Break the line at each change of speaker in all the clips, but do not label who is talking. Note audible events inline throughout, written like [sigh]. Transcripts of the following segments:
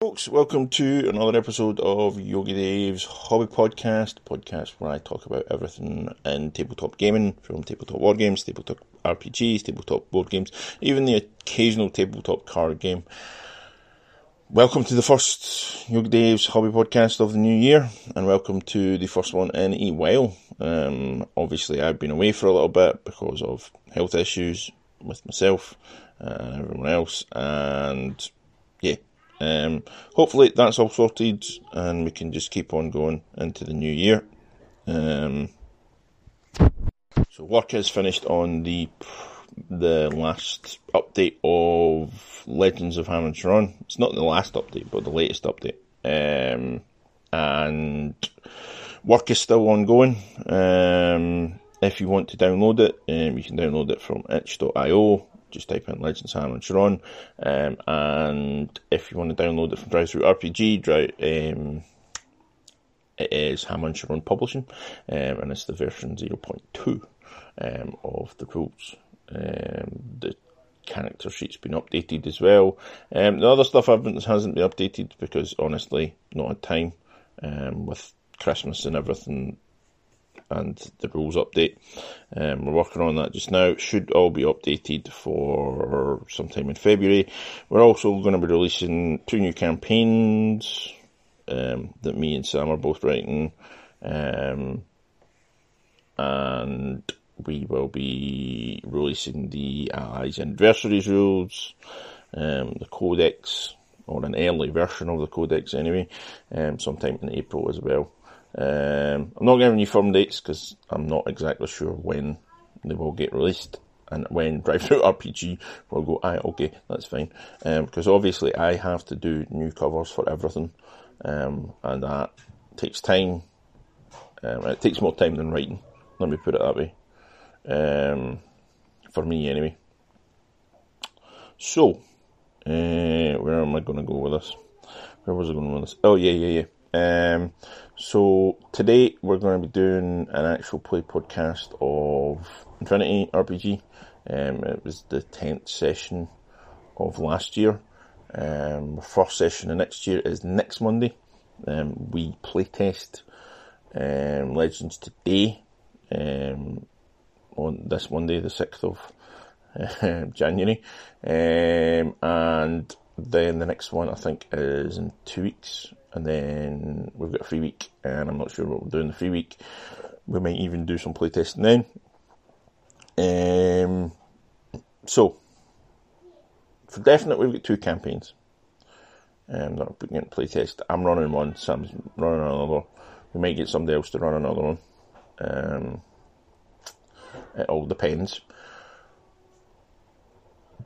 Folks, welcome to another episode of Yogi Dave's Hobby Podcast, podcast where I talk about everything in tabletop gaming, from tabletop war games, tabletop RPGs, tabletop board games, even the occasional tabletop card game. Welcome to the first Yogi Dave's Hobby Podcast of the new year, and welcome to the first one in a while. Um, obviously, I've been away for a little bit because of health issues with myself and everyone else, and yeah, um, hopefully that's all sorted and we can just keep on going into the new year. Um, so work is finished on the the last update of Legends of Hammond's Run. It's not the last update, but the latest update. Um, and work is still ongoing. Um, if you want to download it, um, you can download it from itch.io just type in Legends Ham and Sharon. Um, and if you want to download it from Drive Through RPG, dri- um, it is Ham and Sharon Publishing, um, and it's the version 0.2 um, of the rules. Um, the character sheet's been updated as well. Um, the other stuff haven't, hasn't been updated because honestly, not had time um, with Christmas and everything and the rules update. Um, we're working on that just now. It should all be updated for sometime in February. We're also going to be releasing two new campaigns um, that me and Sam are both writing, um, and we will be releasing the Allies Adversaries rules, um, the Codex, or an early version of the Codex anyway, um, sometime in April as well. Um, I'm not giving you firm dates because I'm not exactly sure when they will get released and when [laughs] Drive Through RPG will go. I okay, that's fine. Um, because obviously I have to do new covers for everything, um, and that takes time. Um, it takes more time than writing. Let me put it that way. for me, anyway. So, uh, where am I going to go with this? Where was I going with this? Oh yeah, yeah, yeah. Um, so today we're going to be doing an actual play podcast of Infinity RPG. Um, it was the tenth session of last year. Um, first session of next year is next Monday. Um, we playtest um, Legends today um, on this Monday, the sixth of [laughs] uh, January, Um, and then the next one I think is in two weeks and then we've got a free week, and I'm not sure what we'll do in the free week. We might even do some playtesting then. Um, so, for definite, we've got two campaigns um, that we're getting playtest. I'm running one, Sam's running another. We might get somebody else to run another one. Um, it all depends.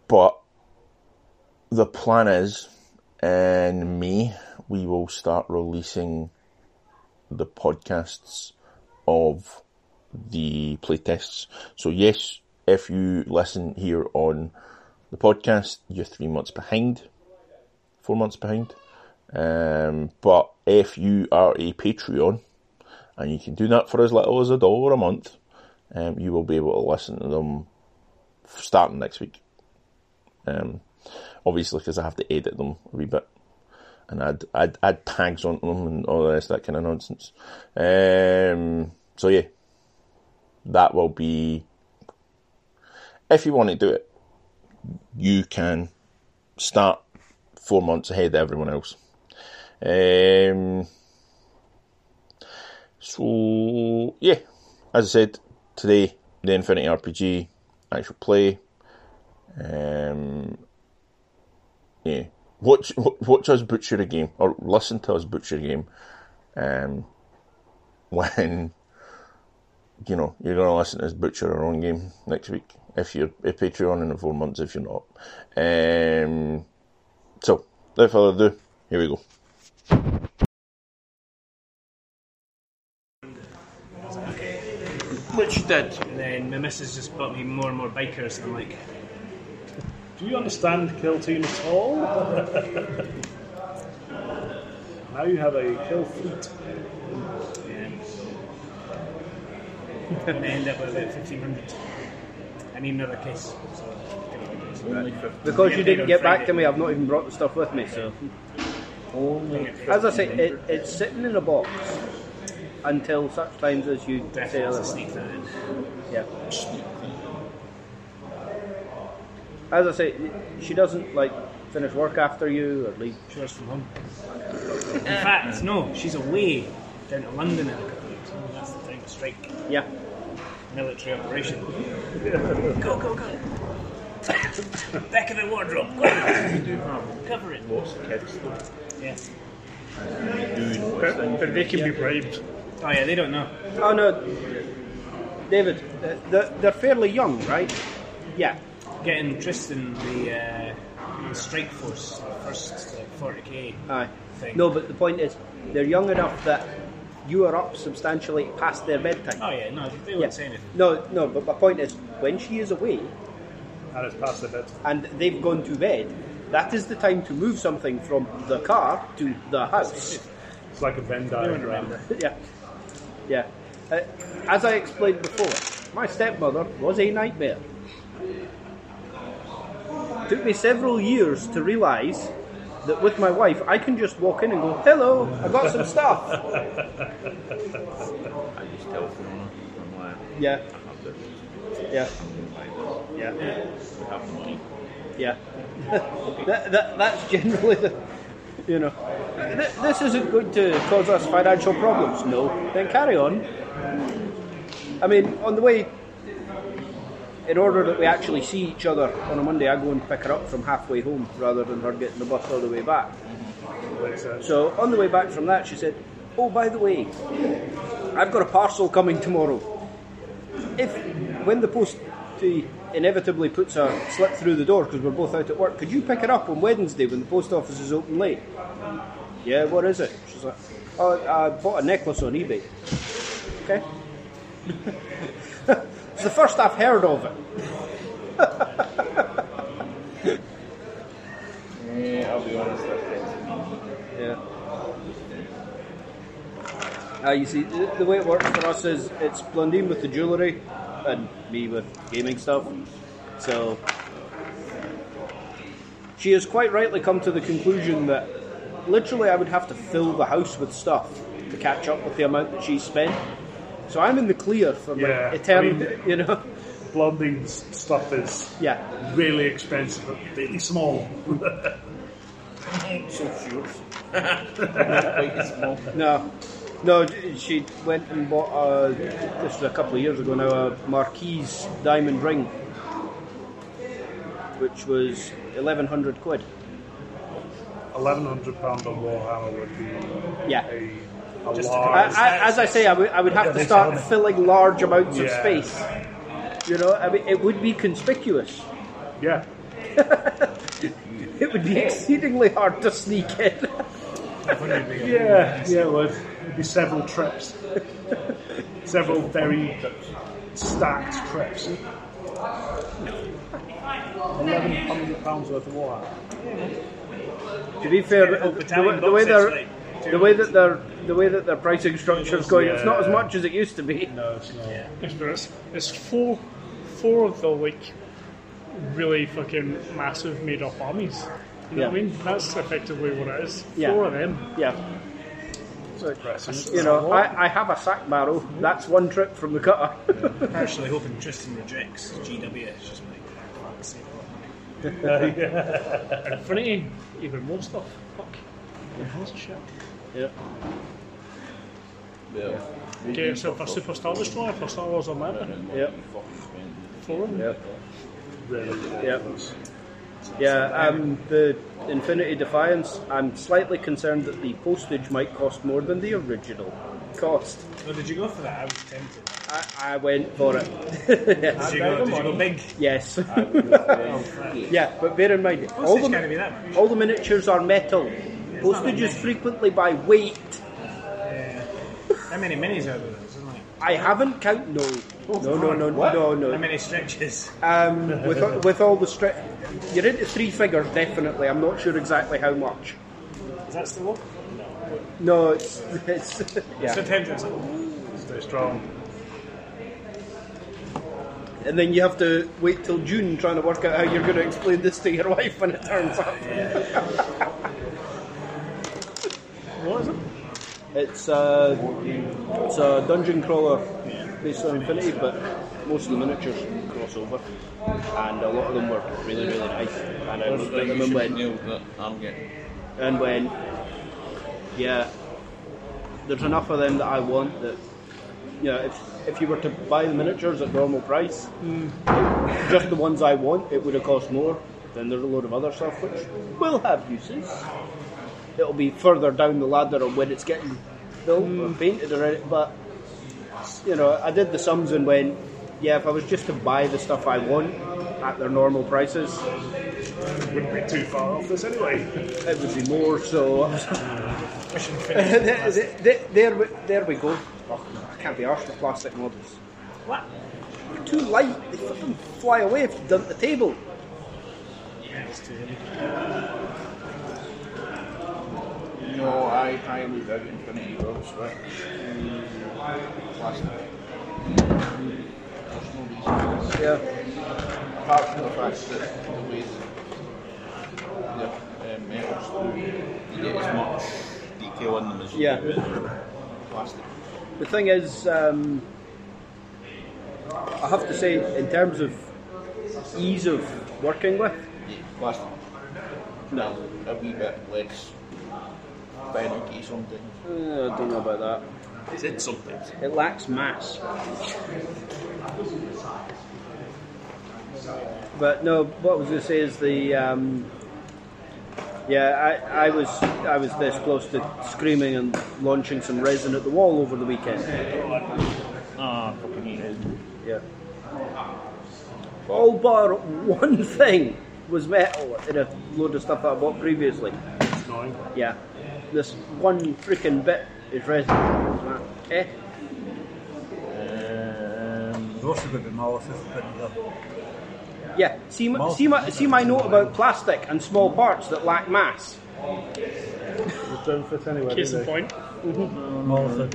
But the plan is in May we will start releasing the podcasts of the playtests. So yes, if you listen here on the podcast, you're three months behind, four months behind. Um, but if you are a Patreon, and you can do that for as little as a dollar a month, um, you will be able to listen to them starting next week. Um, obviously, because I have to edit them a wee bit and I'd, I'd, I'd tags on them and all the rest of that kind of nonsense. Um, so yeah, that will be, if you want to do it, you can start four months ahead of everyone else. Um, so yeah, as I said, today, the Infinity RPG, actual play, um, yeah watch watch us butcher a game or listen to us butcher a game um, [laughs] when you know you're going to listen to us butcher our own game next week if you're a patreon in the four months if you're not um, so without further ado here we go
which you did
And then my missus just bought me more and more bikers, and I'm like,
do you understand kill team at
[laughs]
all now you have a kill fleet
yeah. I'm gonna end up with about 1500. I need another case. So, give it a case.
Because you didn't get back to me, I've not even brought the stuff with me, so. only. As I say, it, it's sitting in a box until such times as you say
Definitely
otherwise.
sneak that in.
Yeah. As I say, she doesn't like finish work after you or leave.
She was from home. In fact, no, she's away down to London in a couple of weeks. Oh, That's the time to strike
Yeah.
military operation. go, go, go. Back of the wardrobe. Quick. Cover it.
Lots of kids though.
Yeah.
Doing lots of
But, but they can be bribed.
Oh yeah, they don't know.
Oh no, David, uh, they're, they're fairly young, right? Yeah.
Getting Tristan the uh, strike force first uh, like 40k.
Aye.
Thing.
No, but the point is, they're young enough that you are up substantially past their bedtime.
Oh yeah, no, they
Yeah.
wouldn't say anything.
No, no, but my point is, when she is away
And it's past the bit.
and they've gone to bed, that is the time to move something from the car to the house.
It's like a Venn
They wouldn't
diagram.
remember.
[laughs] yeah, yeah. Uh, as I explained before, my stepmother was a nightmare. Took me several years to realise that with my wife, I can just walk in and go, "Hello, I got some stuff."
I just tell Fiona from where
yeah,
I have this,
yeah,
like this,
yeah,
we have money.
yeah. [laughs] that, that, that's generally the, you know, "Th- this isn't going to cause us financial problems. No, then carry on. I mean, on the way, in order that we actually see each other on a Monday, I go and pick her up from halfway home rather than her getting the bus all the way back.
Makes sense.
So on the way back from that, she said, "Oh, by the way, I've got a parcel coming tomorrow. If when the post eh, inevitably puts a slip through the door because we're both out at work, could you pick it up on Wednesday when the post office is open late?" Yeah, what is it? She's like, "Oh, I bought a necklace on eBay." Okay. [laughs] it's the first I've heard of it.
Yeah, I'll be honest, that's
Yeah. Ah, you see, the, the way it works for us is it's Blondine with the jewellery and me with gaming stuff. So she has quite rightly come to the conclusion that literally I would have to fill the house with stuff to catch up with the amount that she spent. So I'm in the clear for my
Yeah, I
eternal,
mean-
[laughs] you know.
Blondine's stuff is
Yeah,
really expensive, but really small. [laughs]
it. So sure. Quite small.
no, no. d- She went and bought a. This was a couple of years ago now. A Marquise diamond ring, which was eleven hundred quid.
Eleven hundred pound on Warhammer would be
Yeah.
a, a
Just to
I,
large.
I, as I say, I would I would have to start filling large amounts of
Yeah.
space. You know, I mean, it would be conspicuous. [laughs]
yeah,
It would be exceedingly hard to sneak in. [laughs]
yeah, yeah. It would It'd be several trips, [laughs] several very stacked trips. Eleven hundred pounds worth of Warhammer.
to be fair,
Yeah, oh,
the, the, way-
battalion boxes, like, two
the way they're the way
months.
that their the way that their pricing structure is going, it's not as
Yeah.
much as it used to be.
No, it's not.
It's, it's four, four of the like really fucking massive made up armies. You know what I
Yeah.
mean? That's effectively what it is.
Yeah.
Four of them.
Yeah. So,
impressive.
you know, I, I have a sack barrel. That's one trip from the cutter.
I'm actually hoping Tristan rejects GW. It's just like, fuck's sake.
Infinity, even more stuff. Fuck. That's shit.
yeah.
Yeah.
Get yourself a Super Star Destroyer for Star Wars Unlimited.
Yep.
Four of them.
Yep.
Really,
Yep. Yeah. Um, the Infinity Defiance. I'm slightly concerned that the postage might cost more than the original cost.
Well, Oh, did you go for that? I was tempted.
I, I went for it. [laughs]
Did you go, did you go big?
yes. [laughs] yeah, but bear in mind, all
Postage
the,
can't be that much.
all the miniatures are metal. Postage is frequently by weight.
How many minis are there? There's only-
I haven't count. No, no, no, no, no, no.
How many stretches?
Um, with, all- with all the stri- you're into three figures definitely. I'm not sure exactly how much.
Is that still up?
No, it's [laughs] it's yeah.
Sometimes it's like,
stay strong.
And then you have to wait till June trying to work out [laughs] how you're going to explain this to your wife when it turns up. what is it? It's a, it's a dungeon crawler based on Infinity, but most of the miniatures cross over, and a lot of them were really, really nice. And I looked at them and went,
nailed that I'm getting.
and went, yeah, there's enough of them that I want that, you know, if, if you were to buy the miniatures at normal price, it- just the ones I want, it would have cost more. Then there's a load of other stuff which will have uses. It'll be further down the ladder of when it's getting built or painted already, but, you know, I did the sums and went, yeah, if I was just to buy the stuff I want at their normal prices,
Wouldn't be too far off this anyway.
it would be more, so [laughs] I was
I should finish.
there, there, there, we, there we go. Oh, I can't be arsed with plastic models.
What?
They're too light. They fucking fly away if you dump the table.
No, I highly doubt Infinity will switch. Last night. There's no reason for this.
Yeah.
Apart from the fact that the way that the uh, metals do, you get as much detail in them as you
Yeah.
do with plastic.
The thing is, um, I have to say, in terms of ease of working with,
Yeah, plastic. No, a wee bit less finicky sometimes.
uh, I don't know about that.
It's in sometimes.
It lacks mass. But no, what I was going to say is the um, yeah, I, I was I was this close to screaming and launching some resin at the wall over the weekend.
Ah, fucking heated.
Yeah. All bar one [laughs] thing was metal in a load of stuff that I bought previously.
It's annoying.
Yeah. This one freaking bit is resin. Eh?
Um,
They've also got the molasses put in there.
Yeah, see my, see my see my note about plastic and small parts that lack mass.
It don't fit anywhere,
Case
do
in
they?
point.
Molasses.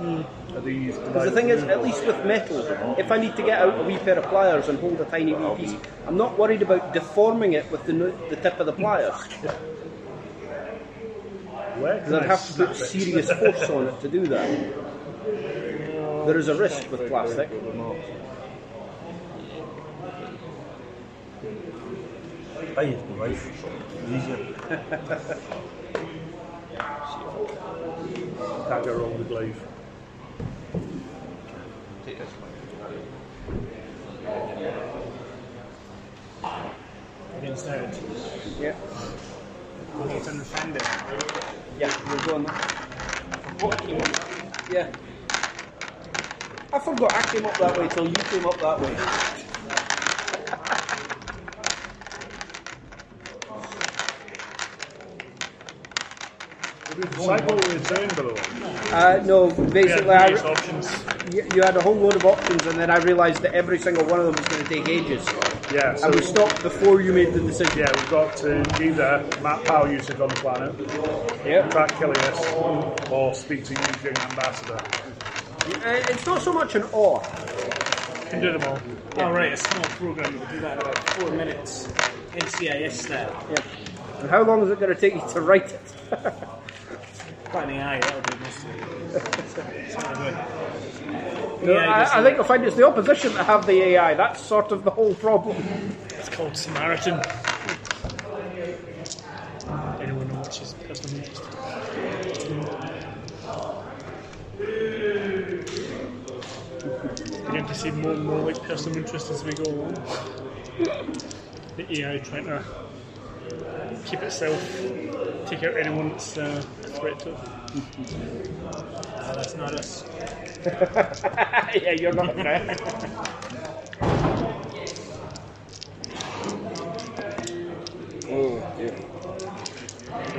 Are these
Because the thing is, at least with metal, if I need to get out a wee pair of pliers and hold a tiny wee piece, I'm not worried about deforming it with the no- the tip of the pliers.
Where
Because I'd have to put serious force on it to do that. There is a risk with plastic.
I used to wife. Easier.
Can't go wrong with glaive.
take this one.
Inside.
Yeah,
It's in the fender.
yeah, we're going there. Yeah. I forgot I came up that way till you came up that way.
Did we decide what we were doing, by the way?
Uh, no,
Yeah,
basically, I
various
re-
options.
you you had a whole load of options, and then I realised that every single one of them was going to take ages.
Yeah, so
And we stopped before you made the decision.
yeah, we've got to either map how you took on the planet,
Yeah.
track Killius, or speak to you, young ambassador.
Uh, It's not so much an awe.
Can do them all.
All Oh, right, a small program that will do that in about four minutes, NCIS style.
Yeah. And how long is it going to take you to write it?
Quite an eye, that'll do most of it. It's not good.
No,
Yeah, I guess
I, I think I find it's the opposition that have the AI. That's sort of the whole problem.
It's called Samaritan. Anyone know what she's pissed on next? Begin to see more and more like personal interest as we go along. The AI trying to keep itself, take out anyone that's uh, a threat to it. Ah,
No, that's not us.
yeah, you're not right.
So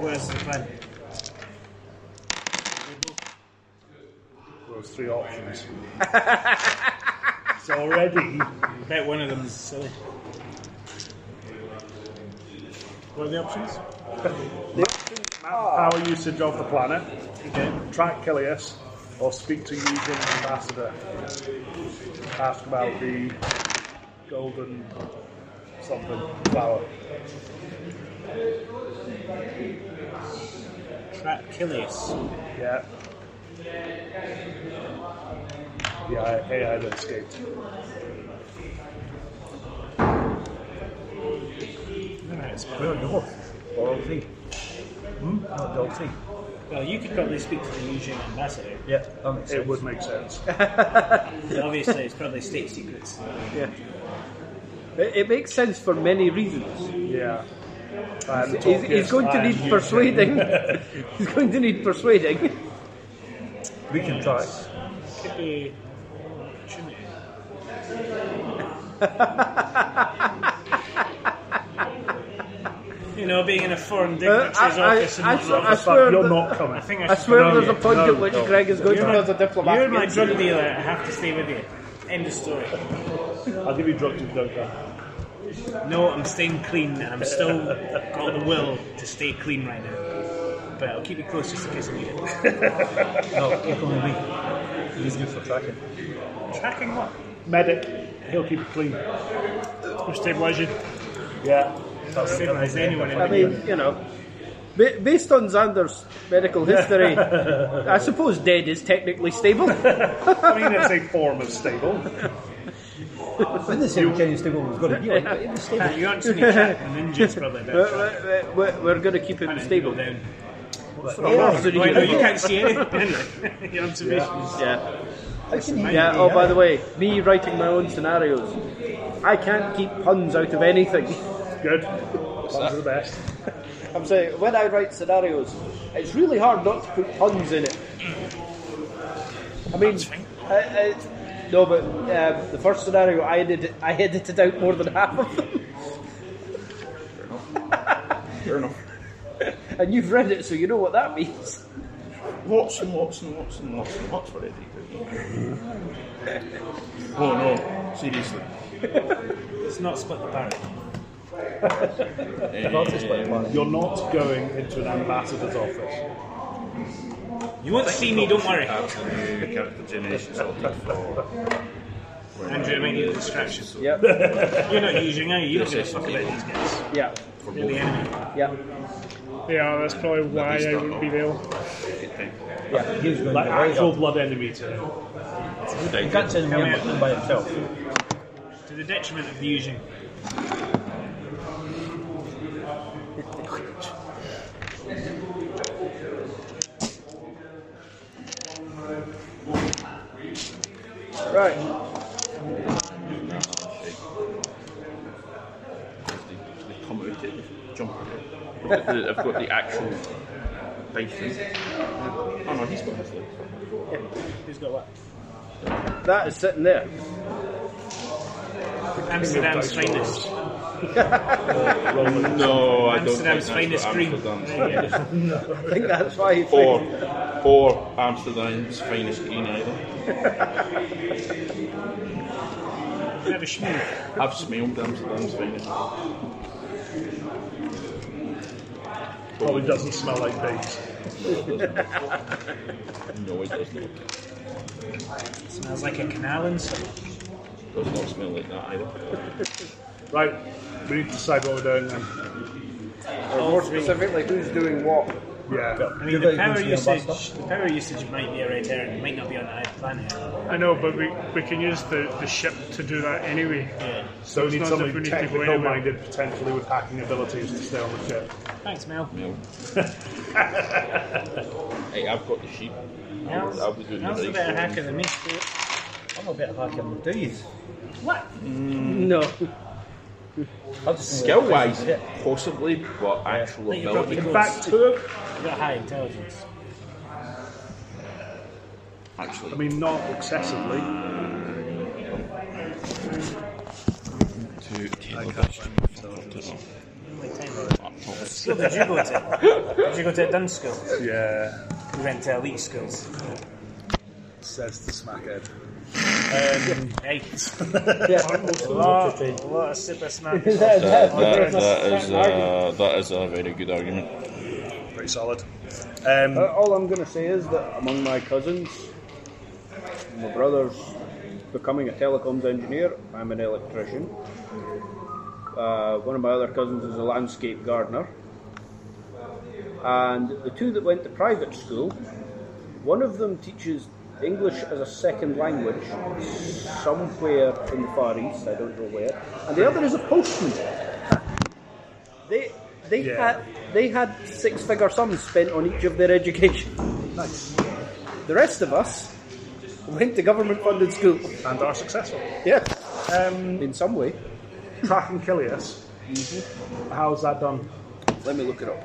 where's the plan?
Those three
[laughs]
options. it's already
I bet one of them is silly.
What are the options? How are you to of the planet? Track Killius or speak to Eugene Ambassador. Ask about the golden something flower.
Trachilius.
Yeah. Yeah, I, hey, I had escaped.
That's quite north.
All three. Hmm? Not all three.
Well, you could probably speak to the Eugene ambassador.
Yeah, that makes sense.
It would make sense.
Obviously, it's probably state secrets.
Yeah. It, it makes sense for many reasons.
Yeah. And
He's, he's
Tolkien's
going to
plan,
[laughs]
need
you-
persuading. [laughs] he's going to need persuading.
We can try.
[laughs] Could be. shouldn't it? you know, being in a foreign dignitary's
Uh, I- I-
office and
I-
whatnot.
I
Fuck,
swear
you're
that-
not coming.
I think I
I
should
swear
know
there's a
you.
point
No,
at which
no.
Greg is going
You're
to
my-
cause a diplomatic
You're my drug
incident.
dealer. I have to stay with you. End of story.
I'll give you drugs if you don't come.
No, I'm staying clean. I'm still got the will to stay clean right now. But I'll keep you close just in case I need it.
[laughs] No, you come with me. He's good for tracking.
Tracking what?
Medic, he'll keep it clean.
Or stabilise you.
Yeah.
That's the
Stabilise anyone in
I mean, you know, ba- based on Xander's medical
[laughs]
history, I suppose dead is technically stable.
[laughs] I mean, it's a form of stable.
When they say we can't stable, we've got to be on it.
the You aren't seen a
[laughs]
cat and ninjas probably a bit.
[laughs] We're, going to keep it
And
stable.
people down.
Or so do
Well, no, [laughs] you
you-
can't see
[laughs]
anything. Your observations.
Yeah.
How can he
Yeah. Oh, by the way, me writing my own scenarios. I can't keep puns out of anything.
Good. Puns are the best.
I'm saying when I write scenarios, it's really hard not to put puns in it. I mean, I, I, no, but um, the first scenario I edited, I edited out more than half of them.
Fair enough.
[laughs] And you've read it, so you know what that means.
Lots and lots and lots and lots and lots already.
[laughs]
Oh no, seriously.
It's not split the
[laughs]
parrot.
You're not going into an ambassador's office.
You won't see me, don't worry.
Absolutely, character generation sorted for.
Andrew, I might need a distraction.
Yep.
You're not using, are you? You don't give a fuck about these guys.
Yeah.
They're the enemy.
Yeah.
Yeah, that's probably why I wouldn't be there.
He was going
Like
to
actual blood enemy to him.
He can't send him
Come
here by himself.
To the detriment of the using.
Right.
They come out it, jump out it. They've got the actual dice thing. Oh no, he's got this thing.
Who's got what?
That is sitting there.
Amsterdam's finest.
[laughs] No, I don't
Amsterdam's
think that's
finest
what
green.
Amsterdam's
There you go.
I think that's why he
Or,
found
or Amsterdam's finest green either.
Never schmoo.
I've smelled Amsterdam's finest.
Probably doesn't smell like beans.
No, it does not.
Smells like a canal inside.
Does not smell like that either.
Right, we need to decide what we're doing then.
or more specifically who's doing what.
I
Yeah.
mean, the power, usage, the power usage might be a red herring. It might not be on the high planet.
I know, but we, we can use the, the ship to do that anyway.
So we need
It's not as if
somebody
we need to go
technical
anywhere.
minded, potentially with hacking abilities to stay on the ship.
Thanks, Mel.
Smell. hey, I've got the sheep.
Mel's,
I'll be doing the
Mel's a
right
better
thing.
hacker than me.
I'm a bit of hacking. Do you?
What?
No.
Skill wise, possibly, but actual
Think you're probably
ability.
close.
Back to
You've got high intelligence.
I
Actually,
mean, not excessively.
to
Only ten. What school did you go to? Did you go to a Dunn school?
Yeah.
You went to elite schools.
Says the smackhead. [laughs]
Hey.
[laughs] Yeah.
Um, A lot, a lot of super
[laughs]
smart.
That, that, is, uh, that is a very good argument.
Pretty solid. Um,
Uh, all I'm going to say is that among my cousins, my brother's becoming a telecoms engineer. I'm an electrician. Uh, one of my other cousins is a landscape gardener. And the two that went to private school, one of them teaches English as a second language somewhere in the Far East, I don't know where, and the other is a postman. They they
Yeah.
had they had six figure sums spent on each of their education.
Nice.
The rest of us went to government funded school.
And are successful.
Yeah,
Um,
in some way.
track and Killius.
Mm-hmm.
How's that done?
Let me look it up.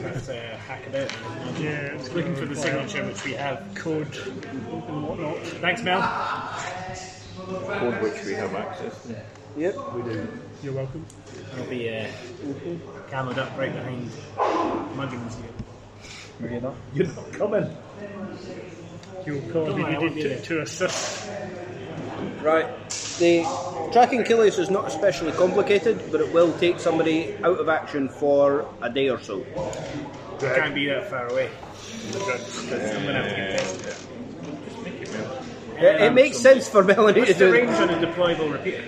That's a hack about.
Yeah, it's
Looking for the signature which we have.
code and whatnot.
Thanks, Mel.
Upon which we have access to.
Yep.
You're welcome.
I'll be uh, camoed up right behind Muggins here.
You're not coming.
You'll
Don't
probably
worry, I
be
won't be
needed
there.
to, to assist.
Right. The tracking Killius is not especially complicated, but it will take somebody out of action for a day or so.
Can't be that far away. Because I'm gonna have to get tested.
It, it makes sense for Melanie to
What's the
do
range on
it.
a deployable repeater?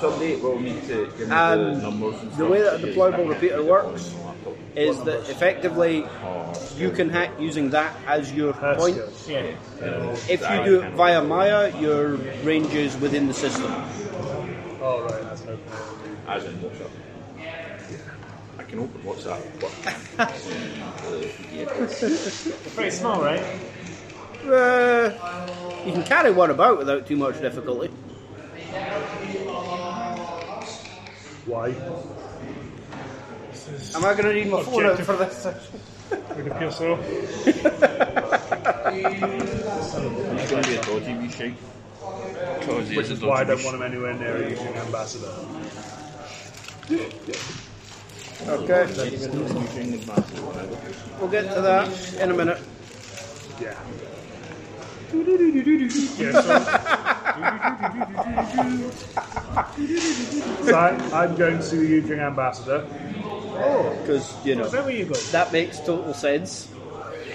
Somebody will need to give me the
Um,
numbers and
The
stuff
way that a
to use.
deployable repeater works is that effectively you can hack using that as your point.
Yeah.
If you do it via Maya, your range is within the system.
Oh, right, that's no
As in WhatsApp. I can open WhatsApp. But,
They're pretty small, right?
Uh, you can carry one about without too much difficulty.
Why?
Am I going to need my phone out for this?
Would appear so.
it's going to be a dodgy wee shite. Because he
Which
is a
is
dodgy
why I don't
wee
want him anywhere near a Union [laughs] ambassador.
Okay, we'll get to that in a minute.
Yeah.
Yeah, so
So I, I'm going to see the Union ambassador.
Because, you know,
Is that where you go?
that makes total sense.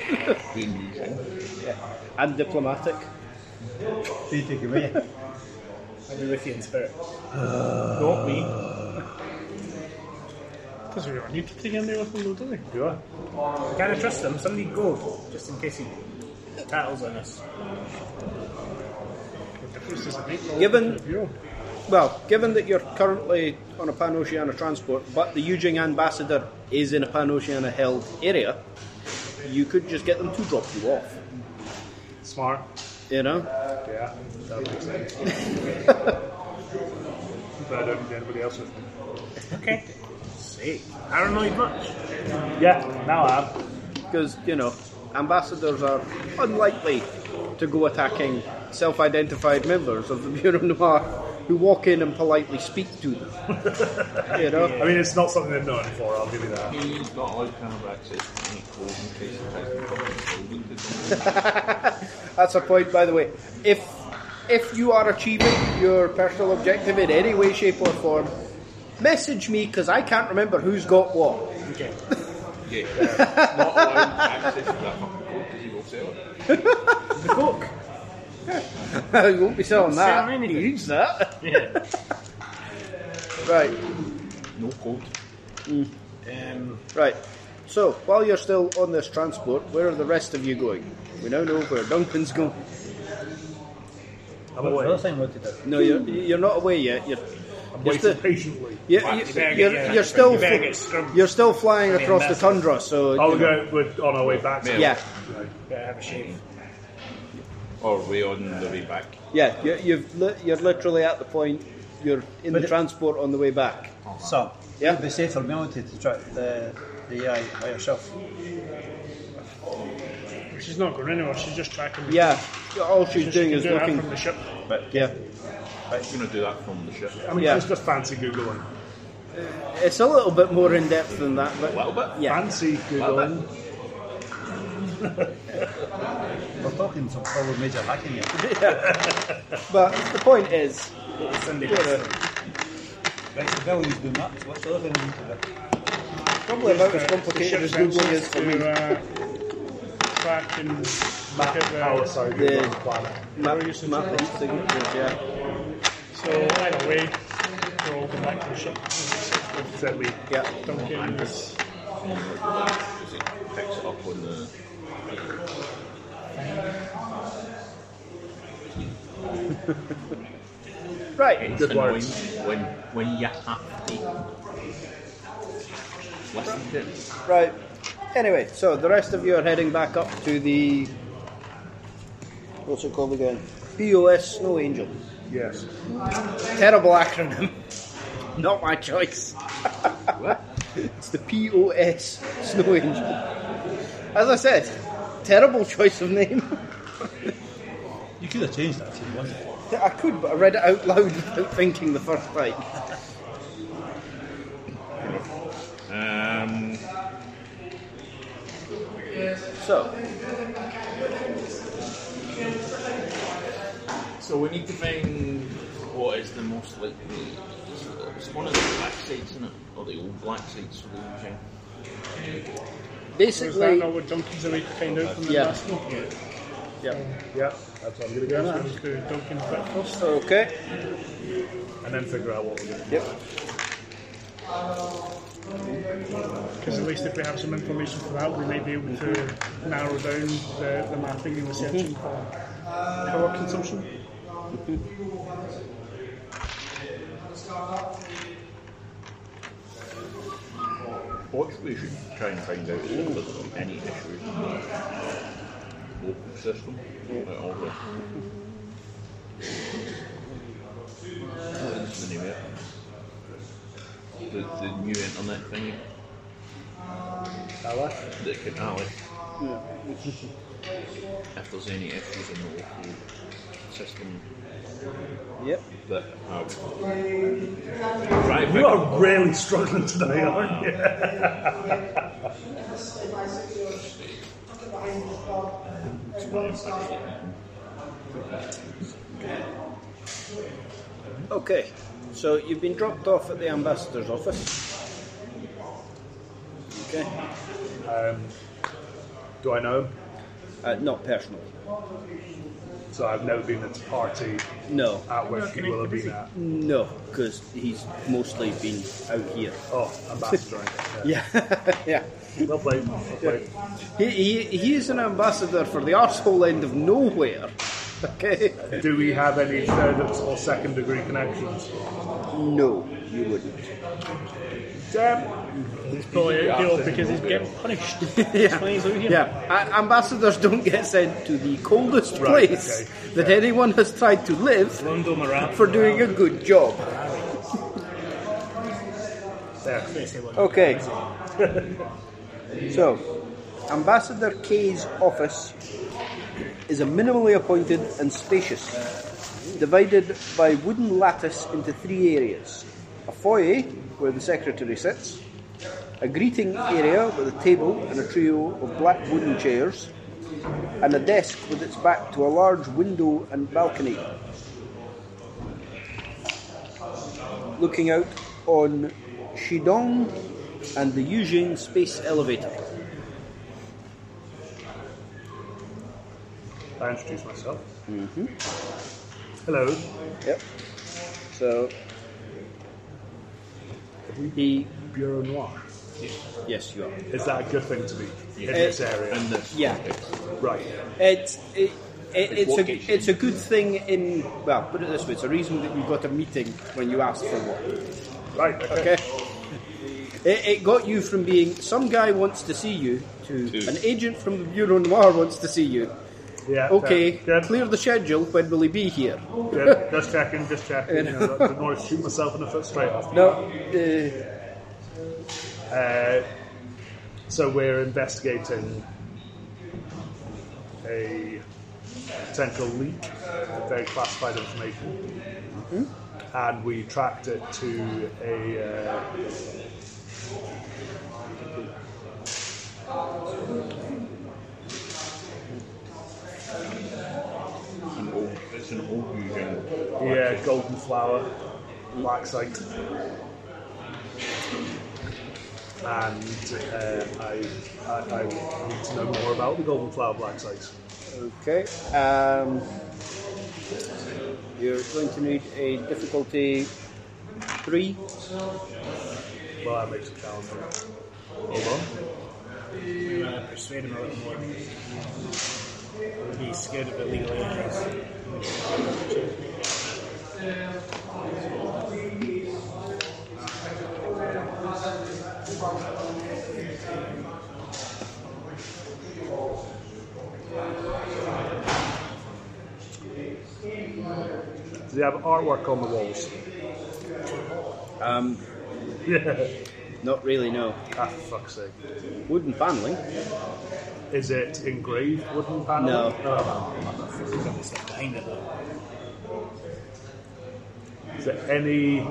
[laughs] And diplomatic.
I'll be with you in spirit.
Uh,
not me. Doesn't really need to take in there with them, though, do they?
Do I?
Can I trust them? Somebody go, just in case he tattles on us.
Given, well, given that you're currently on a Pan Oceana transport, but the Yujing ambassador is in a Pan Oceana held area, you could just get them to drop you off.
Smart.
You know?
Yeah, that makes sense. but I don't need anybody else with me.
Okay. Sick. Paranoid much?
Yeah, now I am.
Because, you know, ambassadors are unlikely to go attacking self identified members of the [laughs] Bureau Noir who walk in and politely speak to them. you know?
I mean, it's not something they're known for, I'll give you that.
He's not allowed to have access to any clothes in case he tries to fucking build into something.
That's a point, by the way. If if you are achieving your personal objective in any way, shape, or form, message me because I can't remember who's got what.
Okay.
[laughs]
Yeah, uh, not allowed access to that fucking code because he will sell it.
The book.
[laughs] you won't be selling that.
Selling anything.
Use that.
Yeah.
[laughs] right,
No code.
Um,
right. So while you're still on this transport, where are the rest of you going? We now know where Duncan's going.
I'm away.
No, you're you're not away yet. You're
I'm
you're
waiting
still-
patiently.
you're,
Fuck, you better
you're,
get
you're,
your-
you're still
you better
fl-
get scrubbed.
you're still flying
I mean,
across the
that's-
tundra. So
Oh,
you
we're,
know,
going, we're on our way back. to-
yeah,
better have a shave.
Or way on the way back.
yeah. You're, you've li- you're literally at the point. You're in the transport on the way back.
So,
Yeah.
it'd be safer Melody to track the, the AI by yourself.
She's not going anywhere, she's just tracking me.
Yeah, all she's
She
doing
can
is
do that
looking.
from the ship.
Yeah,
He's going to do that from the ship.
I mean,
Yeah.
it's just fancy Googling.
it's a little bit more in depth than that,
A
but
little bit.
yeah,
Fancy Googling.
[laughs] We're talking some probably major
[laughs]
hacking here.
but the point is,
Sunday.
you know,
Right, so Billy's doing that, so what's the other thing we need to do?
probably about as complicated as
Uh, Ship's
googling
access
is for me.
to, uh, track and look at the-
Power side
The-
Googling planet.
Map, mapping signatures, yeah,
So either way, we're all going back to the ship.
Except we
yeah.
Duncan is
Is it
Right.
It's
Good
annoying
words.
when when you have to listen to it.
Right. Anyway, so the rest of you are heading back up to the. What's it called again? BOS Snow Angel.
Yes.
Terrible acronym. [laughs] Not my choice. it's the POS Snow Angel. As I said, terrible choice of name.
You could have changed that if you wanted.
I could, but I read it out loud without thinking the first time.
Um,
So,
so we need to find what is the most likely. It's one of the black sites, isn't it? Or the old black sites for the old thing.
Is that
basically,
not what donkeys are made to find out from the
Yeah.
last one? Yeah.
yeah.
Yeah, that's what I'm going to
Let's
go
go
with.
to Duncan uh, Breakfast.
Okay.
And then figure out what we're going to
Yep.
Because at least if we have some information for that, we may be able to narrow down the, the mapping and the searching
Mm-hmm.
for power consumption.
What we should try and find out is if there's any issues in the local system. Like all the. What is the name of it? The, the new internet thingy
do. Alice?
that can alley. if there's any issues in the local system
Yep.
that have. Right,
You are really struggling today, aren't you?
Okay. So you've been dropped off at the ambassador's office. Okay.
Do I know?
Uh, not personally.
So I've never been at a party
No.
at which he will have been at.
No, because he's mostly been out here. [laughs]
Oh, ambassador. I guess,
Yeah. yeah.
yeah. Well played. Well played.
He, he, he is an ambassador for the arsehole end of nowhere. [laughs] Okay?
Do we have any third or second degree connections?
No, you wouldn't.
Damn.
He's probably out here because he's getting punished. That's why he's out here.
Yeah, a- ambassadors don't get sent to the coldest
Right,
place
okay.
that anyone has tried to live
Rondo Moran.
for doing a good job.
There.
Okay. so, Ambassador K's office is a minimally appointed and spacious, divided by wooden lattice into three areas a foyer, where the secretary sits, a greeting area with a table and a trio of black wooden chairs, and a desk with its back to a large window and balcony looking out on Shidong and the Yujing space elevator.
I introduce myself.
Mm-hmm.
Hello.
Yep. So he
Bureau Noir.
yes, you are.
Is that a good thing to be in
Eh.
this area?
in this
Yeah.
Right.
It's it, it, it's
what gets
a
you.
it's a good thing in well put it this way it's a reason that you got a meeting when you asked for one.
Right. Okay.
Okay. It, it got you from being some guy wants to see you to an agent from the Bureau Noir wants to see you.
Yeah.
Okay,
fair. Good.
clear the schedule. When will he be here?
Good. Just checking. Just checking. You
Eh.
know, not- didn't want to shoot myself in the foot straight off.
No, uh,
Uh, so we're investigating a potential leak of very classified information,
Hmm?
and we tracked it to a uh,
an old, it's an old museum.
yeah golden flower black site, and uh, I, I I need to know more about the golden flower black site.
Okay. Um, you're going to need a difficulty three.
Well, that makes a challenge. Hold on.
You want to persuade him a little more. He's scared of illegal aliens.
Do they have artwork on the walls?
Um,
Yeah.
not really, no.
ah, for fuck's sake.
Wooden paneling.
Is it engraved wooden
No.
panel?
Behind it, though.
Is there any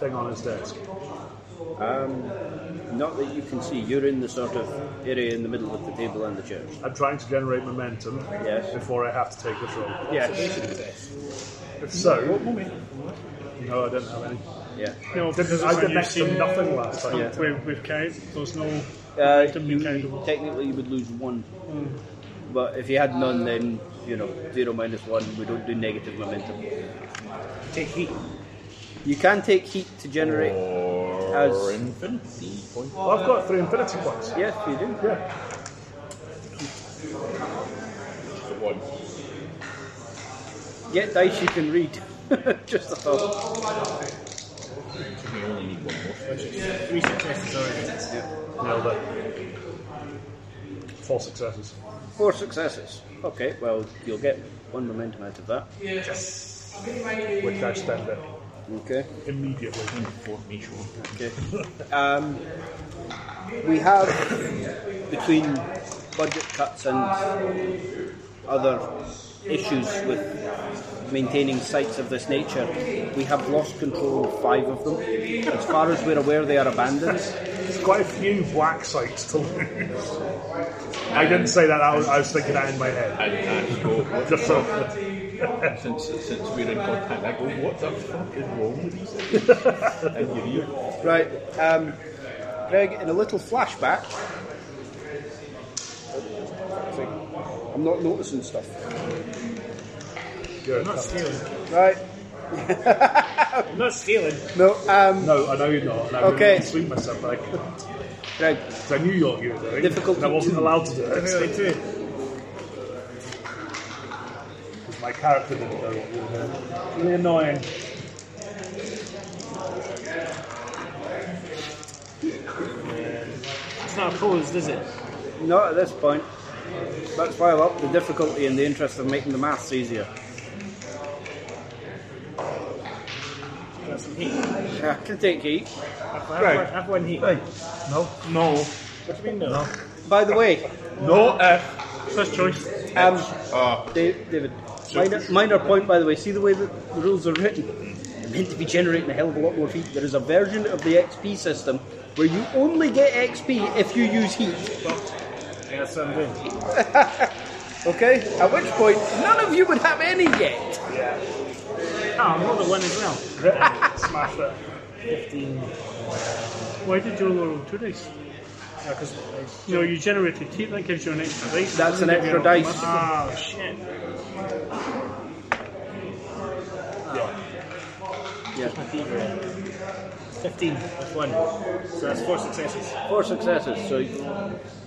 thing on his desk?
Not that you can see. You're in the sort of area in the middle of the table and the chairs.
I'm trying to generate momentum
Yes.
before I have to take the throw.
Yes.
So, no, I don't have any.
Yeah.
No, because
I did next to nothing last time.
Yeah.
We've, we've counted. There's no.
Uh,
Didn't
you,
we count them?
technically, you would lose one. But if you had none, then you know zero minus one. We don't do negative momentum.
Take heat.
You can take heat to generate. As
Infinity point.
Well, I've got three infinity points.
yes, you do.
Yeah.
One.
Get dice you can read. [laughs] Just a thought.
We only need one more.
Three successes already.
Nailed it. Four successes.
Four successes. Okay, well you'll get one momentum out of that.
Which I spend it
Okay.
immediately.
Okay. Um, we have between budget cuts and other issues with maintaining sites of this nature, we have lost control of five of them. As far as we're aware, they are abandoned.
There's quite a few black sites to lose. I didn't say that, I was, I was thinking that in my head.
And, and go, what
Just so.
since since we're in contact, I go, what the fuck is wrong
[laughs]
with these things? and you're here.
Right, um, Greg, in a little flashback. I'm not noticing stuff.
Good.
I'm not stealing.
Right,
I'm not stealing.
no, um,
No, I know you're not. And I
Okay.
really sweet myself, but I couldn't.
Greg,
'Cause I knew you were doing
Difficult
and I
to
wasn't
do.
allowed to do it. Because my character didn't know what you were doing.
Really annoying.
It's not opposed, is it?
Not at this point. Let's file up the difficulty in the interest of making the maths easier.
Got some heat.
I can take heat.
Have one- Have one heat. What
No.
No.
do you mean, no?
By the way,
No F. First choice. Uh,
um, Da- David, minor, minor point by the way, see the way that the rules are written? You're meant to be generating a hell of a lot more heat. There is a version of the XP system where you only get XP if you use heat.
Yeah, that's what I'm doing.
Okay? At which point, none of you would have any yet.
Oh, I'm not the one as well.
Smash it.
15.
Why did you only roll two dice?
Because
No, you generated heat. That gives you an extra dice.
That's an extra dice.
Oh,
Ah, shit.
Yeah.
fever. 15 with one. So that's four successes.
Four successes, so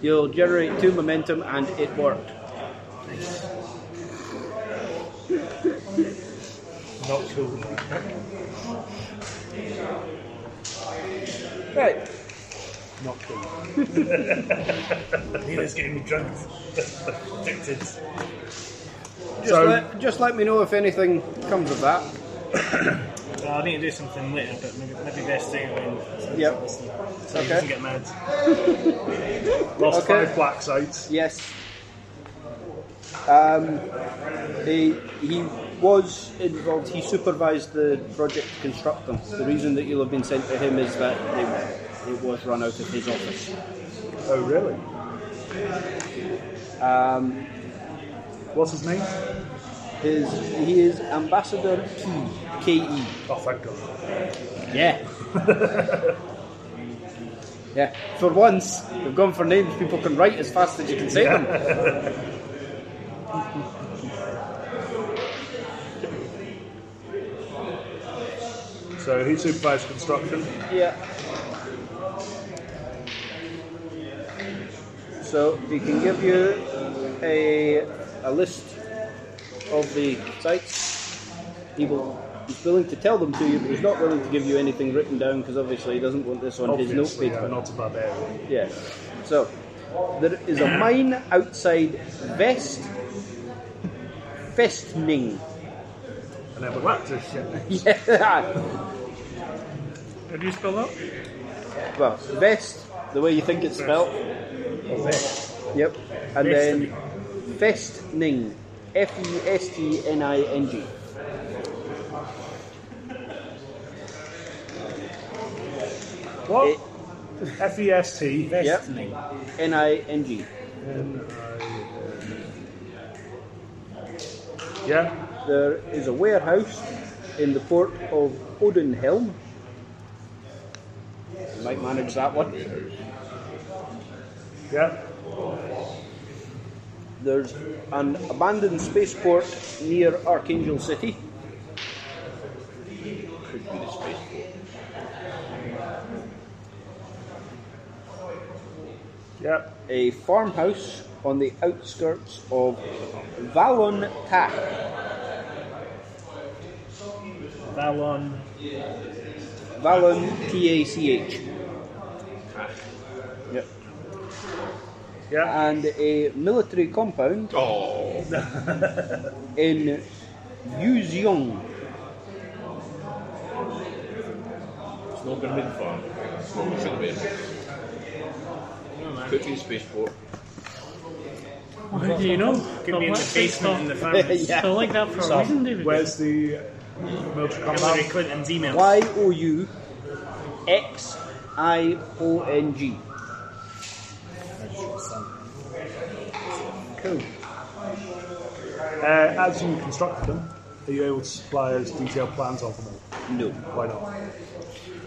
you'll generate two momentum and it worked.
Not cool.
Right.
Not cool.
Nina's getting me drunk. Addicted.
Just,
So-
let, just let me know if anything comes of that.
Well, I need to do something later, but maybe, maybe best thing when.
Yep.
So he
Okay.
doesn't get mad.
Lost
Okay.
five black sites.
Yes. Um, he, he was involved, he supervised the project to construct them. The reason that you'll have been sent to him is that they, it was run out of his office.
Oh, really?
Um,
What's his name?
his, he is Ambassador P, E. K-E.
Oh, thank God.
Yeah. [laughs] yeah. For once, we've gone for names people can write as fast as you can say them.
So he supervised construction.
Yeah. So we can give you a, a list of the sites. He will, he's willing to tell them to you, but he's not willing to give you anything written down because obviously he doesn't want this on his
Obviously,
notepad.
yeah, not about that.
Yeah. So there is a mine outside Vest Festning. [laughs]
And then we whacked this shit.
Yeah.
How do you spell that?
well, Vest, the way you think it's spelled. Yep. And then Festning. F E S T N I N G.
What? F E S T.
Yep. N I N G.
Yeah.
There is a warehouse in the port of Odenhelm. You might manage that one.
Yeah.
There's an abandoned spaceport near Archangel City.
Could be the space.
Yeah.
a farmhouse on the outskirts of Valon Tac.
Valon.
Valon T A C H. Yep.
Yeah.
And a military compound Oh. [laughs] in Yuziong.
It's not going to be the farm. It's not going to be the Could be the spaceport.
How do you know? Could be in the
[laughs]
basement in the
[laughs] Yeah.
I like that for a reason, David.
Where's the military
Hillary
compound?
Clinton's email.
Y O U X I O N G. Cool.
Uh, as you constructed them, are you able to supply us detailed plans of them all?
No,
Why not?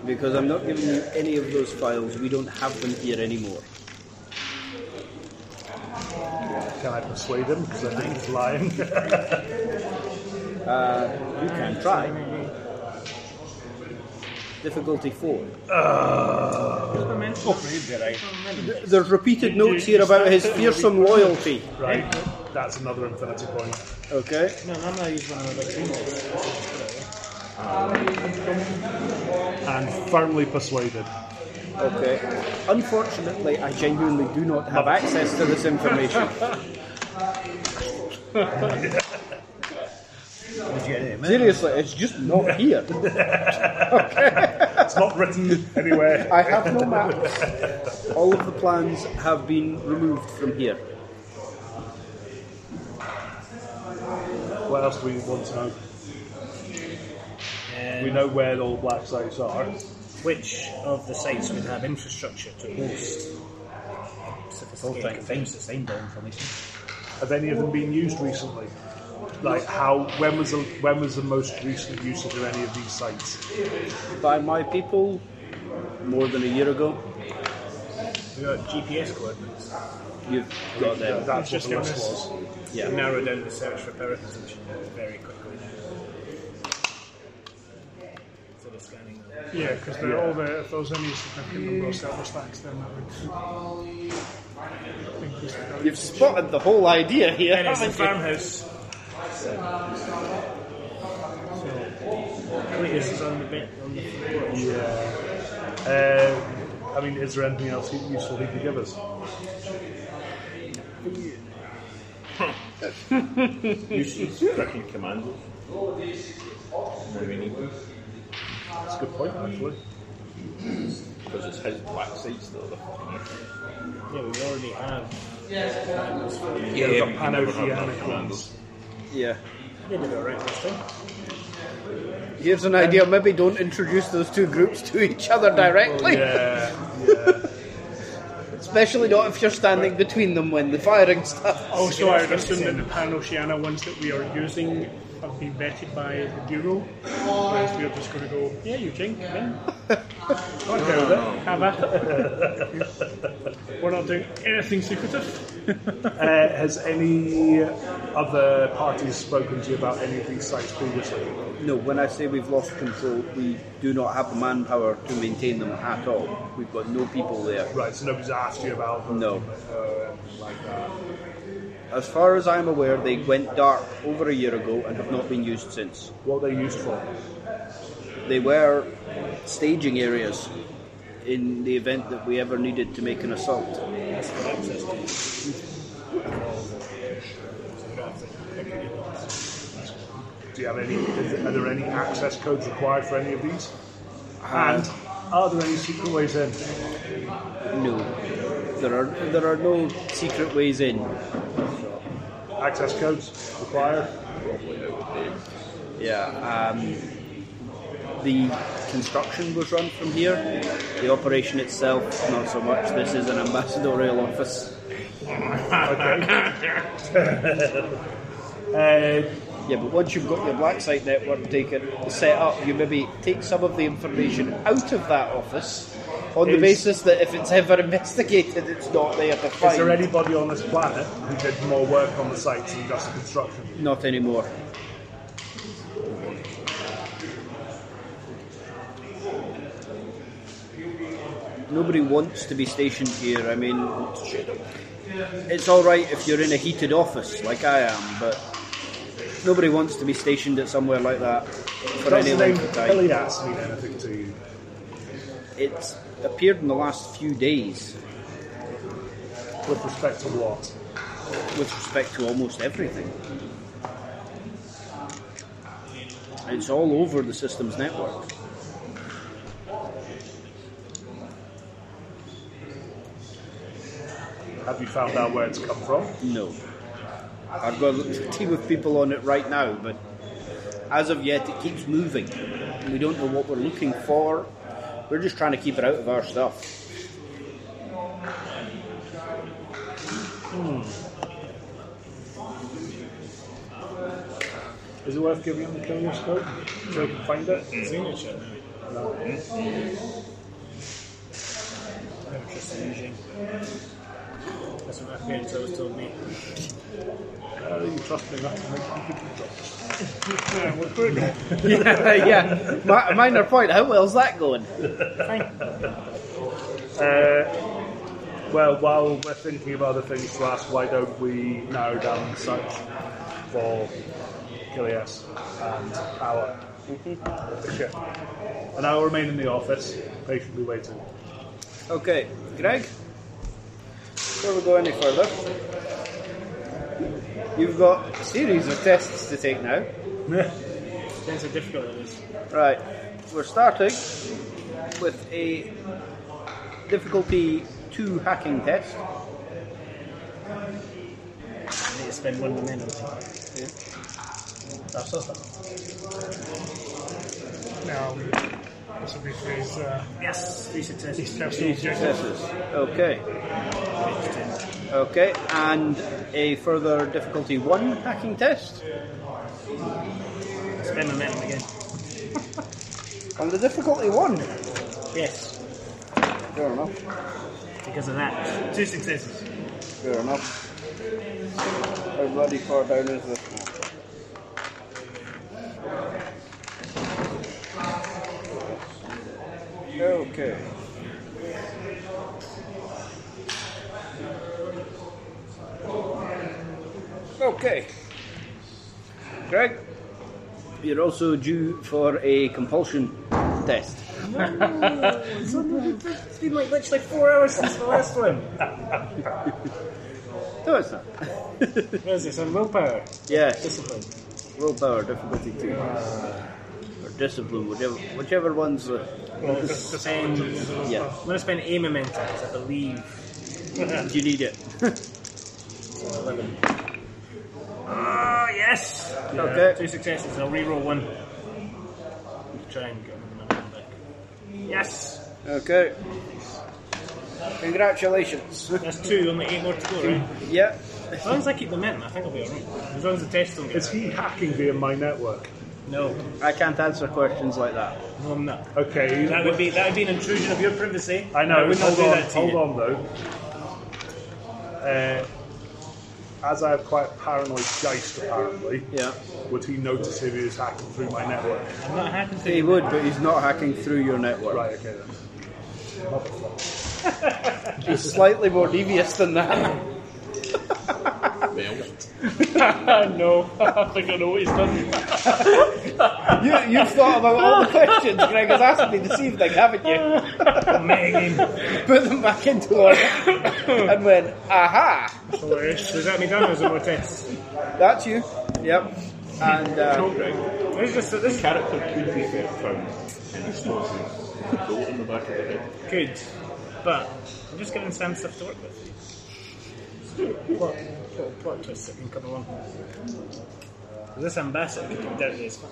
because I'm not giving you any of those files. We don't have them here anymore.
Can I persuade him? Because I think he's lying. [laughs]
You can try. Difficulty four. Th- There's repeated notes here about his fearsome loyalty.
right. That's another infinity point.
Okay.
No, I'm not using one of the creams.
And firmly persuaded.
Okay. Unfortunately, I genuinely do not have access to this information. Seriously, it's just not here.
It's not written anywhere.
I have no maps. All of the plans have been removed from here.
What else do we want to know? we know where all black sites are.
Which of the sites would have infrastructure to host? a Sophisticated confined sustained information.
Have any of them been used recently? Like how? When was the when was the most recent usage of any of these sites?
By my people, more than a year ago,
We got GPS coordinates.
you've got them.
That's what
just
the list
gonna-
was.
Yeah.
To narrow down the search for power consumption very quickly. Instead of scanning them.
Yeah, because they're all the, if there was any significant number of silver stacks, then that would increase the value.
You've spotted the whole idea here.
And it's a
haven't you?
farmhouse. So, Cletus is on the bed. On the porch.
Uh, I mean, is there anything else he- useful he could give us?
You should freaking commandos. What do we need?
That's a good point, actually.
Because it's his black sites that are the
Yeah, we already have.
Yeah,
We've
we
got
can never have enough
Pan-Oceanic
commandos.
ones.
Yeah.
They did it all right last time.
Here's an idea. Maybe don't introduce those two groups to each other directly, [laughs]
Yeah.
especially not if you're standing between them when the firing starts.
Also, Oh, I would assume that the Pan Oceana ones that we are using have been vetted by the Bureau, whereas we are just going to go, yeah, you drink, come
[laughs]
in. Don't care with it, have at it. [laughs] We're not doing anything secretive.
Uh, has any other parties spoken to you about any of these sites previously?
No, when I say we've lost control, we do not have the manpower to maintain them at all. We've got no people there.
Right, so nobody's asked you about them.
No.
Uh, like that.
As far as I'm aware, they went dark over a year ago and have not been used since.
What they're used for.
They were staging areas in the event that we ever needed to make an assault.
Do you have any? is- Are there any access codes required for any of these? And are there any secret ways in?
No, there are there are no secret ways in.
Access codes required.
Yeah, um, the construction was run from here. The operation itself, not so much. This is an ambassadorial office.
Uh,
Yeah, but once you've got your black site network taken set up, you maybe take some of the information out of that office on the
Is-
basis that if it's ever [laughs] investigated, it's not there to find.
is there anybody on this planet who did more work on the sites than just the construction?
Not anymore. Nobody wants to be stationed here. I mean, it's all right if you're in a heated office like I am, but nobody wants to be stationed at somewhere like that for
Does
any
the name
length of time.
Ilias mean anything to you?
It's appeared in the last few days
With respect to what?
with respect to almost everything. It's all over the systems network.
Have you found out where it's come from?
No. I've got a team of people on it right now, but as of yet, it keeps moving. We don't know what we're looking for. We're just trying to keep it out of our stuff. [laughs]
Is it worth giving them the Killius code so they can find it?
That's what my parents always told me.
Uh, you trust me enough to make a good job.
yeah, yeah. Mi- minor point. How well's that going?
Well, while we're thinking of other things to ask, why don't we narrow down the search for Kilias and our the ship? And I will remain in the office, patiently waiting.
Okay, Greg. Before we go any further, you've got a series of tests to take now.
Depends how difficult it is.
Right, we're starting with a difficulty two hacking test.
I need to spend one momentum. That's awesome.
Now, this will be for his uh,
Yes, three successes.
Successes. Okay. Okay, and a further difficulty one hacking test.
Spend momentum again.
On the difficulty one.
Yes,
Fair enough.
because of that. Two successes.
Fair enough. How bloody far down is this one? Okay. Okay. Greg, you're also due for a compulsion test.
It's been like literally four hours since the last one.
No, it's not.
What is this? On willpower.
Yes.
Discipline.
Willpower, difficulty two. Or discipline, whichever, whichever one's the.
Well, spend, I'm
Yeah.
going to spend a momentum, 'cause I believe.
You need it.
Oh, yes!
Okay.
Two successes. I'll re-roll one. Try and get another one back. Yes!
Okay. Congratulations.
That's two, only eight more to go, right?
yeah.
As long as I keep the momentum, I think I'll be alright. As long as the test don't get
Is he hacking via my network?
No,
I can't answer questions like that.
no I'm not.
Okay.
That would be that would be an intrusion of your privacy.
I know.
I would not
hold
do
on,
that to
hold
you.
on though. Uh, as I have quite a paranoid geist, apparently.
Yeah.
Would he notice if he was hacking through my network?
I'm not hacking to
He would, but he's not hacking through your network.
Right. Okay then.
He's slightly more devious than that.
Melt.
no, [laughs] I think I know what he's done.
You, you've thought about all the questions Greg has asked me this evening, haven't you?
[laughs]
Put them back into order and went, aha,
So, uh, so is that me done or is it my test?
that's you. Yep. And uh,
This is just this is
Character could be found in a small bullet in the back of the head.
good, but I'm just giving Sam stuff to work with. Plot, little plot twists that can come along. This ambassador could be dirty as fuck.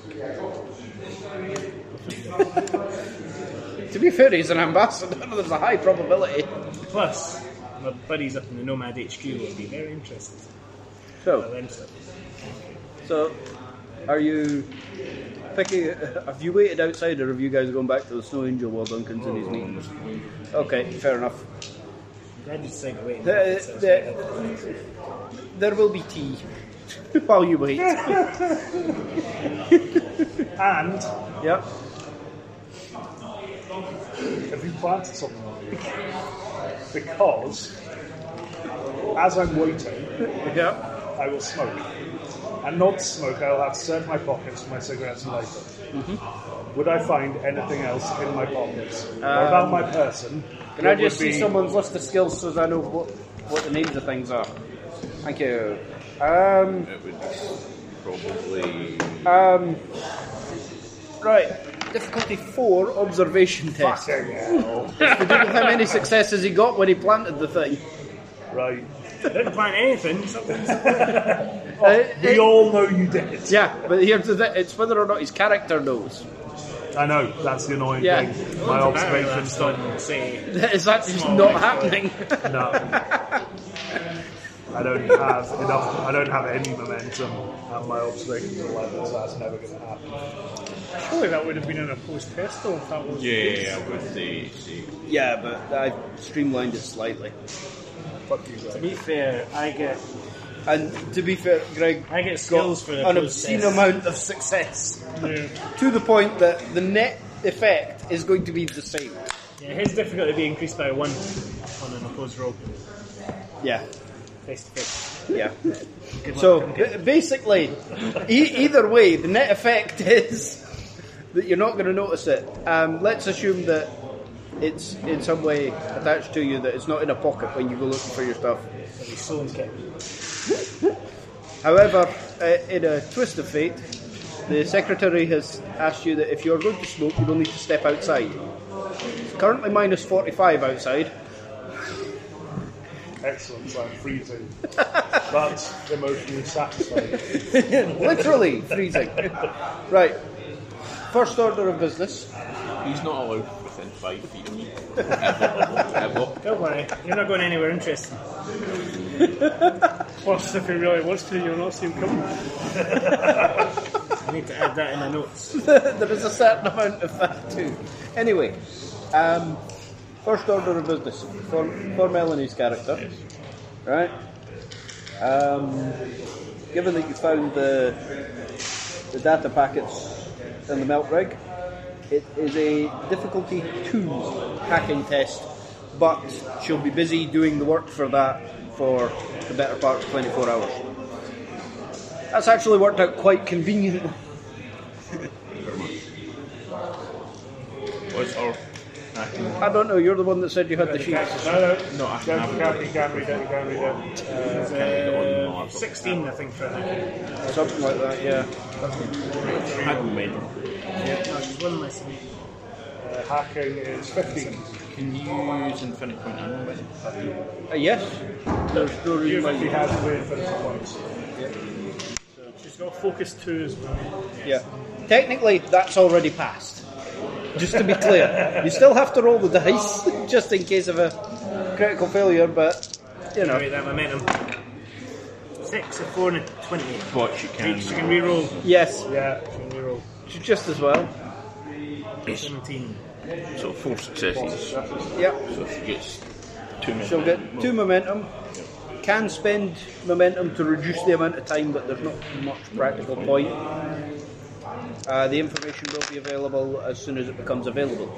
to be fair, he's an ambassador. [laughs] There's a high probability.
Plus, my buddies up in the Nomad HQ will be very interested by
So,
them stuff.
so are you picking? Have you waited outside, or have you guys gone back to the Snow Angel while Duncan's in his meetings? Okay, fair enough.
I'm glad you decided to wait.
The, the, there will be tea [laughs] while you [laughs] wait.
And
Yep.
Have you planted something on
[laughs]
you? Because as I'm waiting,
Yep.
I will smoke. And not to smoke, I'll have to search my pockets for my cigarettes and lighter.
Mm-hmm.
Would I find anything else in my pockets? or about my person?
Um, Can I
that would
just see
be-
someone's list of skills so that I know what, what the names of things are? Thank you. Um,
It would probably.
right. Difficulty four, observation test.
Fucking hell.
It's to do with how many successes he got when he planted the thing.
right.
didn't plan anything. Something
Uh,
We
it-
all know you did.
yeah, but here's the thing, it's whether or not his character knows.
I know, that's the annoying
Yeah.
thing. My observation's done.
done. Say,
[laughs] Is that just not happening?
No. I don't have enough. I don't have any momentum, and my observations are level, so that's never going to happen.
surely that would have been in a post test though if that was.
Yeah, I would say. say
[laughs] yeah, but I've streamlined it slightly.
Fuck you, Greg.
be fair, I get
And to be fair, Greg
I get skills for the
an
post
obscene
test.
amount of success
Yeah.
to the point that the net effect is going to be the same.
Yeah, his difficulty be increased by one on an opposed roll.
Yeah,
Face to face.
yeah. so b- basically, e- either way, the net effect [laughs] is that you're not going to notice it. Um, let's assume that it's in some way attached to you, that it's not in a pocket when you go looking for your stuff.
It'll be so incredible.
However, uh, in a twist of fate, the secretary has asked you that if you are going to smoke, you will need to step outside. It's currently minus 45 outside.
Excellent. so I'm
[laughs]
freezing. That's emotionally
[laughs]
satisfying.
Literally freezing. right. First order of business.
He's not allowed within five feet of me. Ever. Ever.
Don't worry, you're not going
[laughs]
anywhere interesting. Plus, if he really wants to, you'll not see him
[laughs] I
coming.
need to add that in my notes.
there is a certain amount of that too. Anyway, um, first order of business for, for Melanie's character. Right? Um, given that you found the, the data packets in the melt rig, it is a difficulty 2 hacking test, but she'll be busy doing the work for that for the better part of 24 hours. That's actually worked out quite conveniently.
What's our.
[laughs] I don't know. You're the one that said you had the sheets.
No,
No, I
no,
can
you
have
can't, you can't read it, you can't read it.
it on
Uh,
Marvel.
16, I think, for her.
Something like that, yeah.
Hadn't made them.
No, Oh, she's one less than me.
Uh, hacking is 15.
Can you use infinite point animal weapon?
Uh, yes. There's no reason why
He
you
has way infinite points.
She's got focus two as well.
Yeah. Technically, that's already passed. Just to be clear, you still have to roll the dice [laughs] just in case of a critical failure, but you know.
Generate that momentum. Six, a four, and a twenty.
But you can.
She can reroll.
Yes,
Yeah.
She can reroll.
just as well.
Seventeen.
So four successes.
Yep.
So she gets two minutes.
She'll get two momentum. Can spend momentum to reduce the amount of time, but there's not much practical point. Uh, the information will be available as soon as it becomes available.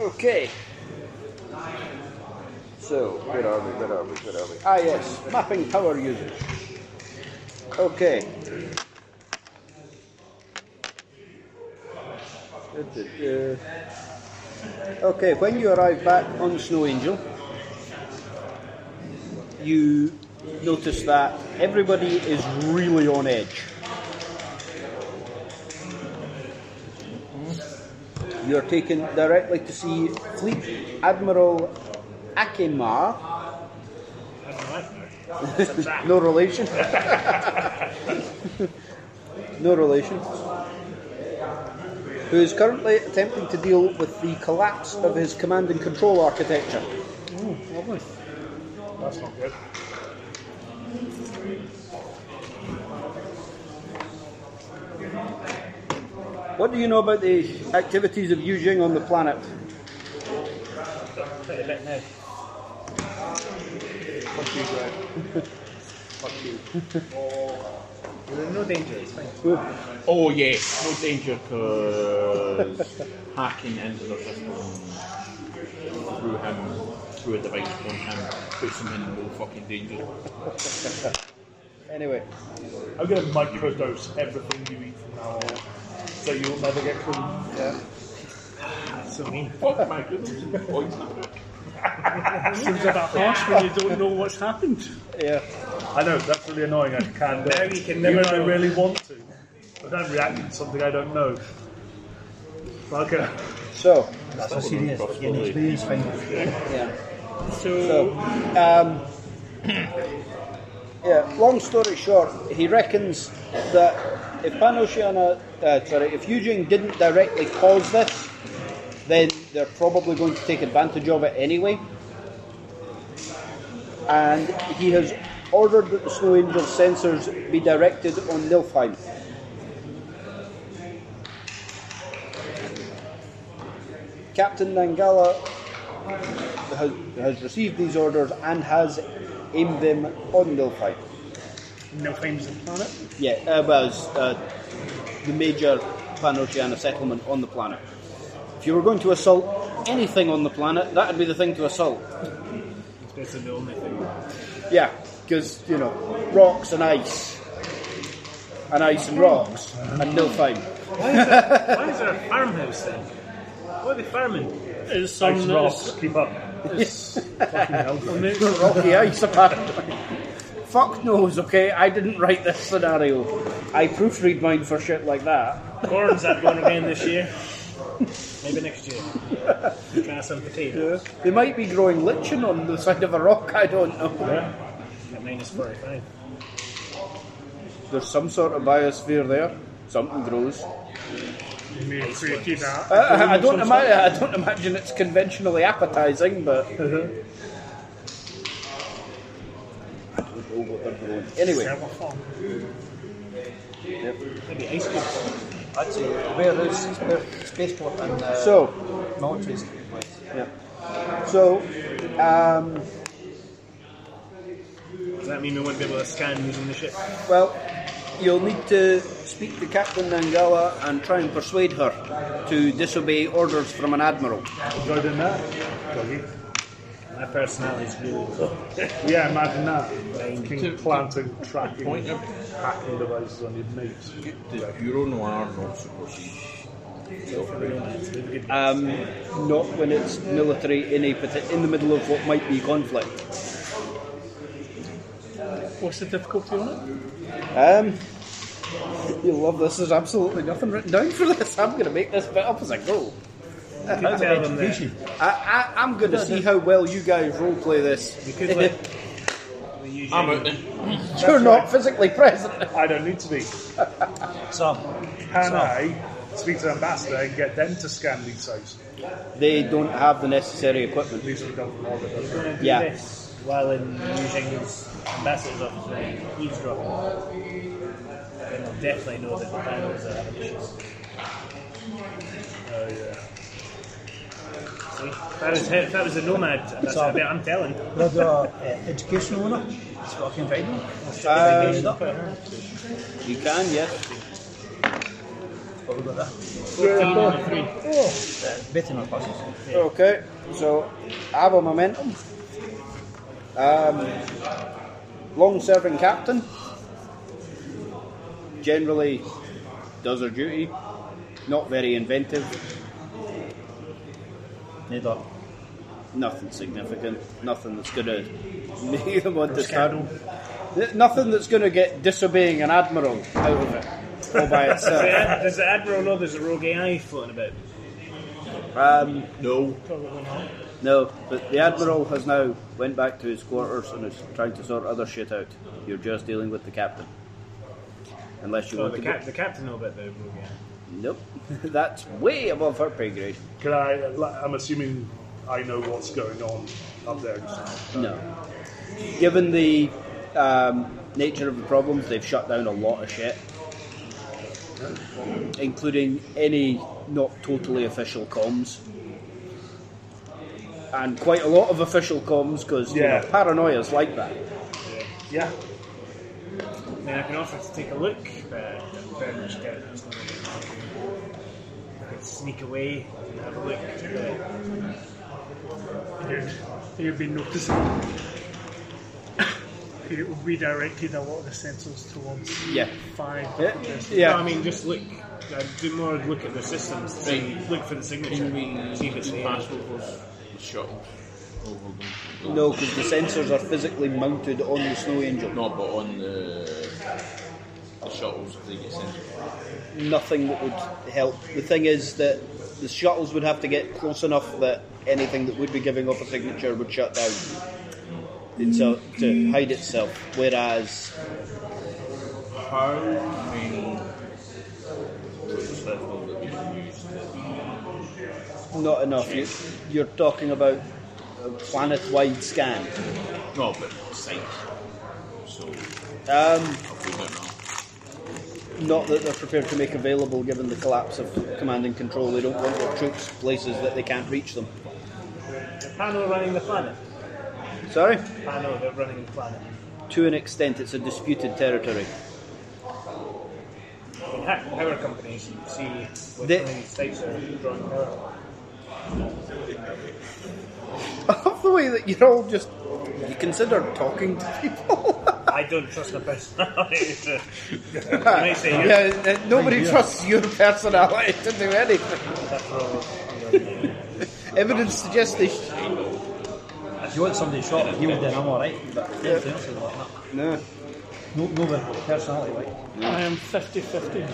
Okay. So, where are we? Where are we? Where are we? Ah, yes, mapping power usage. Okay. Du-du-du. Okay, when you arrive back on Snow Angel, you notice that everybody is really on edge. You're taken directly to see Fleet Admiral Akemar. [laughs] no relation. [laughs] no relation. Who is currently attempting to deal with the collapse of his command and control architecture.
That's not good.
What do you know about the activities of Yujing on the planet?
Fuck you, Greg. Fuck you.
You're in no danger, it's fine.
Oh yes, no danger
[laughs]
because hacking into their system through him, through a device on him, puts him in no fucking
[laughs]
danger.
Anyway,
I'm going to microdose everything you eat from now on, so you'll never get Oh clean.
Fuck my goodness, poison.
Seems a bit harsh when you don't know what's happened.
yeah.
I know, that's really annoying. I can
Now you can never
Even I
know.
really want to. But I'm reacting to something I don't know. Okay.
So,
That's not serious. You're getting experience, fine.
yeah.
So,
Um, [clears throat] yeah, long story short, he reckons that if Panoceana, uh, sorry, if Eugene didn't directly cause this, then they're probably going to take advantage of it anyway. And he has ordered that the Snow Angel sensors be directed on Nilfheim. Captain Nangala has, has received these orders and has aimed them on Nilfheim.
no famous the planet.
Yeah, uh, well, it's, uh, the major Panoceana settlement on the planet. If you were going to assault anything on the planet, that would be the thing to assault.
It's basically the only thing.
Yeah, because, you know, rocks and ice. And ice and rocks. And Nilfheim.
[laughs] Why is there a farmhouse then? What are they farming?
It's some
Ice rocks, keep up.
Rocky ice, apparently. Fuck knows, okay? I didn't write this scenario. I proofread mine for shit like that.
Corn's that going again this year? Maybe next year. Try some potatoes.
They might be growing lichen on the side of a rock, I don't know.
At minus 45.
There's some sort of biosphere there. Something grows.
You may create that.
I, I, I don't ima- I don't imagine it's conventionally appetising,
[laughs]
but. I
Uh-huh.
don't know what they're growing. Anyway,
Maybe ice cubes.
That's it. Where is where- spaceport and uh,
so
military?
so um,
Does that mean we won't be able to scan using the ship?
well, you'll need to speak to Captain Nangala and try and persuade her to disobey orders from an admiral.
Enjoy doing that. Doggy.
My personality's really cool.
[laughs] Yeah, imagine that. King planting, tracking, hacking devices on your mates.
Does Euro Noir not supersede?
Um, not when it's military in a parti- in the middle of what might be conflict.
What's the difficulty on it?
Um, [laughs] you'll Um, love this. There's absolutely nothing written down for this. I'm going to make this bit up as I go.
Tell them that.
I, I, I'm going to see how well you guys roleplay this.
We could let the usual
[laughs] I'm out then.
[laughs] You're not physically present.
I don't need to be.
Sam,
Can I speak to the ambassador and get them to scan these sites?
They don't have the necessary
At
equipment.
least we don't know that doesn't it?
do
Yeah.
this while in Beijing's ambassador's office eavesdropping. Then they'll definitely know that the panels are having issues.
Oh, yeah.
See? If that was, if that was a nomad, that's
So-
a bit, I'm telling.
we're the uh, educational owner. He's got a confinement.
Um,
Up. What
you can, yes.
about that?
14 and a 3.
Betting on passes.
Okay, so I have a momentum. Um, long serving captain generally does her duty, not very inventive,
Neither.
nothing significant, nothing that's going to [laughs] make them want to start. Th- Nothing that's going to get disobeying an admiral out of it all by itself.
Does the Admiral know there's a rogue AI floating about?
Um,
No.
No, but the Admiral has now went back to his quarters and is trying to sort other shit out. You're just dealing with the captain. Unless you
Oh,
want
the,
to
cap- the captain know about the rogue AI.
Nope. [laughs] That's way above her pay grade.
Can I? like, I'm assuming I know what's going on up there.
No. Given the um, nature of the problems, they've shut down a lot of shit. Including any not totally official comms. And quite a lot of official comms because
Yeah.
you know, paranoia's like that.
Yeah.
I mean, I can offer to take a look, but I very much doubt that's going to be I could sneak away and have a look. but
You'd, you'd be noticing. it would be directed a lot of the sensors towards
Yeah.
five.
Yeah.
No, I
yeah.
mean, just look. I'd do more look at the systems, to see, look for the signature, see if it's
Pass
there.
over shuttle. Over them.
No, because the sensors are physically mounted on the Snow Angel.
No, but on the, the shuttles, they get sent.
Nothing that would help. The thing is that the shuttles would have to get close enough that anything that would be giving off a signature would shut down. And so to hide itself. Whereas
How many tools that will that we can use to
not enough. You, you're talking about a planet-wide scan.
No, but sight. So,
Um,
we don't know.
not that they're prepared to make available given the collapse of command and control. They don't want their troops places that they can't reach them.
Panel running the planet.
Sorry.
Panel, they're running the planet.
To an extent, it's a disputed territory.
I mean, hack power companies, you see what
They-
many states are drawing power.
[laughs] I love the way that you're all just. You consider talking to people.
I don't trust the personality.
[laughs]
[laughs] to- when they
yeah,
say you're
uh, nobody trusts your personality to do anything. [laughs] Evidence suggests they. Sh-
If you want somebody short and healed, then I'm alright. But everything else is like, no.
no.
No, no with personality, like.
I am 50 50. I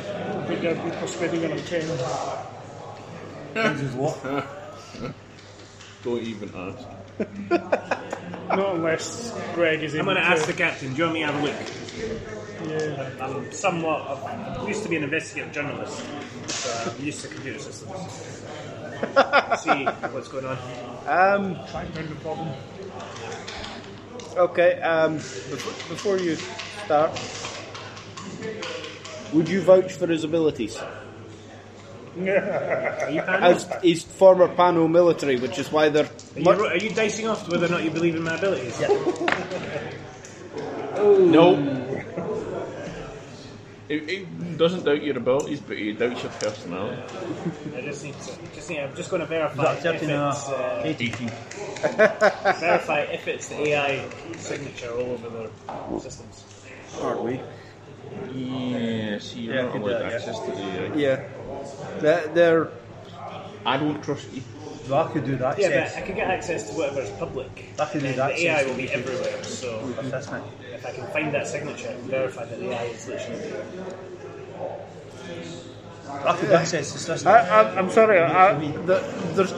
think there are people spinning on a 10.
This is what?
Don't even ask.
Not unless Greg is
I'm
able
going
to.
to ask the captain, do you want me to have a look? Yeah. I'm somewhat, of- I used to be an investigative journalist, so I'm used to computer systems. See what's going on.
Um,
track down the problem.
okay, um, bef- before you start, would you vouch for his abilities?
Are you panel?
As he's former Pano military, which is why they're.
Are you, are you dicing off whether or not you believe in my abilities?
No. He, he doesn't doubt your abilities, but he doubts your personality.
I just need to, just need, I'm just going to verify if
That's 13
it's,
and
uh,
a half. 18.
verify if it's the AI signature all over their systems.
Aren't we?
Yeah, see, you're
Yeah,
not
good
allowed
doubt, yeah.
access to the. uh, Right?
Yeah. They're. they're
I don't trust you.
So I could do that.
Yeah,
yes.
but I can get access to whatever's public.
That can be
and
that
the AI
sense.
will be everywhere, so
That's fine.
if I can find that signature and verify that the AI is literally there.
I could access this list.
I,
Uh,
I, I'm sorry, I, the, there's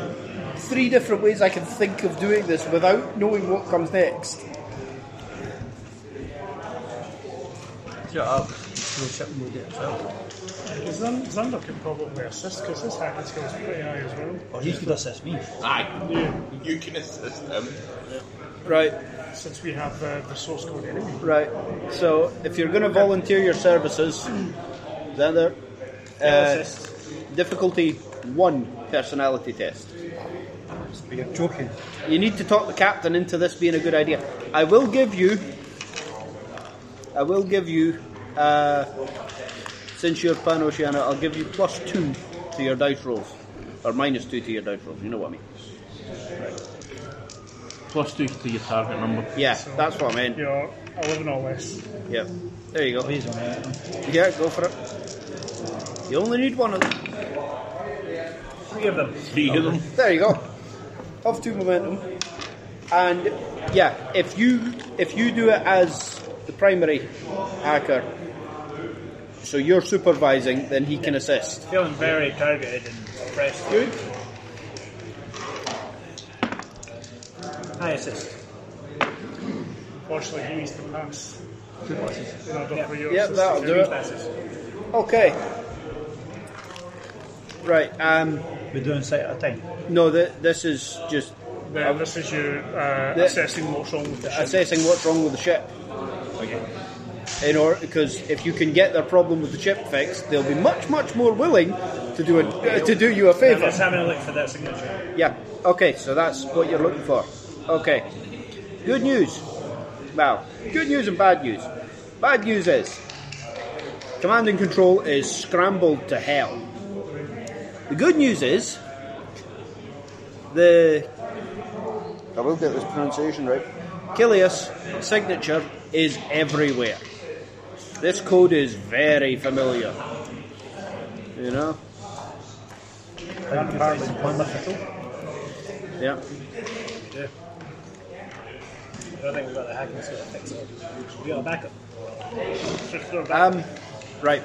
three different ways I can think of doing this without knowing what comes next.
Shut up. No shit, we'll get it ourselves.
Zund- Zunder could probably assist because his hacking skill is pretty high as well.
Or he could assist me.
Aye.
Yeah,
You can assist him.
Right,
since we have uh, the source code enemy.
right. So if you're going to volunteer your services, Xander, uh, difficulty one personality test.
You're joking.
You need to talk the captain into this being a good idea. I will give you. I will give you. Uh, since you're Pan Oceana, I'll give you plus two to your dice rolls, or minus two to your dice rolls. You know what I mean?
plus two to your target number.
Yeah, that's what I meant.
You're 11 or less.
Yep. There you go.
Please, on that.
Yeah, go for it. You only need one of them.
Three of them.
Three of them.
There you go. Of two momentum. And yeah, if you if you do it as the primary hacker, so you're supervising, then he can assist.
Feeling very targeted and fresh.
Good.
High assist.
Fortunately, he needs to pass. And I'll go for yours.
Yep, that'll do it.
Passes.
Okay. Right. Um.
We're doing sight at a time.
No, th- this is just Um,
Then this is you uh,
The-
assessing what's wrong with the ship.
assessing what's wrong with the ship. In order, because if you can get their problem with the chip fixed, they'll be much, much more willing to do a, uh, to do you a
I'm
favour.
just having a look for that signature.
Yeah. Okay. So that's what you're looking for. Okay. Good news. Well, good news and bad news. Bad news is command and control is scrambled to hell. The good news is the. I will get this pronunciation right. Kilius signature is everywhere. This code is very familiar. You know?
One left to go.
Yeah.
I don't think we've got the hacking skill to fix it. We've got a backup.
Um, right,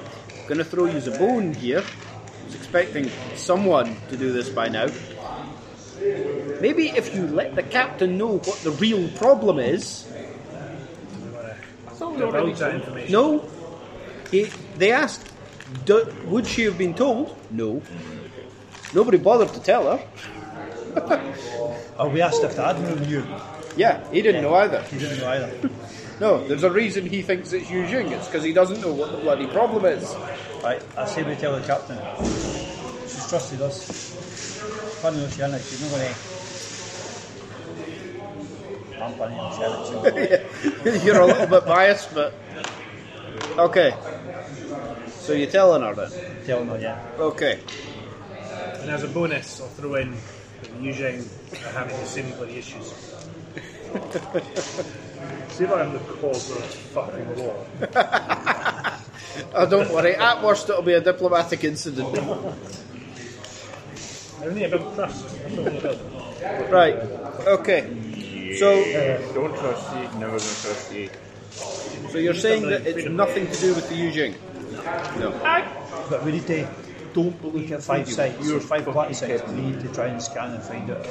gonna throw you a bone here. I was expecting someone to do this by now. Maybe if you let the captain know what the real problem is.
Divulge that information.
No, he, they asked, do, would she have been told? No. Nobody bothered to tell her.
Oh, we asked if the admiral knew.
Yeah, he didn't know either.
He didn't know either.
No, there's a reason he thinks it's Yu Jing. It's because he doesn't know what the bloody problem is.
Right, I say we tell the captain. She's trusted us. Funny Oceanic, she's not going to. I'm funny Oceanic. she's not gonna-
[laughs]
[laughs]
You're a little bit biased, but. Okay. So you're telling her then?
Tell her, yeah.
Okay. [laughs]
And as a bonus, I'll throw in that we're using are having the same bloody issues.
See if I'm the cause of this fucking war.
Oh, don't worry. At worst, it'll be a diplomatic incident.
I don't think I built trust. That's all I built.
Right. Okay. So,
Don't trust you, never gonna trust you.
so you're saying that it's nothing to do with the Yujing? No.
But we need to. Don't believe at five sites, or five black sites. We need to try and scan and find out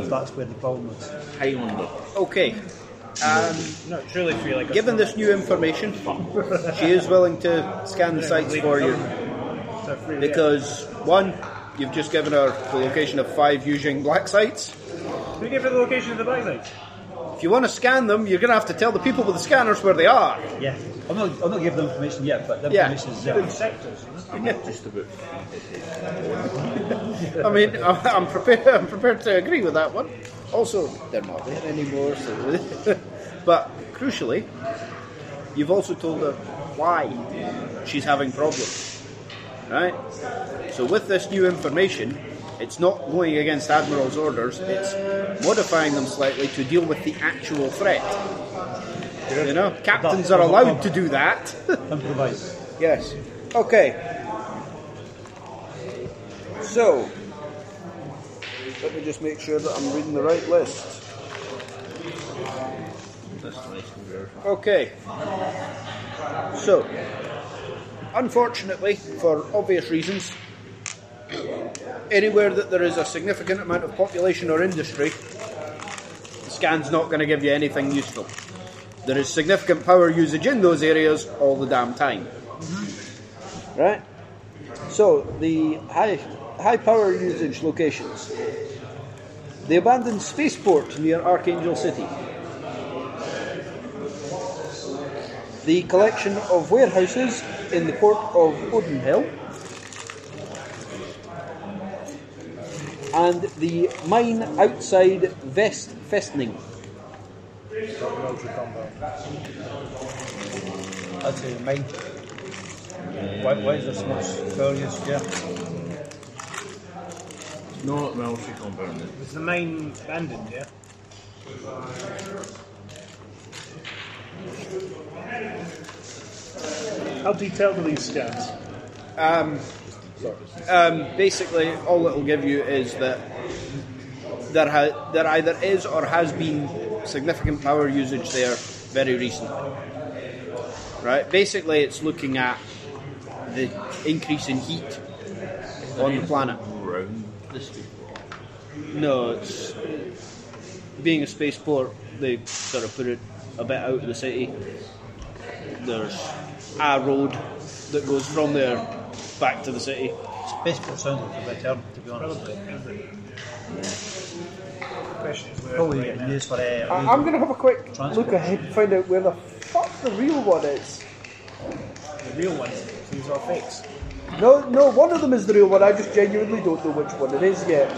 if that's where the problem is.
Highlander.
Okay.
No, truly feel like a
Given this new information, she is willing to scan the sites for you because one, you've just given her the location of five Yujing black sites.
Who gave her the location of the black light?
If you want to scan them, you're going to have to tell the people with the scanners where they are.
Yeah. I'm not, I'm not giving the information yet, but the
Yeah.
information is there.
Sectors.
Just about.
I mean, [laughs] I'm, I'm prepared. I'm prepared to agree with that one. Also, they're not there anymore. So, [laughs] but crucially, you've also told her why she's having problems. Right. So with this new information, it's not going against Admiral's orders. It's modifying them slightly to deal with the actual threat. You know, captains are allowed to do that.
Improvise.
Yes. Okay. So, let me just make sure that I'm reading the right list. Okay. So, unfortunately, for obvious reasons, anywhere that there is a significant amount of population or industry, the scan's not going to give you anything useful. There is significant power usage in those areas all the damn time. Right? So, the high, high power usage locations. The abandoned spaceport near Archangel City. The collection of warehouses in the port of Odenhill. And the mine outside Vest Festning.
I'd say mine. Why, why is there so much failures? Yeah.
No, well, she compounded.
Was the mine abandoned, yeah?
How detailed are these scans?
Um, basically, all it'll give you is that there, ha- there either is or has been significant power usage there very recently. Right? Basically, it's looking at the increase in heat on the planet.
Round this week.
No, it's being a spaceport. They sort of put it a bit out of the city. There's a road that goes from there back to the city.
Spaceport sounds like a bit term, to be honest.
Question is where
Probably getting used for uh,
I- I'm gonna have a quick
Transport.
look ahead and find out where the fuck the real one is.
the real ones. is. These are fakes.
No, no, one of them is the real one. I just genuinely don't know which one it is yet.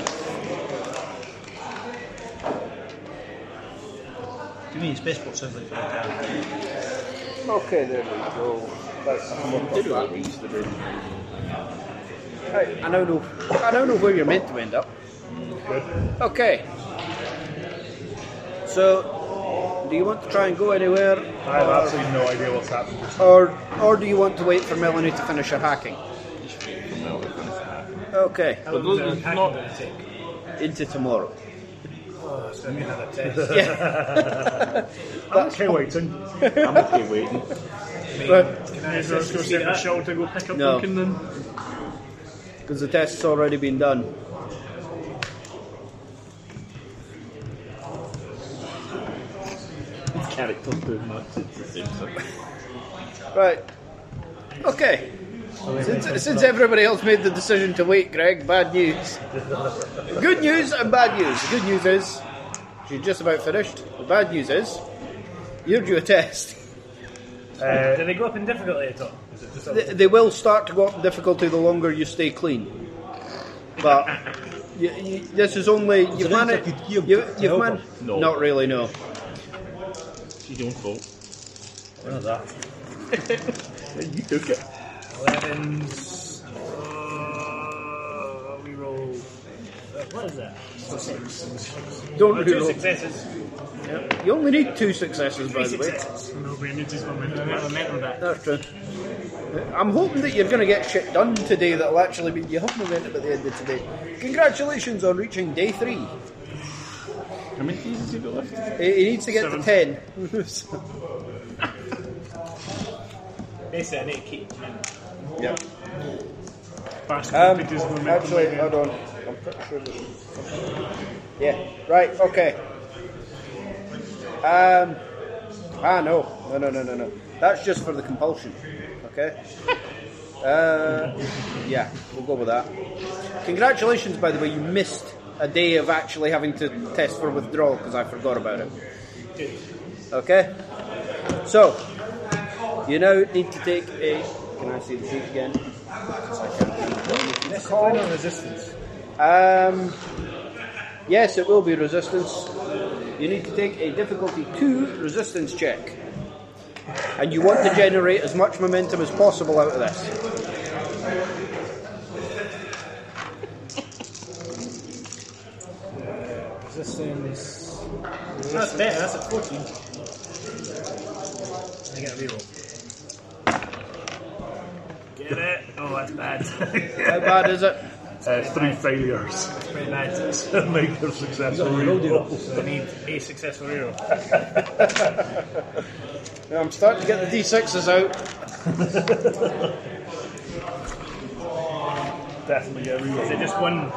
To me, spaceport sounds like a bit term.
Okay, there we go. That's
Right, I now know. I now know where you're meant to end up. Good. Okay. So, do you want to try and go anywhere,
I have absolutely no idea what's happening.
or or do you want to wait for Melanie to finish her hacking? Okay,
But those are not going to take.
into tomorrow.
Oh, it's going to be another test.
[laughs]
I'm okay waiting.
I'm okay waiting.
Can I just go sit in the shoulder to go pick up
No.
Lincoln then?
Because the test's already been done.
Characters doing much. It's the same thing.
Right. Okay. Since, since everybody else made the decision to wait, Greg, bad news. Good news and bad news. The good news is you're just about finished. The bad news is you're due a test. [laughs]
Uh,
Do they go up in difficulty at all? Is it just a-
They, they will start to go up in difficulty the longer you stay clean. But you, you, this is only you've
there anything
managed.
I could
You,
give to
you've
help
man-
her?
No.
Not really. No.
It's your own fault.
None of that.
[laughs] You took it.
11s. Uh, we roll. Uh, what is that?
Don't
Oh,
do
two
roll.
successes.
You only need two successes, by
Three
the way.
successes. Momentum back.
That's true. I'm hoping that you're going to get shit done today that'll actually mean you have momentum at the end of today. Congratulations on reaching day three.
How many days has he got left?
He he needs to get to ten.
Basically, I need to keep them
yeah.
Bastard
Um,
picked his momentum
actually,
again.
hold on. I'm pretty sure this is. Yeah, right, okay. Um, ah, no. No, no, no, no, no. That's just for the compulsion. Okay? [laughs] Uh, yeah, we'll go with that. Congratulations, by the way, you missed a day of actually having to test for withdrawal because I forgot about it. Okay? So, you now need to take a. Can I see the sheet again?
Discipline or resistance?
Um, yes, it will be resistance. You need to take a difficulty 2 resistance check. And you want to generate as much momentum as possible out of this.
resistance. That's better, that's a 14. I get a reroll. Get it? Oh, that's bad. [laughs]
How bad is it?
Uh, three failures
that's pretty bad.
[laughs] to make a successful reroll.
I need a successful reroll.
Now I'm starting to get the d6s out.
Definitely get a
Is
reroll.
it just one?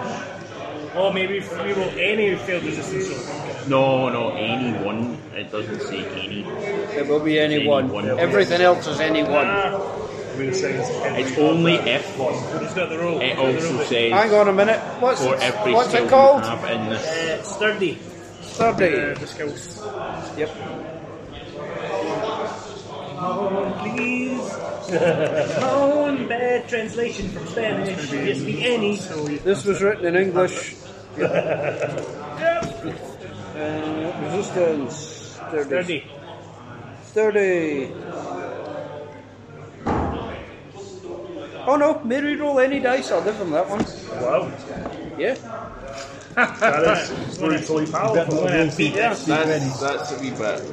Oh, maybe if we roll any failed resistance roll.
No, no, any one. It doesn't say any.
It will be any
Any
one.
one.
Everything else is any one.
Ah,
We're the same as every
It's only if
it's got the roll.
it
It's got the roll.
also says
Hang on a minute. What's,
for every
what's
skill
it
you
called?
have in this.
Uh, sturdy.
Sturdy.
Uh, the skills.
Yep.
Oh, please. My own bad translation from Spanish. Just be any.
This was written in English. Uh, [laughs] resistance.
Sturdy.
Sturdy. Sturdy. Oh no, may re-roll any dice, I'll give them that one.
Wow.
Yeah?
That is brutally powerful.
That's, that's a wee bit.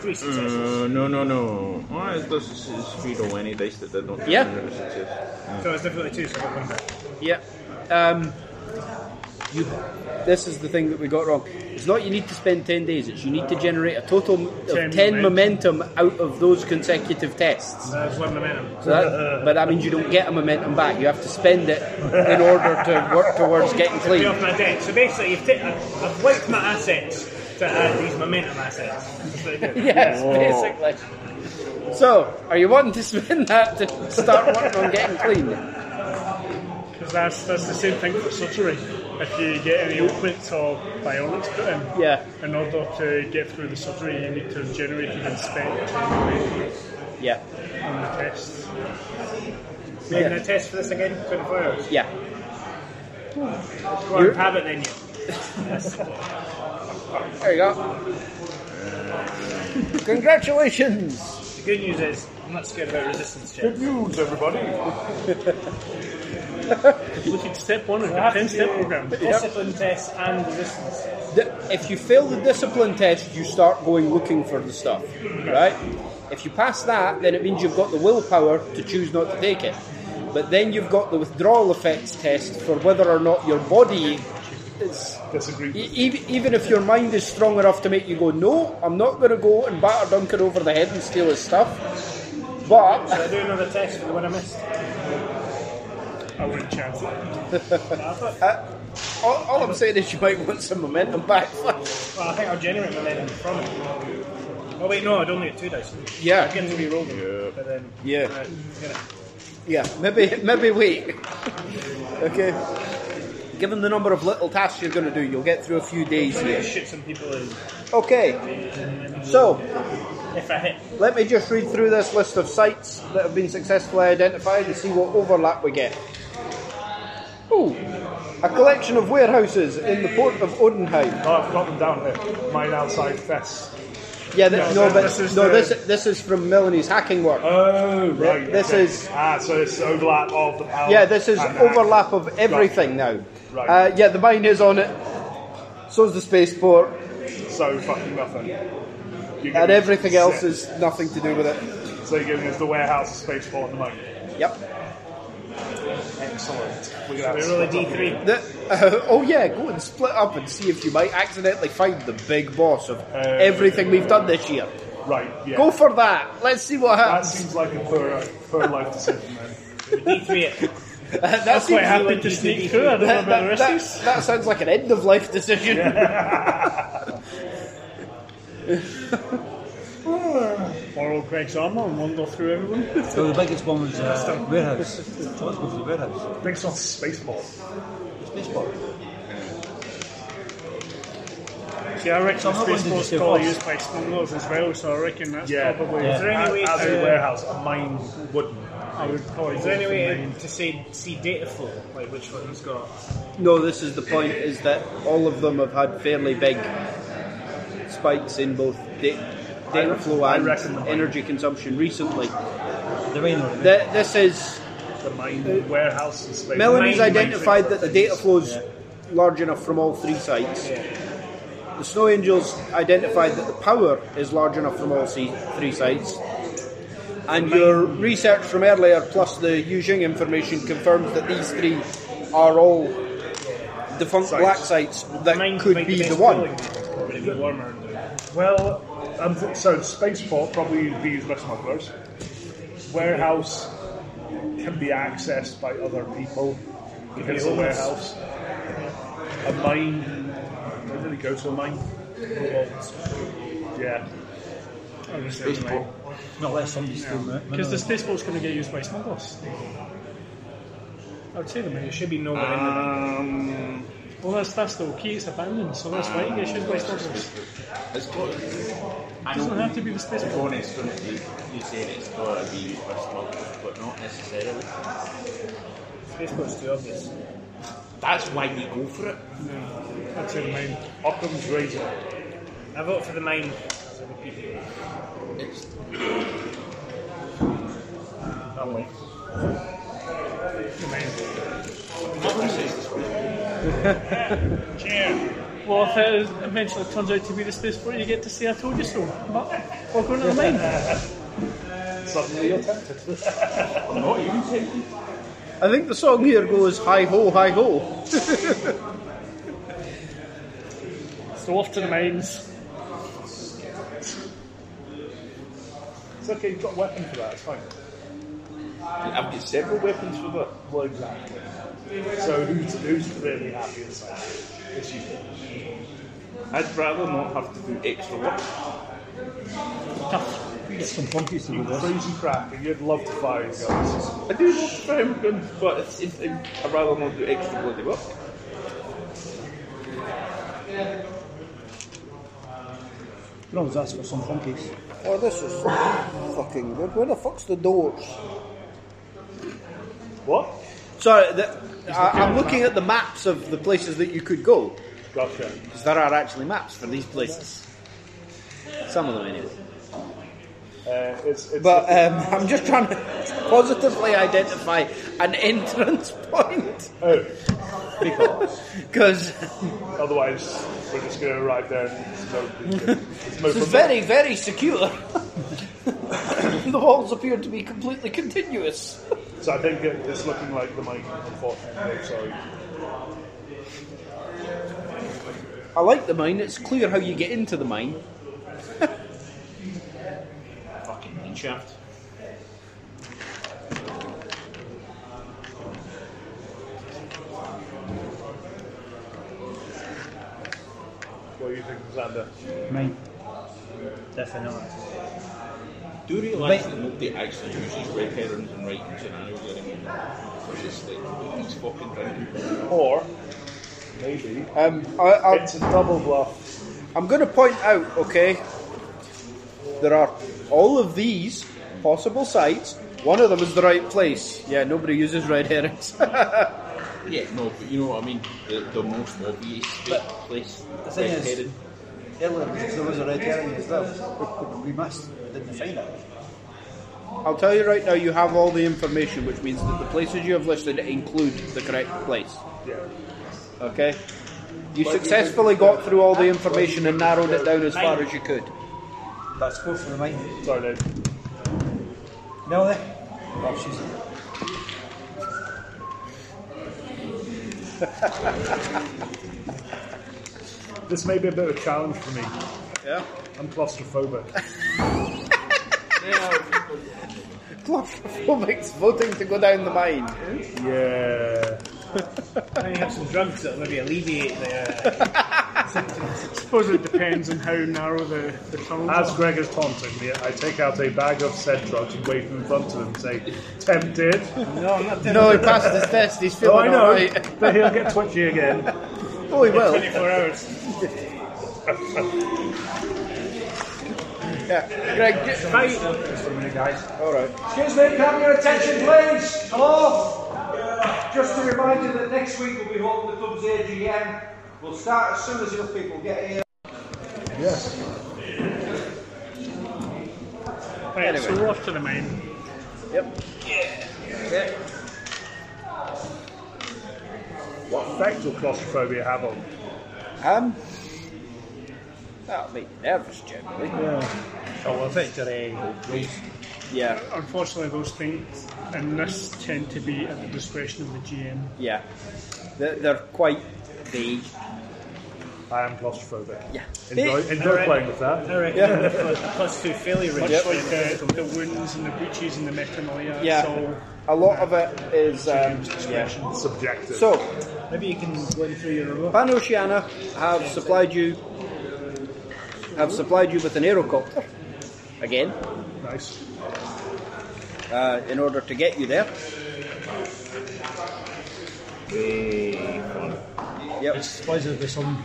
Three
Mm.
successes.
Uh, no, no, no. Oh, it does it's, it's fatal any dice that did not get
Yeah.
another success.
So it's definitely two, so I've got one back.
Yeah. Um, you, this is the thing that we got wrong. It's not you need to spend 10 days, it's you need to generate a total m- of 10,
10
momentum. out of those consecutive tests.
That's one momentum.
So that, but that means you don't get a momentum back. You have to spend it in order to work towards getting
[laughs] Be
clean.
off my deck. So basically, you've i I've, I've wiped my assets to add these momentum assets. That's what I did.
Yes, basically. So, are you wanting to spend [laughs] that to start working on getting clean?
Because that's, that's the same thing for surgery. If you get any opiates or bionics put in,
Yeah,
in order to get through the surgery, you need to have generated and spent
yeah,
on the tests.
Making a test for this again, 24 hours.
yeah.
Go on, have it then, you.
There you go. Congratulations!
The good news is, I'm not scared about resistance checks.
News, everybody.
Look at step one of the 10 step program.
Discipline tests and resistance.
Di- if you fail the discipline test, you start going looking for the stuff, right? If you pass that, then it means you've got the willpower to choose not to take it. But then you've got the withdrawal effects test for whether or not your body is.
Disagree.
E- ev- Even if your mind is strong enough to make you go, no, I'm not going to go and batter Duncan over the head and steal his stuff. But
Should I do another test for the one I missed? I wouldn't chance it.
all, all I'm saying is you might want some momentum back. [laughs]
Well, I think I'll generate momentum from it. Oh, wait, no, I'd only get two dice. I'm
yeah,
going to be rolling. But then,
yeah,
uh, get it.
yeah. Maybe, maybe wait. Okay. Given the number of little tasks you're going to do, you'll get through a few days
I'm going
here.
to shoot some people in.
Okay. So,
If I hit,
let me just read through this list of sites that have been successfully identified and see what overlap we get. Ooh. A collection of warehouses in the port of Odenheim.
Oh, I've got them down here. Mine outside this.
Yeah, th- no,
No,
but
this is
no,
the-
this this is from Melanie's hacking work.
Oh, right.
This
okay.
is-
Ah, so it's overlap of the power.
yeah, this is
and uh, the
overlap of
action.
everything now.
Right.
Uh, yeah, the mine is on it. So's the spaceport,
Right. So fucking nothing. You're
and
giving
everything
us-
else is nothing to do with it.
So you're giving us the warehouse space for at the moment.
Yep.
Excellent. We're
we
gonna
roll a d3.
The- oh yeah, go and split up and see if you might accidentally find the big boss of everything we've done this year.
have- Right. Uh, Yeah.
Go for that. Let's see what
that
happens.
seems like a poor, uh, poor life decision. Then.
D3 it.
[laughs] That,
Quite
seems-
happy to sneak through, I don't
[laughs]
know
that,
about the
that,
rest of
that-
you.
that sounds like an end of life decision.
Borrow Greg's armour and wander through
[laughs]
everyone.
So the biggest one was uh, warehouse. So let's go for the warehouse.
Big on Spaceball.
Baseball.
See, I reckon
Somehow
Space
one did
Force
you
probably
say
used by smugglers as well, so I reckon that's
Yeah.
probably.
Yeah.
Is there any way
As a
to.
warehouse, mine wouldn't.
I would probably
Is there any way to say, see data flow? Like which one's got.
No, this is the point: is that all of them have had fairly big spikes in both da- data flow
I
and
reckon the mine-
energy consumption recently.
The mine.
Th this is
The mine warehouse and space.
Melanie's
mine-
identified that the data flow's large enough from all three sites. The Snow Angels identified that the power is large enough from all se- three sites. And your research from earlier plus the Yujing information confirms that these three are all defunct black sites that
Mine
could
might
be
best
the one.
rolling. Would it be warmer?
Well, um, so spaceport probably be used by smugglers. Warehouse can be accessed by other people because it's a warehouse. A mine. I don't really go to a mine. Yeah.
Not unless somebody's still mo-
Because the Space Force is going to get used by smugglers. I would say the
There
mine.
should be no more
Um,
Well, that's, that's the key, it's abandoned, so that's why it gets used by smugglers.
it's got. I
It
know.
doesn't have to be the Space
To be
Force.
honest, when you, you said it's got to be used for smugglers, but not necessarily.
in it. Facebook's too obvious.
That's why we go for it.
I'd say the mine.
Occam's razor.
I vote for the mine. as I repeat.
It's
That way.
The mine. Well, if it is- eventually turns out to be the spaceport, you get to say, I told you so. But we're going to the mine.
Suddenly you're tempted.
I think the song here goes hi ho, hi ho.
So off to the mines.
It's okay, you've got a weapon for that, it's fine.
I've got several weapons for that.
Well, exactly. So who's, who's really happy inside? It's you.
I'd rather not have to do extra work.
You crazy cracker, you'd love to fire your guns.
I do love firing guns, but it's, it's, I'd rather not do extra bloody work.
You can always ask for some funkies.
Oh, this is fucking good. Where the fuck's the doors?
What?
Sorry, the, I, I'm looking at the maps of the places that you could go.
Gotcha. Uh,
Because there are actually maps for these places. Some of them, anyway.
Uh, it's, it's
But um, [laughs] I'm just trying to positively identify an [laughs] entrance point.
oh,
Because
otherwise we're just going to arrive there and it's no,
[laughs]
it's no
it's
problem.
very, very secure. [laughs] the walls appear to be completely continuous.
So I think it, it's looking like the mic, unfortunately. Sorry.
I like the mine, it's clear how you get into the mine.
Fucking mine shaft.
What do you think, Xander?
Mine. Definitely.
Do you realise that nobody actually uses red herrings and right scenarios anymore? It's just like, he's fucking drinking.
Or maybe
Um, I, I,
it's a double bluff.
I'm going to point out, okay, there are all of these possible sites. One of them is the right place. Yeah, nobody uses red herrings. [laughs]
Yeah, no, but you know what I mean? The, the most obvious place.
The thing
red
is-
herring.
Earlier, there was a red herring as well. We missed. We didn't find it.
I'll tell you right now, you have all the information, which means that the places you have listed include the correct place.
Yeah.
Okay? You successfully got through all the information and narrowed it down as far as you could.
Let's go for the mine.
Sorry, Dave.
Nelly? Oh, she's.
This may be a bit of a challenge for me.
Yeah? [laughs]
I'm claustrophobic.
[laughs]
Claustrophobics voting to go down the
[laughs]
mine.
yeah.
And you have some drugs that will maybe alleviate the.
I suppose it depends on how narrow the, the tunnels
As
are.
Greg is taunting me, I take out a bag of said drugs and wave them in front of him and say,
[laughs]
tempted.
no, I'm not doing
No, he passed his test, he's
Oh,
feeling
I know, [laughs]
alright.
but he'll get twitchy
[laughs]
again.
Oh, he will.
24 hours.
Yeah. Greg, get- Alright.
Excuse me, can I have your attention, please? Hello? Oh! Just a reminder that next week we'll be holding the club's AGM. We'll start as soon as enough people get here.
Right, so we're off to the mine.
What effect will claustrophobia have on?
Um, that'll make you nervous generally.
Oh, well, victory.
Yeah,
Unfortunately, those things in this tend to be at the discretion of the GM.
yeah. They're, they're quite vague.
I am claustrophobic.
Yeah.
Enjoy, enjoy playing with that.
I reckon
Yeah.
yeah. plus two failure rate. Much
Yep.
like the, the wounds and the breaches and the metanoia.
Yeah.
It's all
A lot of it is. Um,
GM's
yeah.
discretion.
Subjective.
So,
Maybe you can go in through your remote.
Pan Oceana have supplied you have supplied you with an aerocopter again
nice.
uh, in order to get you there. Yep.
Supplies us with some.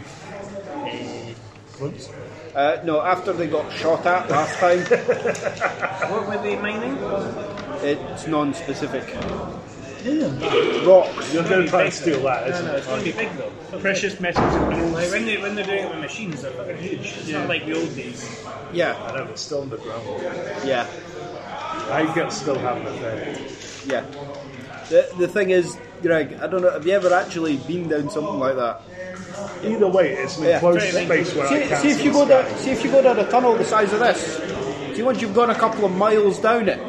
eh, Blunts.
Uh, no, after they got shot at last time, [laughs]
What were they mining?
it's non-specific.
Yeah.
Rocks.
You're going to try and steal that,
No,
isn't
no, it's going to be big though.
Precious metals and
Oh, Like
minerals.
when, they, when they're doing it with machines, they're fucking huge. It's not like the old days.
Yeah,
I know, it's still underground.
yeah,
I get still having a thing.
yeah. The, the thing is, Greg, I don't know, have you ever actually been down something like that?
Either way, it's an
Yeah.
enclosed space where I
See,
can't
see if
see
you
the
go
sky.
down, see if you go down a tunnel the size of this. See once you've gone a couple of miles down it,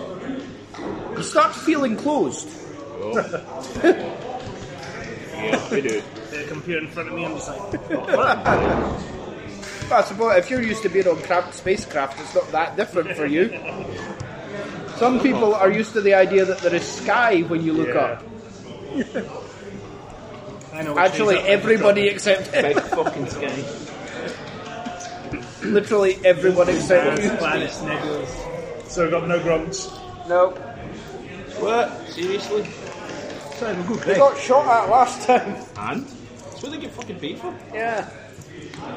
you start feeling closed.
The computer in front of me, I'm just like,
I suppose if you're used to being on cramped spacecraft, it's not that different for you. Some people are used to the idea that there is sky when you look up.
I know. what
Actually,
trees are-
everybody except
Big
[laughs]
fucking skinny.
literally everyone except
Stars,
you.
planets, nebulas.
So we've got no grunts.
No,
What? Seriously?
they got shot at last time.
And? That's what they get fucking paid for.
Yeah,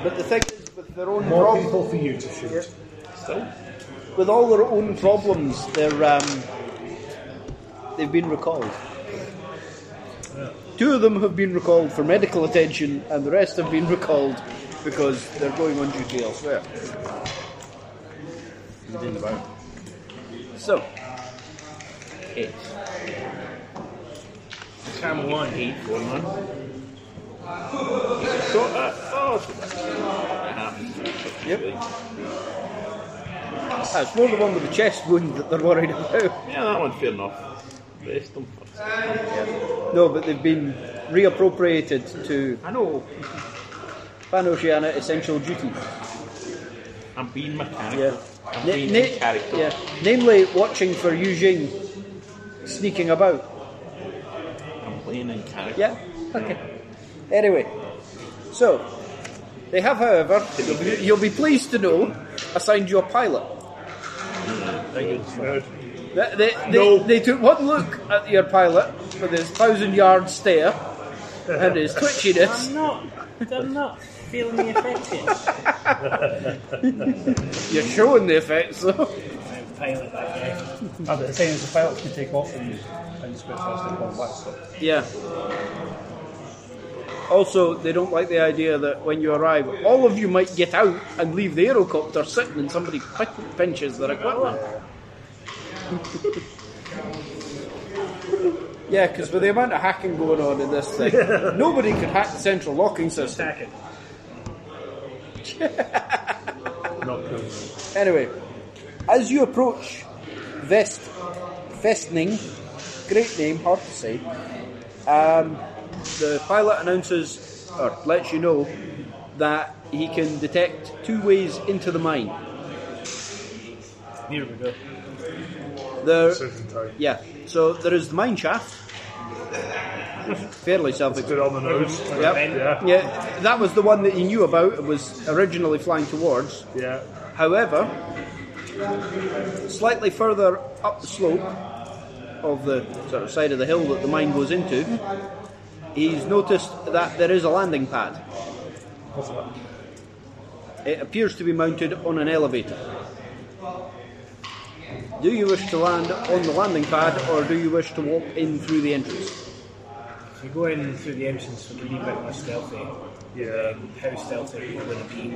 but the thing is, with their own
More
problems,
people for you to shoot.
Still.
with all their own problems, they're um, they've been recalled. Two of them have been recalled for medical attention, and the rest have been recalled because they're going on duty elsewhere. So,
Eight. Cam one. Eight, one, one. So, uh, oh, that's what happens.
Yep. that's more the one with the chest wound that they're worried about.
Yeah, that one, fair enough. Rest them first.
No, but they've been reappropriated to
I know.
Pan Oceana essential duty.
I'm being mechanical.
Yeah.
I'm
Na-
being
na-
in character.
yeah. Namely, watching for Eugene sneaking about.
I'm playing in character.
Yeah? Okay. Anyway, so, they have, however, you'll be, you'll be pleased to know, assigned you a pilot. They, they, they, they took one look at your pilot with his thousand yard stare and his twitchiness.
I'm not. I'm not feeling the effect [laughs] yet.
You're showing the effects, though.
Pilot that
Oh,
At the same as the pilots can take off and, and switch off the whole laptop.
Yeah. Also, they don't like the idea that when you arrive, all of you might get out and leave the aerocopter sitting and somebody pin- pinches their equipment. [laughs] yeah, because with the amount of hacking going on in this [laughs] thing, nobody could hack the central locking system.
guy. Second.
Anyway, as you approach Vest Vestning, great name, hard to say. Um, the pilot announces or lets you know that he can detect two ways into the mine.
Here we go.
There,
Decision time.
yeah. So there is the mine shaft. Fairly
Good
self-explanatory.
on the nose.
Yep.
Yeah.
Yeah, that was the one that he knew about. It was originally flying towards.
Yeah.
However, slightly further up the slope of the sort of side of the hill that the mine goes into, he's noticed that there is a landing pad. It appears to be mounted on an elevator. Do you wish to land on the landing pad or do you wish to walk in through the entrance?
If you go in through the entrance, we can be a bit more stealthy. Um,
Yeah.
How stealthy we're going to be.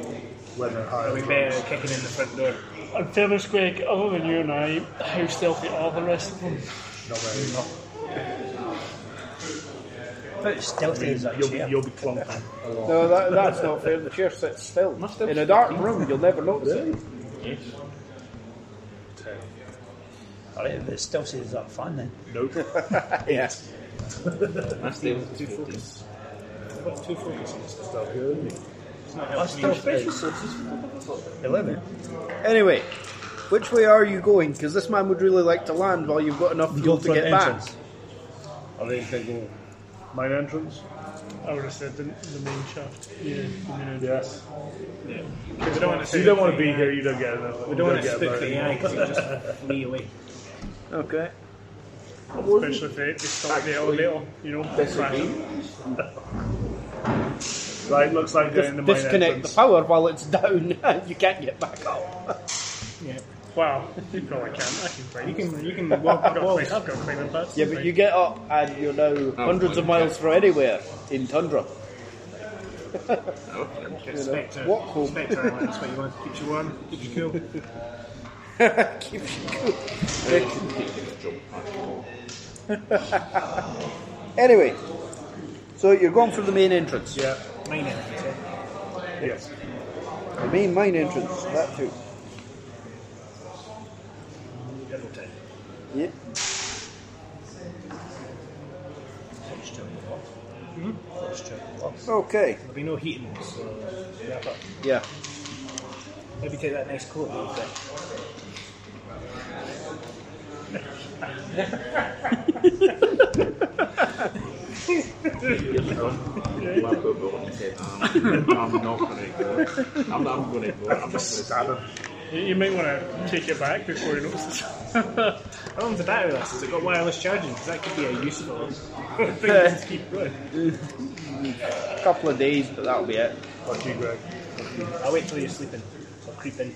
When they're
Are
high.
we better kicking in the front door?
And fairness, Greg, other than you and I, how stealthy are the rest of them?
Not very much.
But stealthy is that
You'll
chair.
be, you'll be clunking.
No, that, that's not fair. The chair sits still. In a dark room, you'll never notice it.
Alright, but stealthy is that fun then.
Yes.
That's the two focus.
That's stealthy. Eleven.
Anyway, which way are you going? Because this man would really like to land while you've got enough fuel to
front
get
entrance.
I think they go. Main entrance?
I would have said the, the main shaft. Yeah, the main entrance.
Yes.
We don't want to.
You don't want to be here, you don't get it.
We don't want to spook the eye because it'll just [laughs] flee away.
back. Okay.
Especially if they, they start the elevator, you know, crash.
[laughs] Right, looks like they're in the main
Disconnect the
entrance.
power while it's [laughs] down. you can't get back up.
Yeah. Wow. No, I can't. I can break. You can, you can walk I've got a clean- I've got a cleaning pass.
Yeah, but you get up and you're now hundreds of miles from anywhere in tundra.
Spectre.
Walk home.
Spectre, island, that's what you want. Keeps you warm, keeps you cool.
Keeps you cool. Anyway, so you're going for the main entrance.
Yeah.
Mine entrance, yeah.
Yes.
The main mine entrance, that too. Yep. Okay.
There'll be no heat in this. So wrap up.
Yeah.
Maybe take that nice coat off then.
Marco go on and said, I'm, I'm not going to go. I'm not going to go. I'm just going to
You, you might want to take it back before he
[laughs]
notices.
The problem with Oh, the battery lasts is it got wireless charging, because that could be a useful thing to [laughs] keep going.
A couple of days, but that'll be it.
Fuck you, Greg.
I'll wait till you're sleeping. I'll creep in.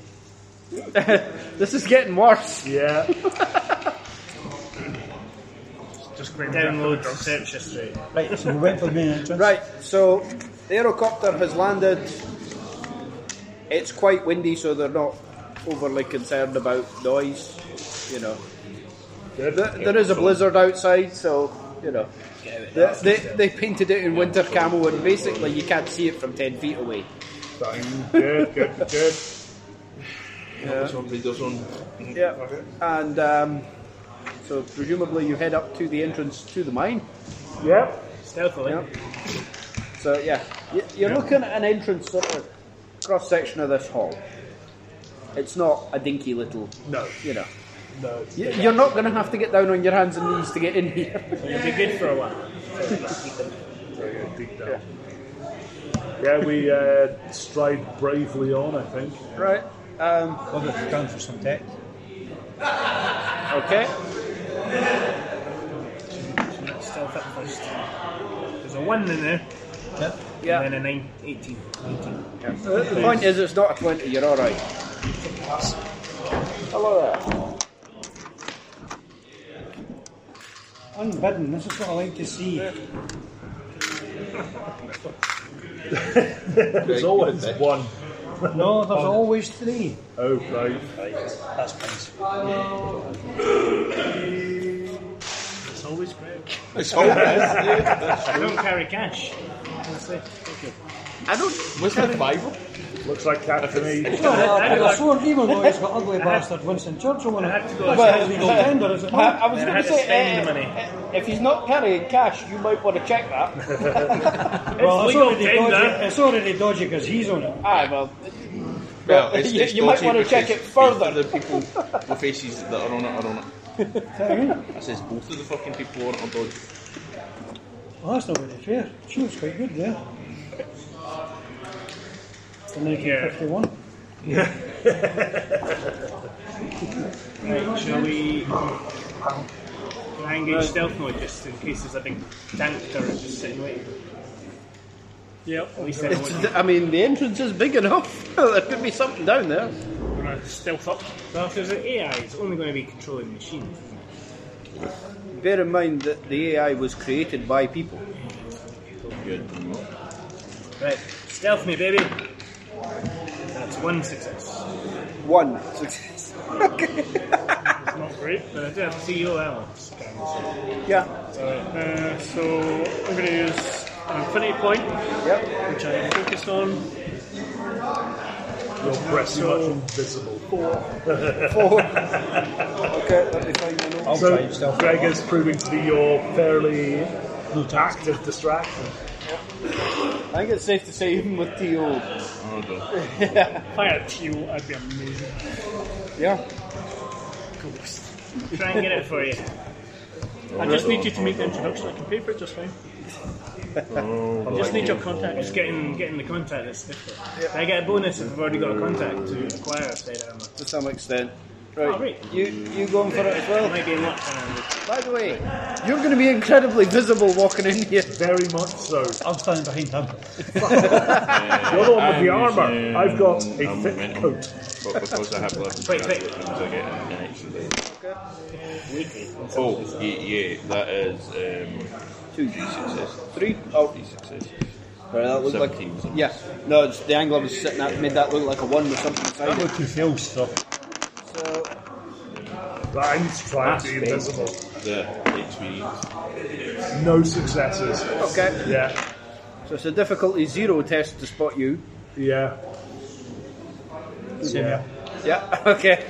This is getting worse.
[laughs]
Yeah.
Just bring down.
Download search history.
Right, so we went for the main entrance.
Right, so the aerocopter has landed. It's quite windy, so they're not overly concerned about noise. You know, There- there is a blizzard outside, so you know. They, they, they painted it in winter camo, and basically you can't see it from ten feet away.
Good, good, good.
Yeah, and um, so presumably you head up to the entrance to the mine.
Yep.
Stealthily.
Yeah. So yeah, Y- you're looking at an entrance sort of cross section of this hall. It's not a dinky little,
No,
you know.
no. It's
Y- You're not going to have to get down on your hands and knees to get in here. [laughs]
It'll be good for a while. So just keep in.
very good, deep down. Yeah, we uh, stride bravely on, I think.
right. Um,
Well, we're going for some tech.
okay.
Let's stealth up first. There's a 1 in there,
Yep.
Yeah.
and then a 9, 18. 19.
The the point is, it's not a twenty. You're all right. Hello there.
Unbidden, this is what I like to see.
There's always one.
eh? No, there's always three.
Oh, right.
That's nice.
It's always Greg.
I don't carry cash. Honestly.
I don't.
Was that Bible?
Looks like E cat to me.
I swore we were always got ugly bastard Winston Churchill on it.
had to go
That's not legal tender, is it
I,
not?
I was
Then I
going to
had to
say,
spend
eh,
the
eh,
money.
eh, if he's not carrying cash, you might want to check [laughs] that.
Well, it's
legal
already
tender.
dodgy- it's already dodgy because he's on it.
Aye, well,
Well, it's,
[laughs] You-
it's
you might
dodgy
wanna
because
check it
it's
further.
The people, the faces that are on it are on it. I says both of the fucking people on it are dodgy.
Well, that's not really fair. She looks quite good there. It's a 1951.
[laughs] Right, shall we. Can I engage stealth mode just in case there's a big tank turret just sitting waiting?
Yep.
At least I know what
I mean, the entrance is big enough. [laughs] there could be something down there.
I'm going to stealth up.
Well, if there's an AI, it's only going to be controlling machines.
Bear in mind that the AI was created by people.
Right, stealth me, baby. That's one success.
[laughs] One success. okay.
It's not great.
But I do have CEO elements.
Yeah.
Uh, so I'm going to use an infinity point,
Yep.
which I focus on.
You're pretty much invisible.
Four. okay, let me find my notes.
I'll try and
So
stealth.
Greg is proving to be your fairly active distraction.
I think it's safe to say, [laughs] even with TO.
If I had teal, I'd be amazing.
Yeah.
Try and get it for you.
I just need you to make the introduction. I can pay for it just fine. I just need your contact.
It's getting getting the contact that's difficult. I get a bonus if I've already got a contact to acquire a side armor.
To some extent. Right.
Oh, great.
You you going for it as
It
well?
might be in luck. and
By the way, you're going to be incredibly visible walking in here.
Very much so.
I'm standing
[laughs]
behind him.
You're the one with the
I'm
armour.
using,
I've got a
um,
thick
momentum,
coat.
But because I have less
Wait, wait.
I get an action die.
Weekly.
Oh, yeah, yeah, that is um,
Two,
three successes.
three. Oh,
Three successes.
sorry, that looked like.
Seventeen.
Yeah. No, it's, the angler was sitting that made that look like a one or something. Inside
That
it.
looked too fell, so.
But I'm trying to be invisible.
the experience.
No successes.
Oh, Okay.
Yeah,
So it's a difficulty zero test to spot you.
yeah. yeah.
Yeah. [laughs] Okay.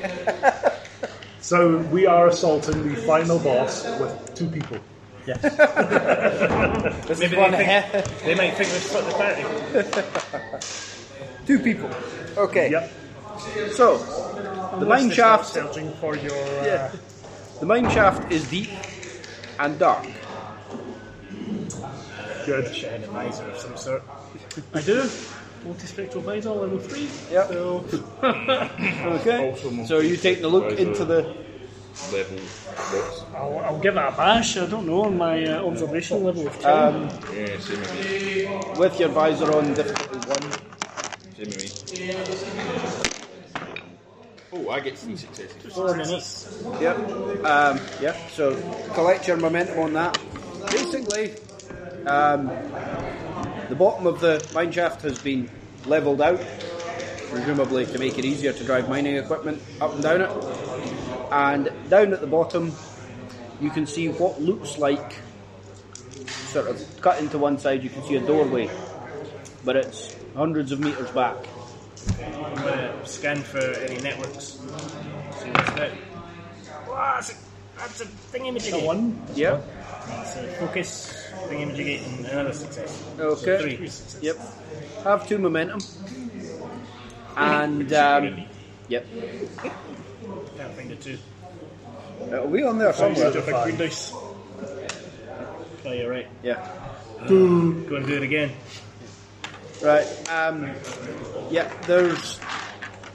So we are assaulting the final boss with two people.
Maybe they, think, they might think we split the party.
[laughs] Two people. Okay.
Yep.
So the mine shaft.
Searching for your. Uh,
Yeah. The mine shaft is deep and dark.
Good. Shine a visor of some sort. I do. Multispectral visor level three.
Yep.
So
Okay. So you take the look into the.
Level what's
I'll, I'll give it a bash. I don't know on my uh, observation level of time.
Um,
yeah, same with me.
with your visor on, difficulty one.
Same with me. Oh, I get three successes.
Four minutes.
Yep. Um, yep. So collect your momentum on that. Basically, um, the bottom of the mine shaft has been levelled out, presumably to make it easier to drive mining equipment up and down it. And down at the bottom, you can see what looks like sort of cut into one side. You can see a doorway, but it's hundreds of meters back.
I'm going to scan for any networks. See what's about. Wow, that's a, that's a thingamajiggy.
One.
Yep.
That's a focus, thingamajiggy, and another success. So
Okay.
three successes.
Yep. Have two momentum. And um, yep.
Can't find the two.
It'll be Uh, on there somewhere.
Big green dice. Oh, you're right.
Yeah.
Go and do it again.
Right. Um, yeah. There's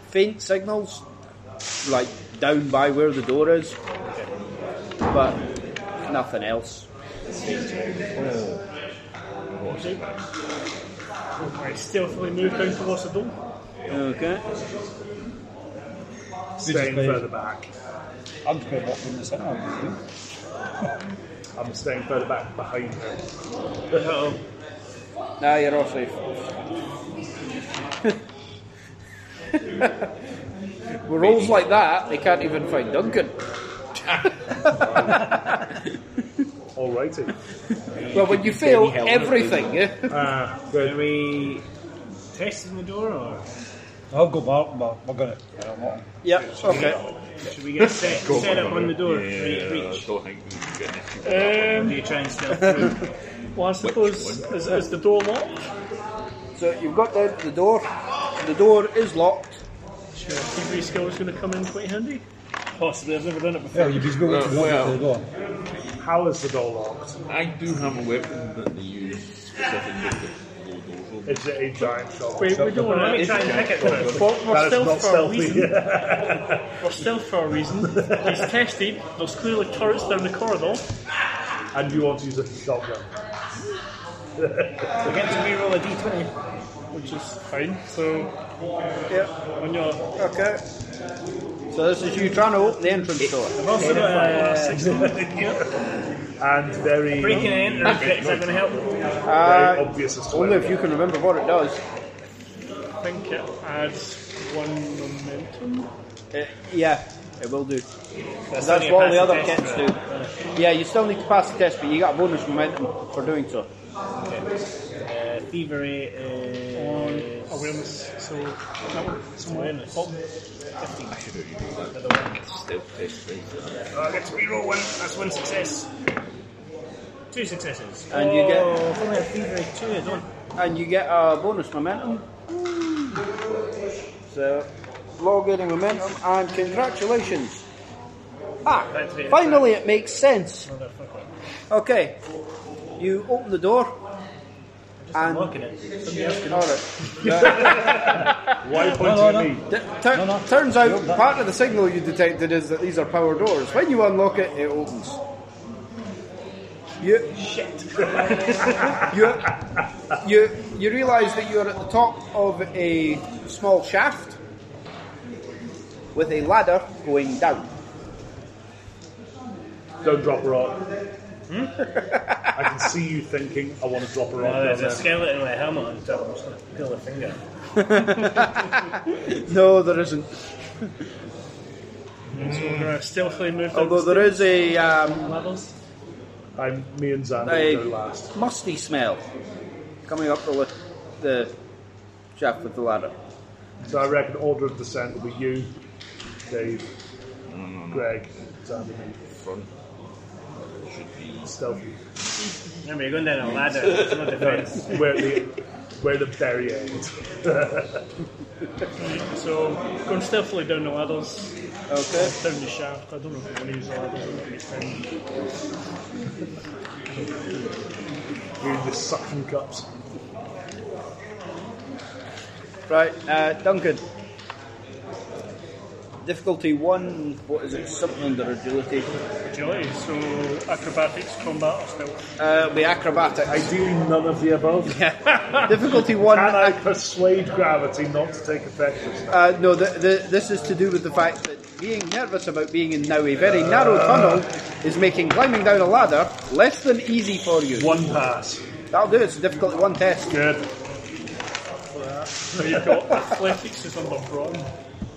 faint signals, like down by where the door is, but nothing else.
I stealthily move down towards the door.
Okay.
staying further back.
I'm just going to walk in the centre. I think.
I'm staying further back behind her.
Now you're all safe. [laughs] With rolls like that, they can't even find Duncan.
Alrighty.
Well, when you fail everything, [laughs] eh?
Uh, good.
Are we testing the door, or
I'll go back, but we're going to. I'm not-
yeah, okay.
should we
[laughs]
get set, set up on the door? Yeah, reach?
So I think we can get this.
Do you try and stealth through?
Um, [laughs] Well, I suppose is, is the door locked?
So you've got down to the door. The door is locked.
Sure. Thievery skill is going to come in quite handy.
Possibly, I've never done it before.
Yeah, you'd be going to the
Oh, Well,
to the door.
How is the door locked?
I do have a weapon that they use specifically for low doors. over.
Is it a giant shot?
We, we don't
Let
want
me
to.
try and pick it first.
We're, we're
That is
stealth
not
for
stealthy.
a reason.
[laughs]
We're stealth for a reason. He's tested. There's clearly turrets down the corridor.
and you want to use a shotgun?
We get to reroll a d20.
which is fine. So
Yeah,
on your
okay. So this is you trying to open the entrance door.
I've also got a
And very,
breaking
very
and entering. Is that going to help?
Uh,
obvious as to
only
where
if you can remember what it does.
I think it adds one momentum.
Uh, yeah, it will do. That's,
only a
what all the
passive
other
test,
cats do. Yeah, you still need to pass the test, but you got a bonus momentum for doing so.
Uh, thievery is
Awareness. So that one, somewhere
awareness.
bottom.
Stealth test, right?
Oh, I get to reroll one. That's one success. Two successes.
And you get-
Oh, I've only had thievery two. I don't.
And you get a bonus momentum. So, log getting momentum, and congratulations. Ah, finally it makes sense. Okay, you open the door. And
Looking at it.
Alright. Yeah.
Why point
no,
at
no.
me?
T- tur- Turns out part of the signal you detected is that these are power doors. When you unlock it, it opens. You shit. [laughs] you you you realise that you are at the top of a small shaft with a ladder going down.
Don't drop a rock. I can see you thinking, I want to drop a rock.
Oh,
down
there's a
there.
skeleton with a helmet on top. I'm just going to peel a finger.
No, there isn't.
So we're going to stealthily move down
Although
the
there is a um,
levels.
I'm me and Xander
Hey.
are last.
musty smell coming up the, li- the shaft of the ladder.
So I reckon order of descent will be you, Dave, Greg, Xander, me. Stealthy.
Remember, you're going down a ladder. It's not defense.
We're the we're the very end.
Right, so going stealthily down the ladders.
Okay.
Down the shaft. I don't know if I'm going to use the ladders. or not next time.
We're the suction cups.
Right, uh, Duncan. Difficulty one, what is it? Something under agility.
Agility. So acrobatics, combat, or stealth.
Uh, it'll be
[laughs]
acrobatics.
Ideally, none of the above.
Difficulty one.
Can I persuade gravity not to take effect of that?
Uh, no, the, the, this is to do with the fact that being nervous about being in now a very narrow tunnel is making climbing down a ladder less than easy for you.
One pass.
That'll do. It's a difficulty one test.
Good.
So you've got athletics is under brawn.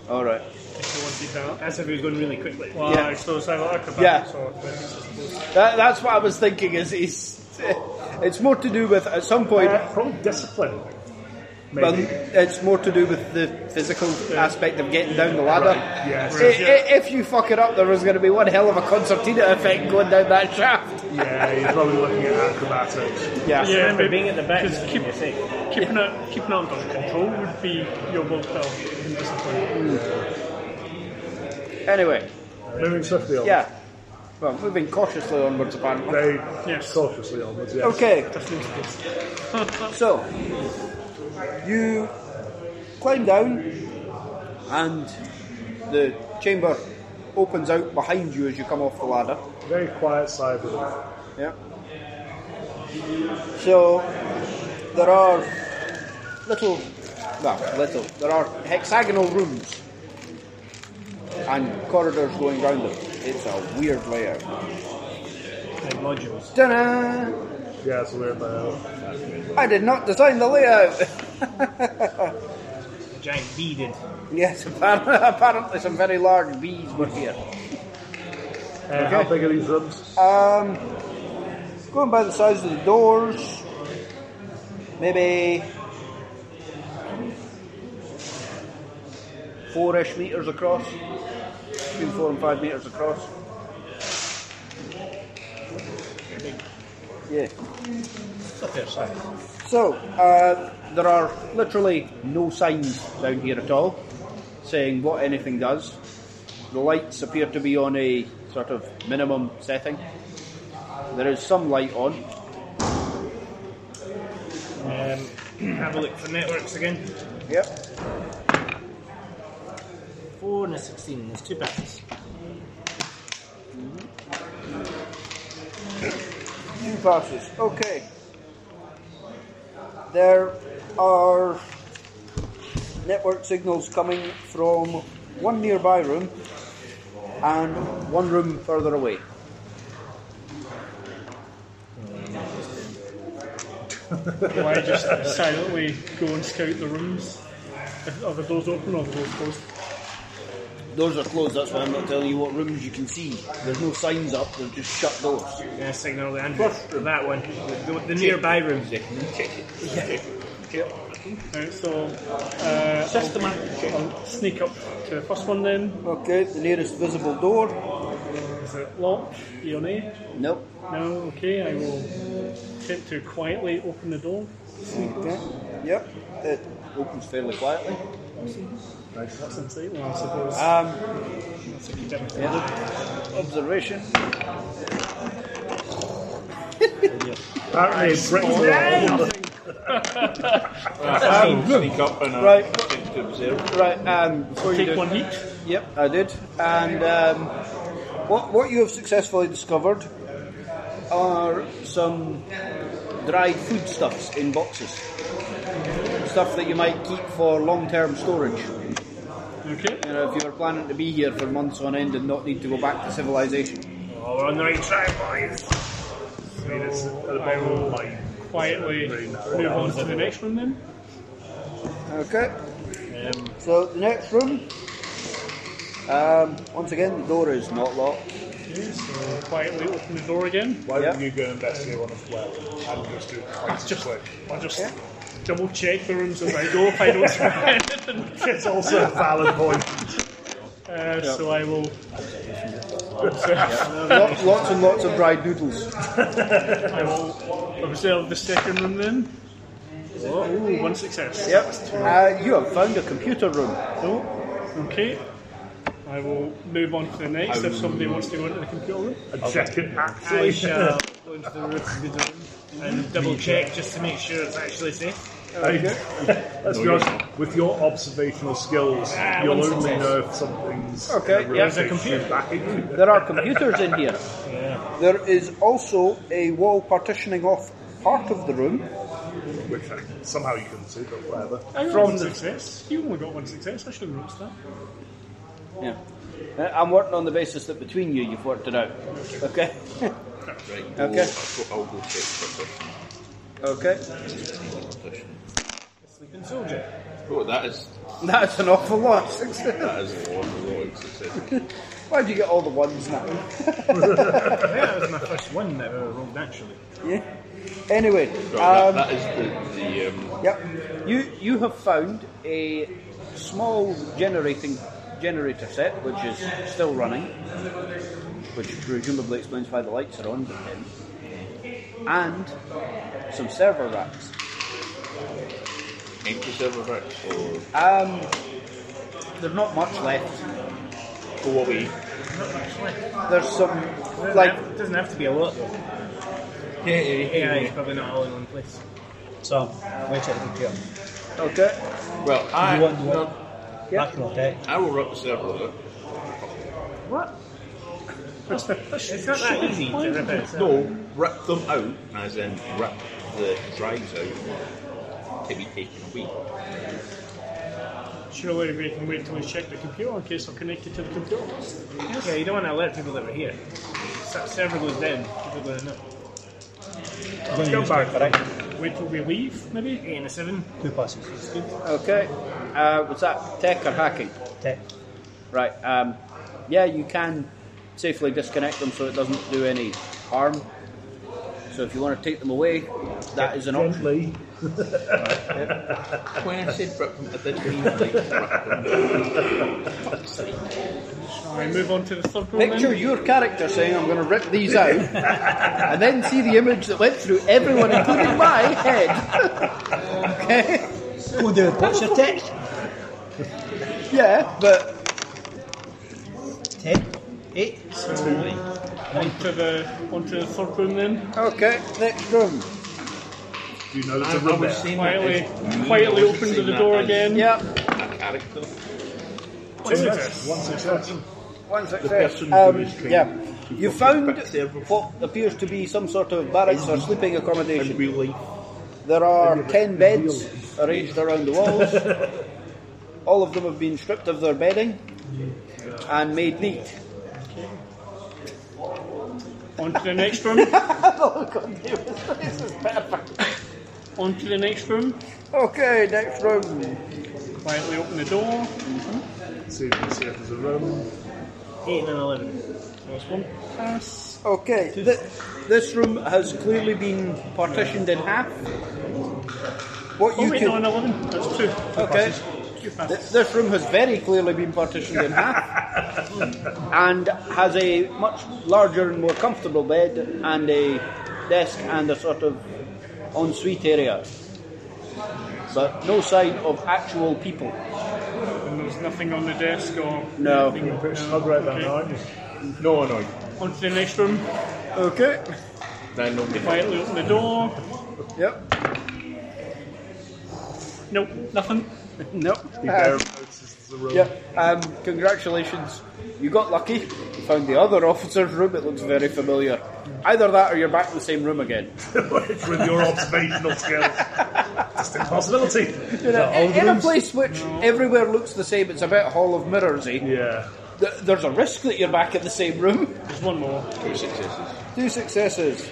All right.
If you wanted that.
That's if he was going really quickly.
Well,
Yeah.
so it's either acrobatics
Yeah.
or athletics. I suppose.
That, that's what I was thinking. Is is [laughs] it's more to do with at some point.
Uh, probably discipline. Maybe.
Well, it's more to do with the physical aspect of getting down the ladder.
Right, yes.
I- i- if you fuck it up, there is going to be one hell of a concertina effect going down that shaft.
yeah, you're probably looking at acrobatics.
Yeah.
Yeah,
Remember,
but-
being at the back is
Just keep,
keep it safe.
keeping it keeping it under control would be your willpower and discipline.
Anyway,
Moving swiftly on.
yeah. Well, moving cautiously onwards, apparently.
Very
Yes.
cautiously onwards, yes. [laughs]
Okay. So, you climb down, and the chamber opens out behind you as you come off the ladder.
Very quiet side of it.
Yeah. So there are little, well, little. There are hexagonal rooms and corridors going round them. It's a weird layout.
Like modules.
Ta-da!
Yeah, it's a weird layout.
I did not design the layout. [laughs]
Giant beaded.
yes, [laughs] apparently, apparently some very large bees were here.
Uh, How big are these rooms?
Um, going by the size of the doors, maybe four-ish meters across, between four and five meters across. Yeah. So uh, there are literally no signs down here at all saying what anything does. The lights appear to be on a sort of minimum setting. There is some light on.
Have a look for networks again.
Yep.
Four and a sixteen. There's two passes.
Two passes. Okay. There are network signals coming from one nearby room and one room further away.
Why just silently go and scout the rooms? If- Are the doors open or are the doors closed?
Doors are closed, that's why I'm not telling you what rooms you can see. There's no signs up, they're just shut doors.
I'm gonna signal the Andrew. That one. The, the nearby room.
Right, so uh, I'll, I'll sneak up to the first one then.
Okay, the nearest visible door.
Is it locked? Yeah or nay?
Nope.
No. Okay, I will attempt to quietly open the door.
Okay. Yep. It opens fairly quietly.
That's insightful, I suppose.
Um,
That's a good bit.
observation.
Apparently, Britain's got all the
sneak up and uh,
Right.
attempt to observe.
Right. Um, before you
Take
do,
one each.
Yep, I did. And um, what what you have successfully discovered are some dried foodstuffs in boxes, stuff that you might keep for long term storage.
Okay.
You know, if you were planning to be here for months on end and not need to go back to civilization.
Oh, we're on the right track, boys.
minutes at the bottom of the line.
Quietly move on to the next one then.
Okay. so the next room Um, once again, the door is not locked.
Okay, so quietly open the door again.
Why
Yeah.
don't you go and investigate one as well? I'm just doing twice as quick.
I'll just double check the rooms as I go if I
[laughs]
don't find anything.
It's also a valid point.
Uh, So I will.
Lots, lots and lots of dried noodles.
I will observe the second room then. Oh, ooh, one success.
Yep. Uh, you have found a computer room.
Oh, okay. I will move on to the next if somebody wants to go into the computer room.
Second act.
I shall go into the roof of the dome and double check just to make sure it's actually safe.
Let's be honest, with your observational skills, you'll only know if something's.
Okay, yeah.
There's a computer back at you.
There are computers in here. There is also a wall partitioning off part of the room.
Which I, somehow you couldn't see, but whatever.
I got one success. You only got one success. I should have noticed that.
Yeah. Uh, I'm working on the basis that between you, you've worked it out. Okay.
Right,
Okay.
I'll, go, I'll go check
[laughs]
for
Okay.
partition.
Sleeping soldier.
Oh, that is
That's an awful lot. [laughs]
that is a lot of lot of success.
Why do you get all the ones now?
That was my first one that I rolled naturally.
Yeah. Anyway,
Right,
um,
that, that is the, the um,
yep. You you have found a small generating generator set which is still running, which presumably explains why the lights are on, but then, and some server racks.
empty server racks or
Um, there's not much left.
go away.
There's some
Doesn't
like
have, doesn't have to be a lot though.
Yeah, yeah,
AI is probably not all in one place.
So, wait a minute here.
okay.
Well, I
You want to
no,
Yeah.
Back in the deck.
I will rip the server out.
It's not that easy to rip out.
No, rip them out, as in rip the drives out to be taken away.
Surely we can wait till we check the computer in case I'm connected to the computer.
Yeah, you don't want to alert people that were here. Se- Server goes down, people are going to know.
Let's go back. Correct.
Wait till we leave, maybe.
Eight and a seven.
Two passes.
Okay. Uh, was that tech or hacking?
Tech.
Right. Um, yeah, you can safely disconnect them so it doesn't do any harm. So if you want to take them away, that is an option.
Gently.
When I said rip them, I didn't mean like rip them. Fuck's sake.
I move on to the third room.
Picture
Then.
your character saying, "I'm going to rip these out," and then see the image that went through everyone, including my head. [laughs] okay.
Go do it. What's your tech?
Yeah, but
Ten. Eight.
Onto the onto the third room then.
okay. Next room.
Do you know there's a
I
room
was
there?
saying
Quietly,
that as me,
quietly
I wasn't
open to
saying
the
that
door
as
again.
Yep.
A character.
Two success. Oh, One success.
One success.
person who
um,
is trained
yeah.
to
You
fucking
found
fix everything.
what appears to be some sort of barracks or sleeping accommodation.
In real life.
There are ten beds arranged around the [laughs] walls. All of them have been stripped of their bedding and made neat. [laughs]
Onto the next room.
Oh, okay,
onto the next room.
next room.
Quietly open the door.
See if you can see if there's a room.
Eight and an eleven.
Last one. Pass.
Okay, th- this room has clearly been partitioned in half. What
Oh
you
wait,
can
no, an eleven. That's two.
okay.
Two
Th-
passes.
This room has very clearly been partitioned in half [laughs] and has a much larger and more comfortable bed and a desk and a sort of ensuite area. But no sign of actual people.
And there's nothing on the desk or
No.
anything.
Pretty snug right there, now, aren't you?
No, no.
Onto the next room.
Okay.
No, no, no.
Quietly open the door.
Yep.
Nope, nothing.
Nope.
Be bare notices there's a room.
Yep. Um, congratulations. You got lucky. You found the other officer's room. It looks very familiar. Either that or you're back in the same room again.
Which, with your observational skills, just impossibility.
In a, in a place which everywhere looks the same, it's a bit Hall of Mirrorsy.
Yeah.
Th- there's a risk that you're back in the same room.
There's one more.
Two successes.
Two successes.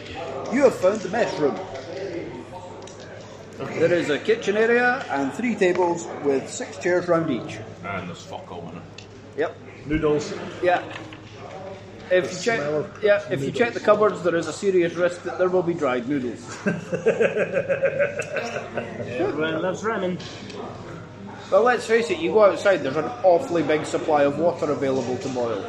You have found the mess room. There is a kitchen area and three tables with six chairs round each.
And there's fuck all in it.
Yep.
Noodles.
Yeah. If you check,
smell of
yeah, if you check the cupboards, there is a serious risk that there will be dried noodles.
Everyone loves ramen.
Well, let's face it. You go outside, there's an awfully big supply of water available to boil.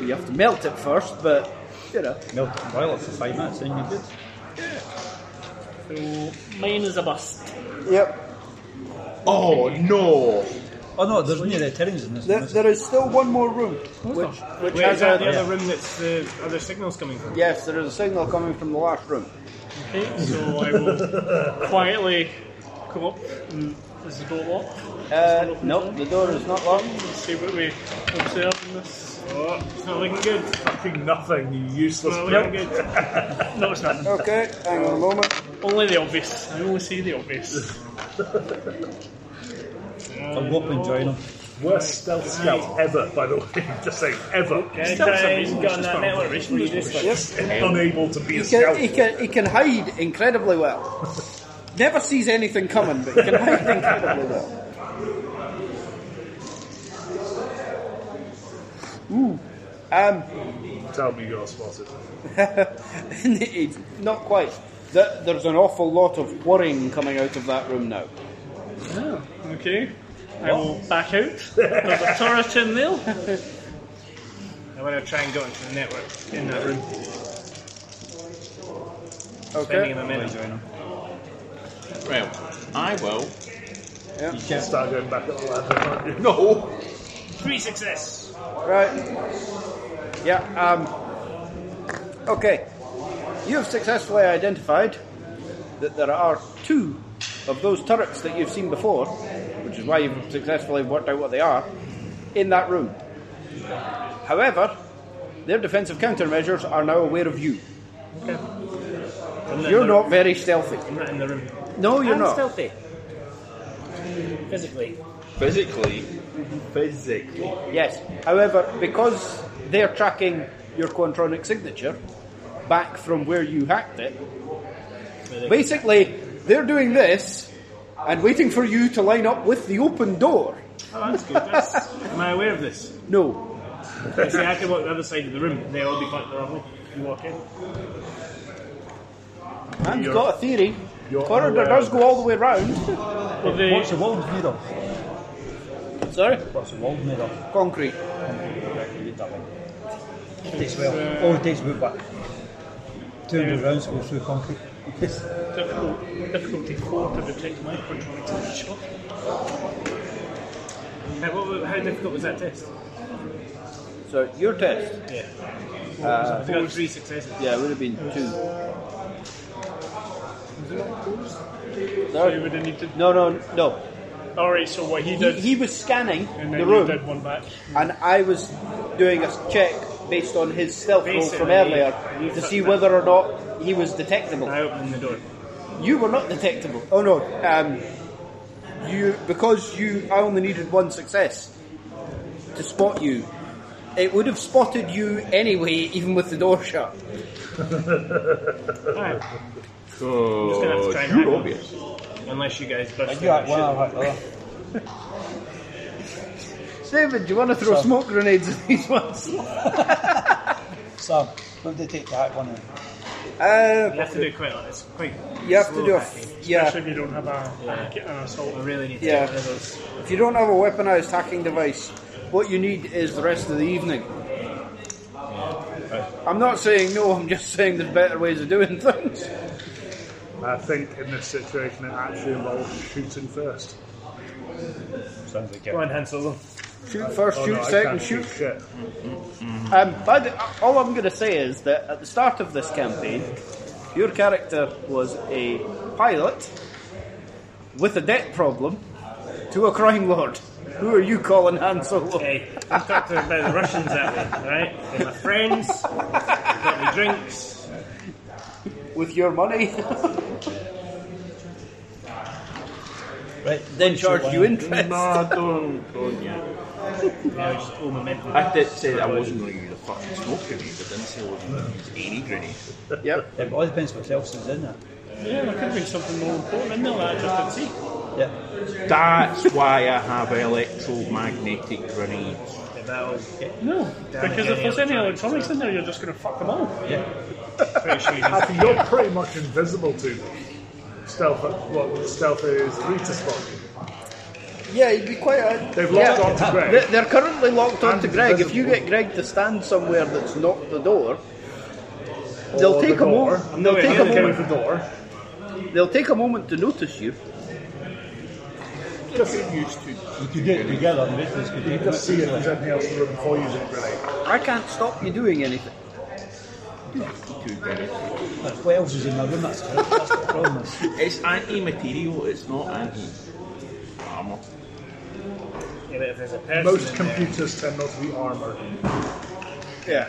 you have to melt it first, but you know.
Milk and boil it for five minutes, then you're good.
So mine is a bust.
Yep.
Oh no!
Oh no, there's no Italians in this.
There,
one, is
there is still one more room, which which has a
the other room that's the other signals coming from?
yes. There is a signal coming from the last room.
Okay, so I
[laughs]
will quietly come up. And is the door locked?
Uh, no, the door is not locked. [laughs]
Let's see what we observe in this.
Oh, it's not looking good.
Fucking nothing, you useless.
It's not
prick.
looking good. no, it's not.
Okay, hang on a moment.
Only the obvious. I only see the obvious.
it? I'll go up and join them.
Worst stealth scout ever, by the way. [laughs] Just saying, ever.
Anytime got on that network, you just like,
Unable to be a
He can,
scout.
he can he can hide incredibly
[laughs]
well. Never sees anything coming, but he can hide incredibly well.
Tell me you're spotted.
Indeed, not quite. There- There's an awful lot of whirring coming out of that room now.
Okay. I will back out. There's a turret in there.
I want to try and go into the network in that room. Spending
Okay.
him a minute.
Well, I will.
Start going back at the ladder, aren't you?
No!
Three success.
Right. Yeah. Um. Okay. You have successfully identified that there are two of those turrets that you've seen before, which is why you've successfully worked out what they are, in that room. However, their defensive countermeasures are now aware of you.
I'm not
You're
in the-
not very stealthy.
I'm not in the room.
No, you're
I'm
not.
stealthy. Physically.
Physically. Physically.
Yes. However, because they're tracking your Quantronic signature back from where you hacked it, basically they're doing this and waiting for you to line up with the open door.
Oh, that's good. That's, am I aware of this?
No.
You see, I can walk the other side of the room. They'll all be pointing the wrong way. You walk in.
Man's
You're-
got a theory.
you're
Corridor
unaware
does go all the way round.
Well, they,
What's the world made of?
Sorry?
What's the world made of?
Concrete.
You get that one. Takes well. Oh, it takes about back. 200 rounds goes through concrete. [laughs]
difficult, difficulty four to detect microtronics. Sure.
Now, what, were- how difficult was that test?
So your test.
Yeah. Uh, we got three successes.
Yeah, it would have been two.
So you would have needed.
No, no, no.
Alright, so what he
He,
did.
he was scanning
and
the
then
room.
you did one back.
and I was doing a check based on his stealth roll from
Basically,
earlier
you
to
took
see
that.
whether or not he was detectable.
I opened the door.
You were not detectable. Oh no, um, you because you I only needed one success to spot you. It would have spotted you anyway, even with the door shut.
Alright.
So,
just gonna have to try and
you're
hide.
obvious.
Unless you guys bust
Did
through
you
that
act
shit.
one or the other?
David, do you want to throw smoke grenades at these ones?
Sam, what did it take to hack one of them?
Uh,
You have to do it quite like this. Quite
you have to
slow
do a
hacking.
f- yeah.
Especially if you don't have a, an assault.
I really need to
Yeah.
get rid of those.
If you don't have a weaponized hacking device, what you need is the rest of the evening. I'm not saying no, I'm just saying there's better ways of doing [laughs] things.
I think in this situation it actually involves shooting first.
Sounds like
Go on, Hansel.
Shoot first,
Oh,
shoot
no, I
second,
can't
shoot.
shit.
Um, by the, all I'm going to say is that at the start of this campaign, your character was a pilot with a debt problem to a crime lord. Who are you calling Han Solo?
Hey, I've talked to about the Russians that way, alright? They're my friends. They got me drinks.
With your money, [laughs]
Right,
then charge you interest.
Ah,
No, don't, don't, yeah.
Now I just owe momentum.
I did say that I wasn't going to use a fucking smoke grenade, I didn't say I was going to use any grenade.
Yep.
It all depends what else is in it.
Yeah, there could be something more important in there that I just didn't see.
Yeah.
That's why I have electromagnetic grenades.
No, because if there's any electronics in there, you're just going to fuck them all.
[laughs] I think you're pretty much invisible to them. Stealth, uh, what stealth is three to spot.
Yeah, he'd be quite. A,
They've locked
yeah,
onto Greg.
They- They're currently locked onto
And
Greg. If you get
invisible.
Greg to stand somewhere that's not the door, they'll
Or
take
the
a
door.
moment. They'll take a
Can't get
moment.
with the door.
They'll take a moment to notice you.
You could do it together, the rest of us could do
You
it.
can just see if there's anything else in the room before using a grenade.
I can't stop you doing anything.
What else is in my room? That's, that's the problem.
It's anti-material. It's not anti armor.
Yeah, but if there's a person
Most
in
computers tend not to be armored.
Yeah.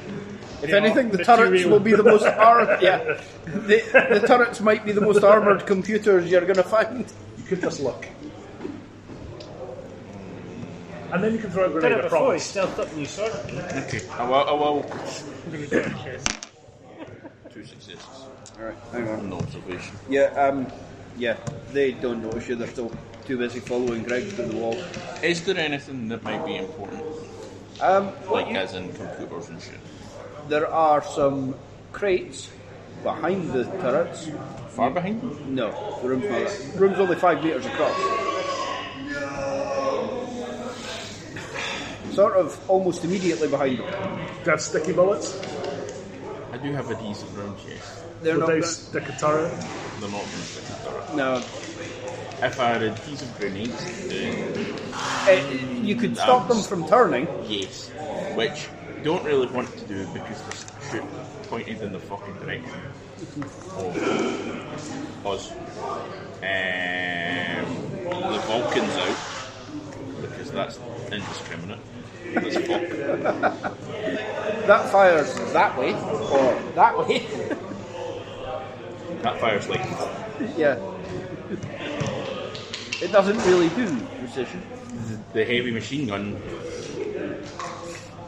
If anything, the
material.
turrets will be the [laughs] most armored. Yeah, the, the turrets might be the most armored computers you're going to find.
You could just look. And then you can throw a
there,
grenade
done it
at
before, he
promise.
stealthed up and you saw it.
Okay. I will. I will. Two successes.
All right, hang on.
An observation.
Yeah, um, yeah, they don't notice you. They're still too busy following Greg through the wall.
Is there anything that might be important,
Um,
like as in computers and shit?
there are some crates behind the turrets.
Far behind?
No, the room for room's only five meters across. Sort of almost immediately behind them.
Got sticky bullets.
I do have a decent round chest.
They're
Would
not.
they
gonna-
stick a turret?
They're not going to stick a turret.
No,
If I had a decent grenades, then
Eh, you could stop them from turning.
yes. Which I don't really want to do because they're shoot pointed in the fucking direction of us. Um, the Vulcan's out because that's indiscriminate. That's fuck.
That fires that way or that way. [laughs]
That fire's like
yeah. It doesn't really do precision.
the heavy machine gun.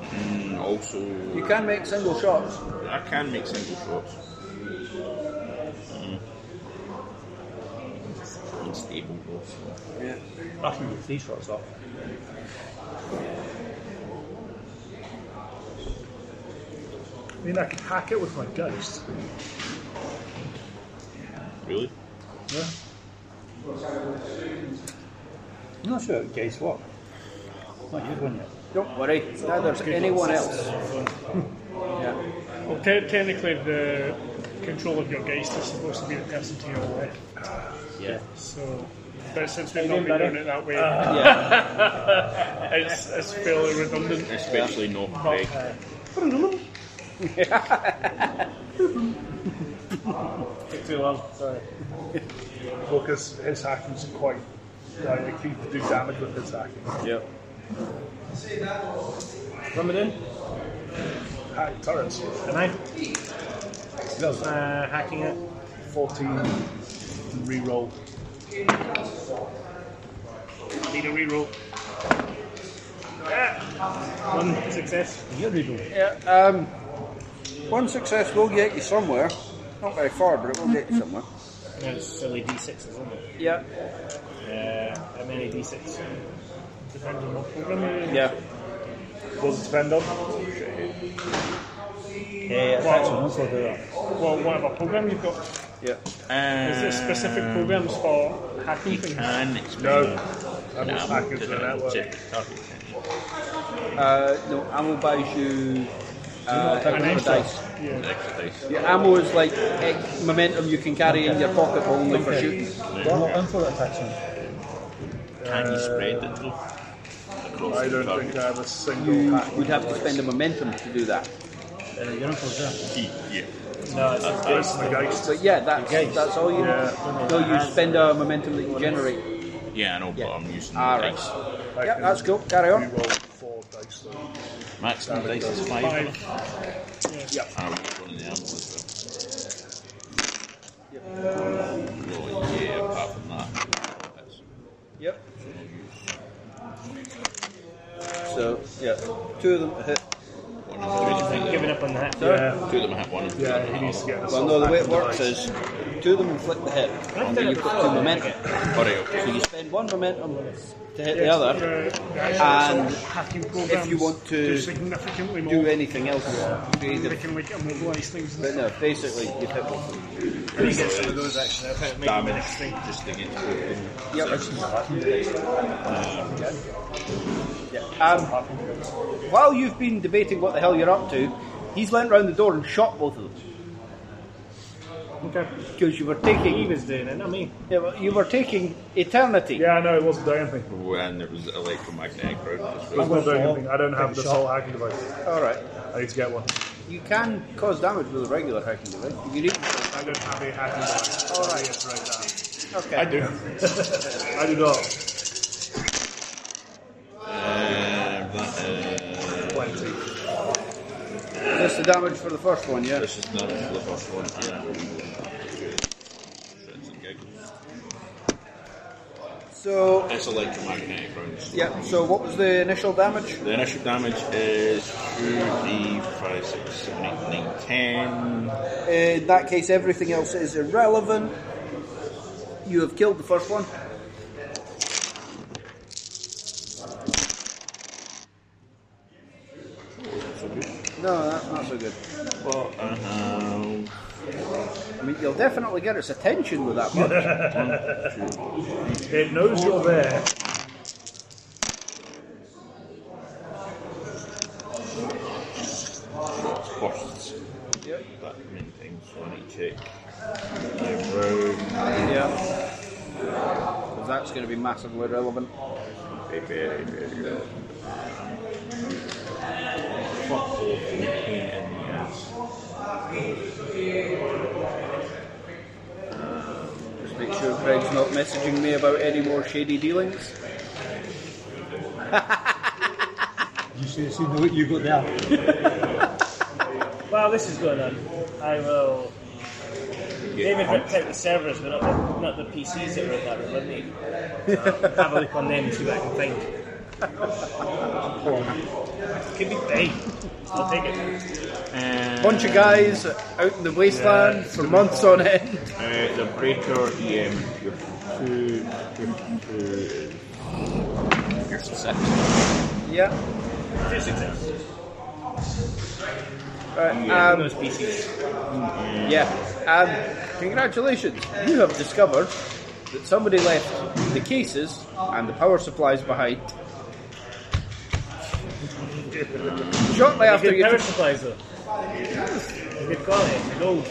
Mm, also,
You can make single shots.
I can make single shots.
Mm-hmm.
Mm. Unstable, though, so.
I can get three shots off.
I mean, I could hack it with my ghost.
Really?
I'm not sure guys what. Not you, one yet.
Don't worry, neither is anyone else.
Well, te- technically, the control of your geist is supposed to be the person to your left.
Yeah.
So, but since we've not been doing it that way,
Uh-huh.
it's, it's fairly redundant.
Especially not Greg.
Took too long. Sorry.
Because his hacking's quite.
uh,
Like, you can do damage with his hacking.
What am I doing?
Hack turrets.
Am I? Uh, hacking it.
14 and reroll.
Need a reroll. Ah, one success.
Yeah, um, one success will get you somewhere. Not very far, but it will get you somewhere.
No, it's only d6, isn't it?
Yeah,
Uh, how many d6?
Depends on what program you're in.
yeah.
Does it depend on?
Yeah, that's one for the
Well, whatever program you've got. Is there specific
Uh,
programs for hacking things?
Can explain.
I'm just hacking to the network.
Uh, no, ammo buys you uh, extra dice.
Extra dice.
Your ammo is like ex- momentum you can carry in your pocket but only for shooting.
Not in for the attachment.
Can you spread the truth? Across
I
the
don't think I
target.
have a single
You
hack.
would have to spend a momentum to do that.
Uh, you're in for that.
Yeah.
That's the geist.
But yeah, that's that's all you. No, you spend a momentum that you generate.
Yeah, I know, but I'm using the
All right.
dice.
I
Yeah,
can
that's cool. Carry on.
Reroll four dice though.
Maximum dice is five.
Five.
I'm running the ammo as well. Well, yeah, apart from that. That's
Yep. So yeah, two of them hit.
what I'm doing. Oh,
Giving up clip on the hip.
Yeah,
Two of them had one. and two
yeah, Uh,
of them
he
had
needs to get this.
Well,
all
no, the
back
way
in
it works
place.
is two of them inflict the hit, and then you've got two momentum.
other. Alright, okay.
So you spend one momentum to hit the other. And
and
if
Um,
you want to
significantly more,
Do anything else
they
creative.
can like immobilise things. and
But no, basically, you hit both of them.
You get some of those actually. I'll make the
Damage.
next thing.
Just to get to it.
Um, while you've been debating what the hell you're up to, he's leant round the door and shot both of them.
Okay.
Because you were taking,
He was doing it, not me.
yeah, well, you were taking eternity.
Yeah, I know it wasn't doing anything.
When it was electromagnetic round as
It was
well.
not doing anything. I don't have the
Shot.
salt hacking device.
All right.
I need to get one.
You can cause damage with a regular hacking device. You can even,
I don't have a hacking device. All right, it's right
okay.
now. I do. [laughs] I do not.
Um, that, uh,
Plenty.
That's the damage for the first one, yeah.
this is not the first one. Yeah. Shits and giggles.
So,
It's electromagnetic round. so-
yeah. So, what was the initial damage?
The initial damage is 2, 3, 5, 6, 7, 8, 9, 10.
In that case, everything else is irrelevant. You have killed the first one. No, that's not so good.
Well, I have
I mean, you'll definitely get its attention with that
[laughs]
one.
It knows you're there.
costs. That main thing, so I need to check. Round.
yeah. 'Cause that's going to be massively relevant.
Very, very good. Fuck all pain in the ass.
Just make sure Craig's not messaging me about any more shady dealings. [laughs]
You see, see what you got there.
While this is going on, I will. David ripped out the servers, but not the, not the PCs that were in that room, didn't he? So Uh, have a look on them and see what I can find. Could be big. I'll take it.
Bunch of guys out in the wasteland for months on end.
Uh, the breaker EM piercing two, piercing two, is piercing six.
Yeah.
Two successes.
Right,
Um,
um,
those PCs.
Yeah. Um, congratulations. You have discovered that somebody left the cases and the power supplies behind. Shortly after
Good
you.
power supplies though. Good quality. The gold.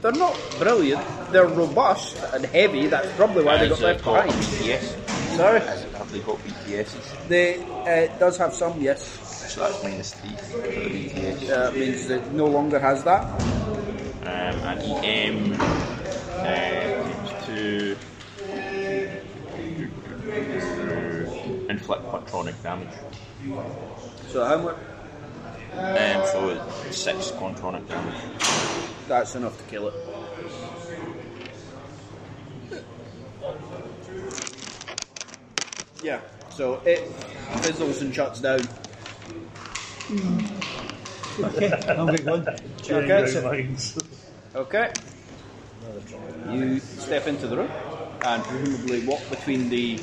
they're not brilliant, they're robust and heavy, that's probably why they got
Has it
left behind.
BTS?
Sorry?
Has it have they got BTSs?
They, uh, it does have some, yes.
So that's minus three for the E BTS.
Uh, it means that it no longer has that.
Um, and EM uh, times two. Inflict quantronic damage.
So how much?
Um, so it's six quantronic damage.
That's enough to kill it. Yeah, so it fizzles and shuts down.
Okay, I'm going one.
Okay,
Change minds.
okay. You step into the room and presumably walk between the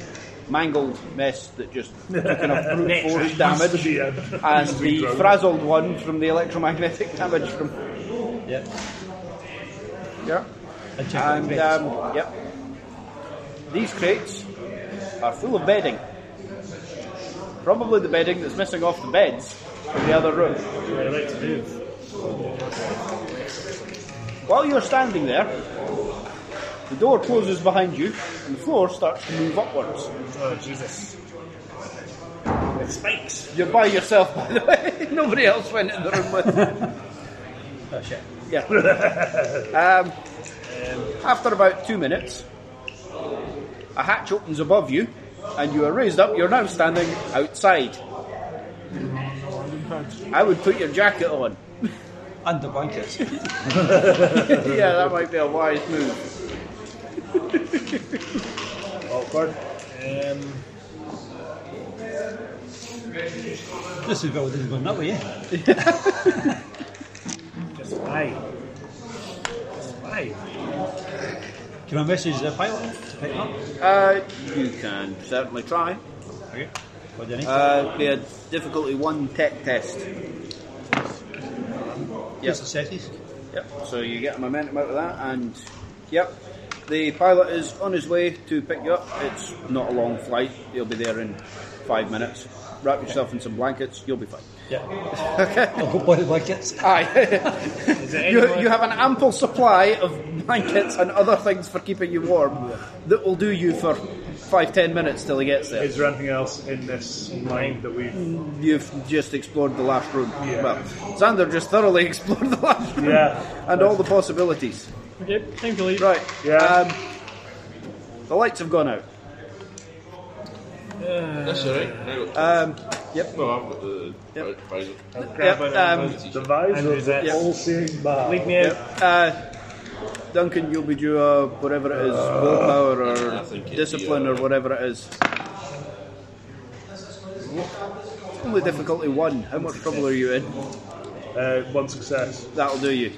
mangled mess that
[laughs]
just took enough brute force damage
Yeah.
and the frazzled one from the electromagnetic damage from.
Yeah.
Yeah.
I check
And
the crates.
um, yep, these crates are full of bedding. Probably the bedding that's missing off the beds in the other room. While you're standing there, the door closes behind you and the floor starts to move upwards.
Oh Jesus. It spikes.
You're by yourself, by the way. [laughs] Nobody else went in the room with.
Oh, [laughs]
Yeah. um, after about two minutes, a hatch opens above you, and you are raised up. You're now standing outside. I would put your jacket on.
And the blankets.
yeah, that might be a wise move.
Awkward.
Um, [laughs]
this is well, this is going that way, yeah. Can I message the pilot to pick him up?
Uh, you can certainly try.
Okay. What do I need?
Uh, be a difficulty one tech test.
Just the settees.
Yep. So you get a momentum out of that, and yep, the pilot is on his way to pick you up. It's not a long flight. He'll be there in five minutes. Wrap yourself in some blankets. You'll be fine. [laughs]
[laughs] I'll go buy the Oh, blankets. [laughs]
Aye. [laughs] you, you have an ample supply of blankets and other things for keeping you warm that will do you for five, ten minutes till he gets there.
Is there anything else in this mind that we've.
You've just explored the last room. Well, Xander just thoroughly [laughs] explored the last room
Yeah.
and all the possibilities.
Yep, time to leave.
Right.
Yeah.
Um, the lights have gone out.
That's alright. Now,
Um, yep.
no, I've got the
Yep.
advisor.
yep.
uh,
Um,
The visor
Andrew's
is
it.
all seeing bar.
Leave me out.
Uh, Duncan, you'll be due uh, whatever it is, willpower
I
or
think it'd be,
discipline or
uh,
whatever it is. It's Only difficulty one. How much trouble are you in?
Uh, one success.
That'll do you.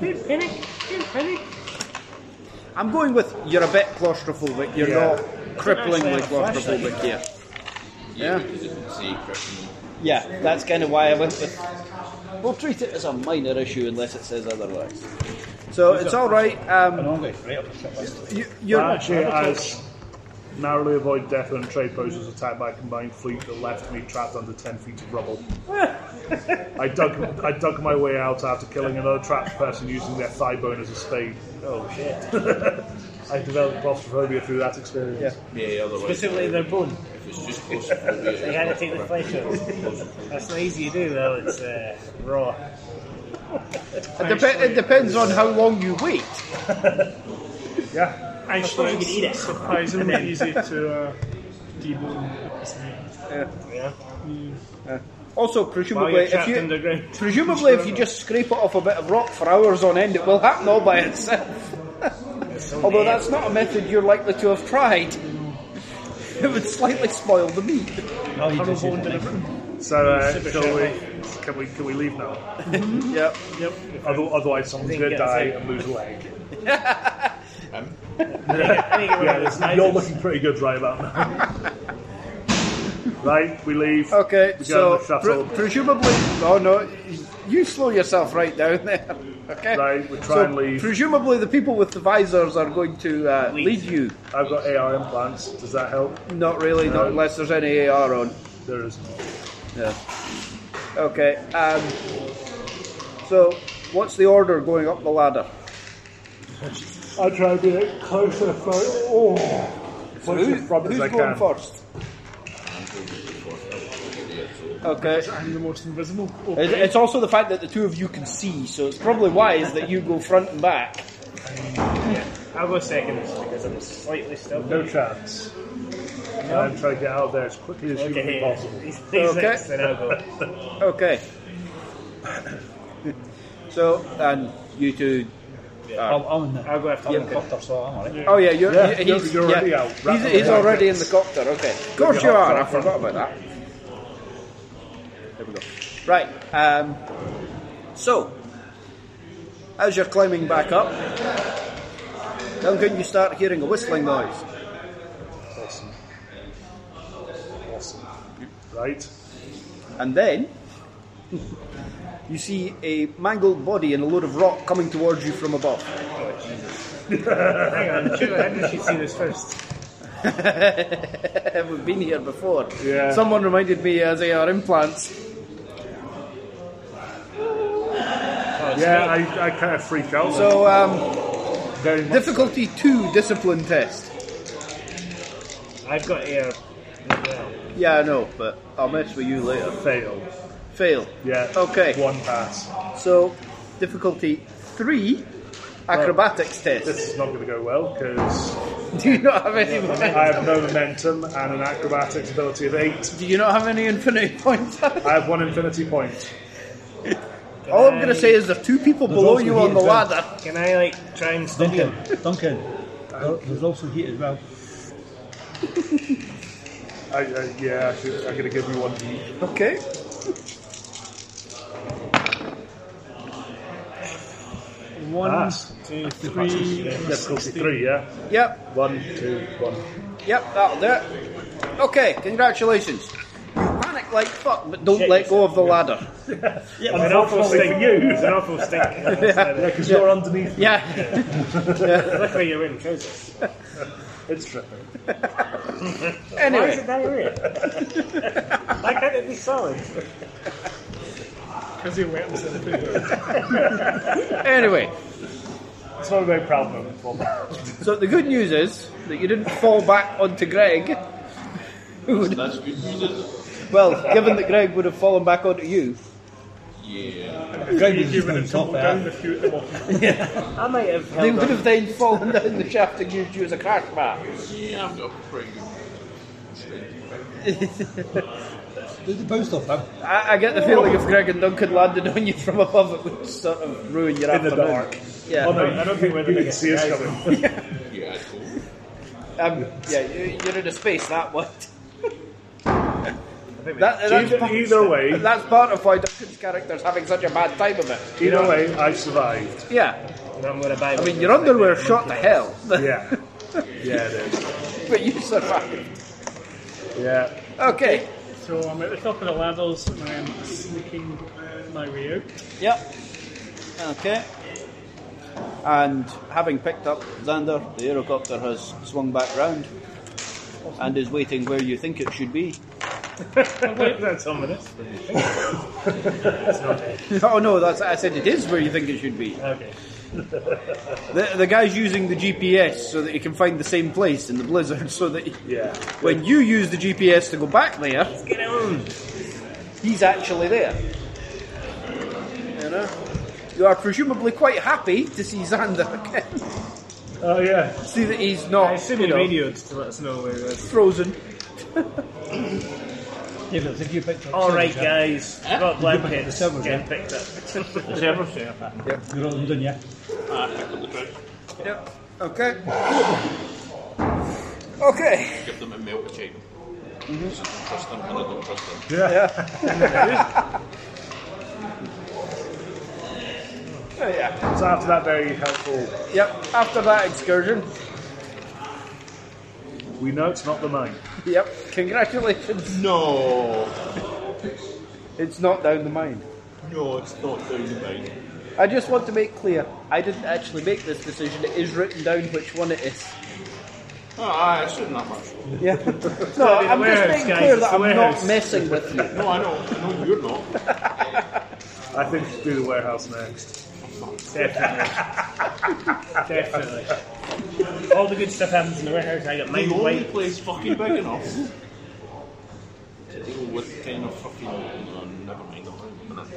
Don't panic. Don't panic.
I'm going with you're a bit claustrophobic. You're
Yeah.
not cripplingly claustrophobic here.
Yeah,
Yeah.
because it would say Christian.
Yeah, that's kind of why I went with.
We'll treat it as a minor issue unless it says otherwise. So it's all right. Um,
I'm going right up the ship list.
you,
You're
you're
actually, as narrowly avoid death when a trade post was attacked by a combined fleet that left me trapped under 10 feet of rubble. I dug I dug my way out after killing another trapped person using their thigh bone as a spade. Oh shit. [laughs] I developed claustrophobia through that experience.
Yeah, otherwise,
Specifically their bone.
if it's just claustrophobia,
They
it's
had to
not
take the
correct.
flesh out. That's not easy to do though, it's uh, raw.
it, dep- it depends on how long you wait.
Yeah.
I
suppose you
find
could eat it.
surprisingly easy to uh, debone a piece of meat.
Also,
While
presumably,
you're
if
trapped
you
underground.
[laughs]
Presumably, if you just scrape it off a bit of rock for hours on end, it will happen all by itself. [laughs] Although that's not a method you're likely to have tried. [laughs] It would slightly spoil the meat.
No, you just use the knife.
So uh, shall we can we can we leave now?
Yep.
Other- Otherwise someone's
think
gonna
that's
die
it.
and lose a leg.
I think it would
Yeah,
have
it's- you're looking pretty good right about now. right, we leave.
Okay,
We go
so
on the shuttle.
pre- presumably, oh no, you slow yourself right down there. [laughs] Okay.
Right, we try
So
and leave.
Presumably, the people with the visors are going to uh,
Lead.
lead you.
I've got AR implants. Does that help?
Not really, not unless there's any AR on.
There is not.
Yeah. Okay. Um, so, what's the order going up the ladder?
I try to get closer for oh, closer from as I can.
first? Okay.
I'm the most invisible. Oh,
It- It's also the fact that the two of you can see, so it's probably wise that you go front and back.
I'll go second because I'm slightly still.
No chance. I'm trying to get out there as quickly as humanly
Okay,
possible.
he's, he's
Okay.
next, then I'll go.
Okay. so, and you two. uh,
I'm, I'm in the
I'll go after
I'm in
Duncan.
the copter, so I'm alright.
Oh yeah, you're
Oh, Yeah,
you-
you're-
he's,
you're already
yeah.
out. Wrap
He's,
up
he's
the
already in the copter. Okay, of course you
your
are. I
hot
forgot about that. There we go. Right. Um, so, as you're climbing back up, Duncan, you start hearing a whistling noise.
Awesome. Awesome. Right.
And then you see a mangled body and a load of rock coming towards you from above.
Hang on, surely I didn't see this first.
[laughs] We've been here before.
Yeah.
Someone reminded me as they are implants.
Yeah, I, I kind of freak out.
So um,
very much.
difficulty two discipline test.
I've got air.
Yeah, I know, but I'll mess with you later.
fail.
Fail.
Yeah.
Okay.
One pass.
So difficulty three, acrobatics test.
This is not going to go well because
[laughs] Do you not have any?
I have no momentum and an acrobatics ability of eight.
Do you not have any infinity
[laughs]
points?
I have one infinity point.
All I'm going to say is there are two people below
also
you on the
heat as well.
ladder.
Can I, like, try and stop him?
Duncan, Duncan, there- there's also heat as well.
I, I, yeah, I should, I'm going to give you one heat.
Okay.
Ah.
One, two, three.
Difficulty three, yeah.
Yep,
One, two, one.
yep, that'll do it. Okay, congratulations. You panic like fuck, but don't let go of the ladder.
Yeah,
An awful stink. It's an awful stink.
[laughs] Yeah, because you're underneath.
Yeah.
Luckily you're in trousers.
It's dripping.
Why is
Anyway,
it
[laughs]
diarrhea? Why can't it be solid?
Because he wet himself.
[laughs] anyway.
It's not a big problem.
So the good news is that you didn't fall back onto Greg. who would-
That's good news, is it?
well, given that Greg would have fallen back onto you.
Yeah.
Greg was
Given a
just on
tumble
top of
down
it.
the few at the bottom.
I might have
They
held
would
on.
have then fallen down the shaft and used you as a crash bar.
Yeah, I've got a pretty good strength.
Did the boost off him?
I, I get the feeling if Greg and Duncan landed on you from above, it would sort of ruin your
In the
afternoon.
dark.
Yeah,
I don't think we're going to see us coming.
Yeah, I told
um, yeah, you, you're in a space that one. that, that's,
Either,
part,
either way,
that's part of why Duncan's character's having such a bad time of it.
either way, I survived.
Yeah,
I'm going to buy
I mean your underwear shot to hell, but
Yeah. Yeah, it is.
you survived.
Yeah.
Okay.
So I'm at the top of the ladders and I'm sneaking my way out.
Yep. Okay. And having picked up Xander, the aerocopter has swung back round and is waiting where you think it should be.
That's ominous.
[laughs] oh no, that's I said it is where you think it should be.
Okay. [laughs]
The, the guy's using the GPS so that he can find the same place in the blizzard so that he-
Yeah.
when you use the GPS to go back there, he's actually there. You know? You are presumably quite happy to see Xander again.
Oh, yeah.
see that he's not
I assume
you
he
know,
radioed to let us know where it was.
frozen.
Yeah, but if you picked up
Alright,
Silverchair,
guys. Got blankets.
the silver,
Getting picked up.
You're all done, yeah?
Yep.
[laughs]
Okay. Okay.
give them a milk check.
Mm-hmm.
So trust them and I don't trust them.
Oh, yeah.
So after that very helpful,
Yep. After that excursion,
we know it's not the mine.
yep. Congratulations.
No,
It's not down the mine.
no, it's not down the mine.
I just want to make clear, I didn't actually make this decision. It is written down which one it is.
Oh, aye, I shouldn't that much.
Yeah. no, I'm just
warehouse,
making
guys,
clear
it's
that
the
I'm
warehouse.
not messing with you.
No, I know, I know you're not.
I think we should do the warehouse next.
Definitely. All the good stuff happens in the warehouse. I got
The
mine
only
white.
place fucking big enough to deal with kind of fucking. Uh, never mind.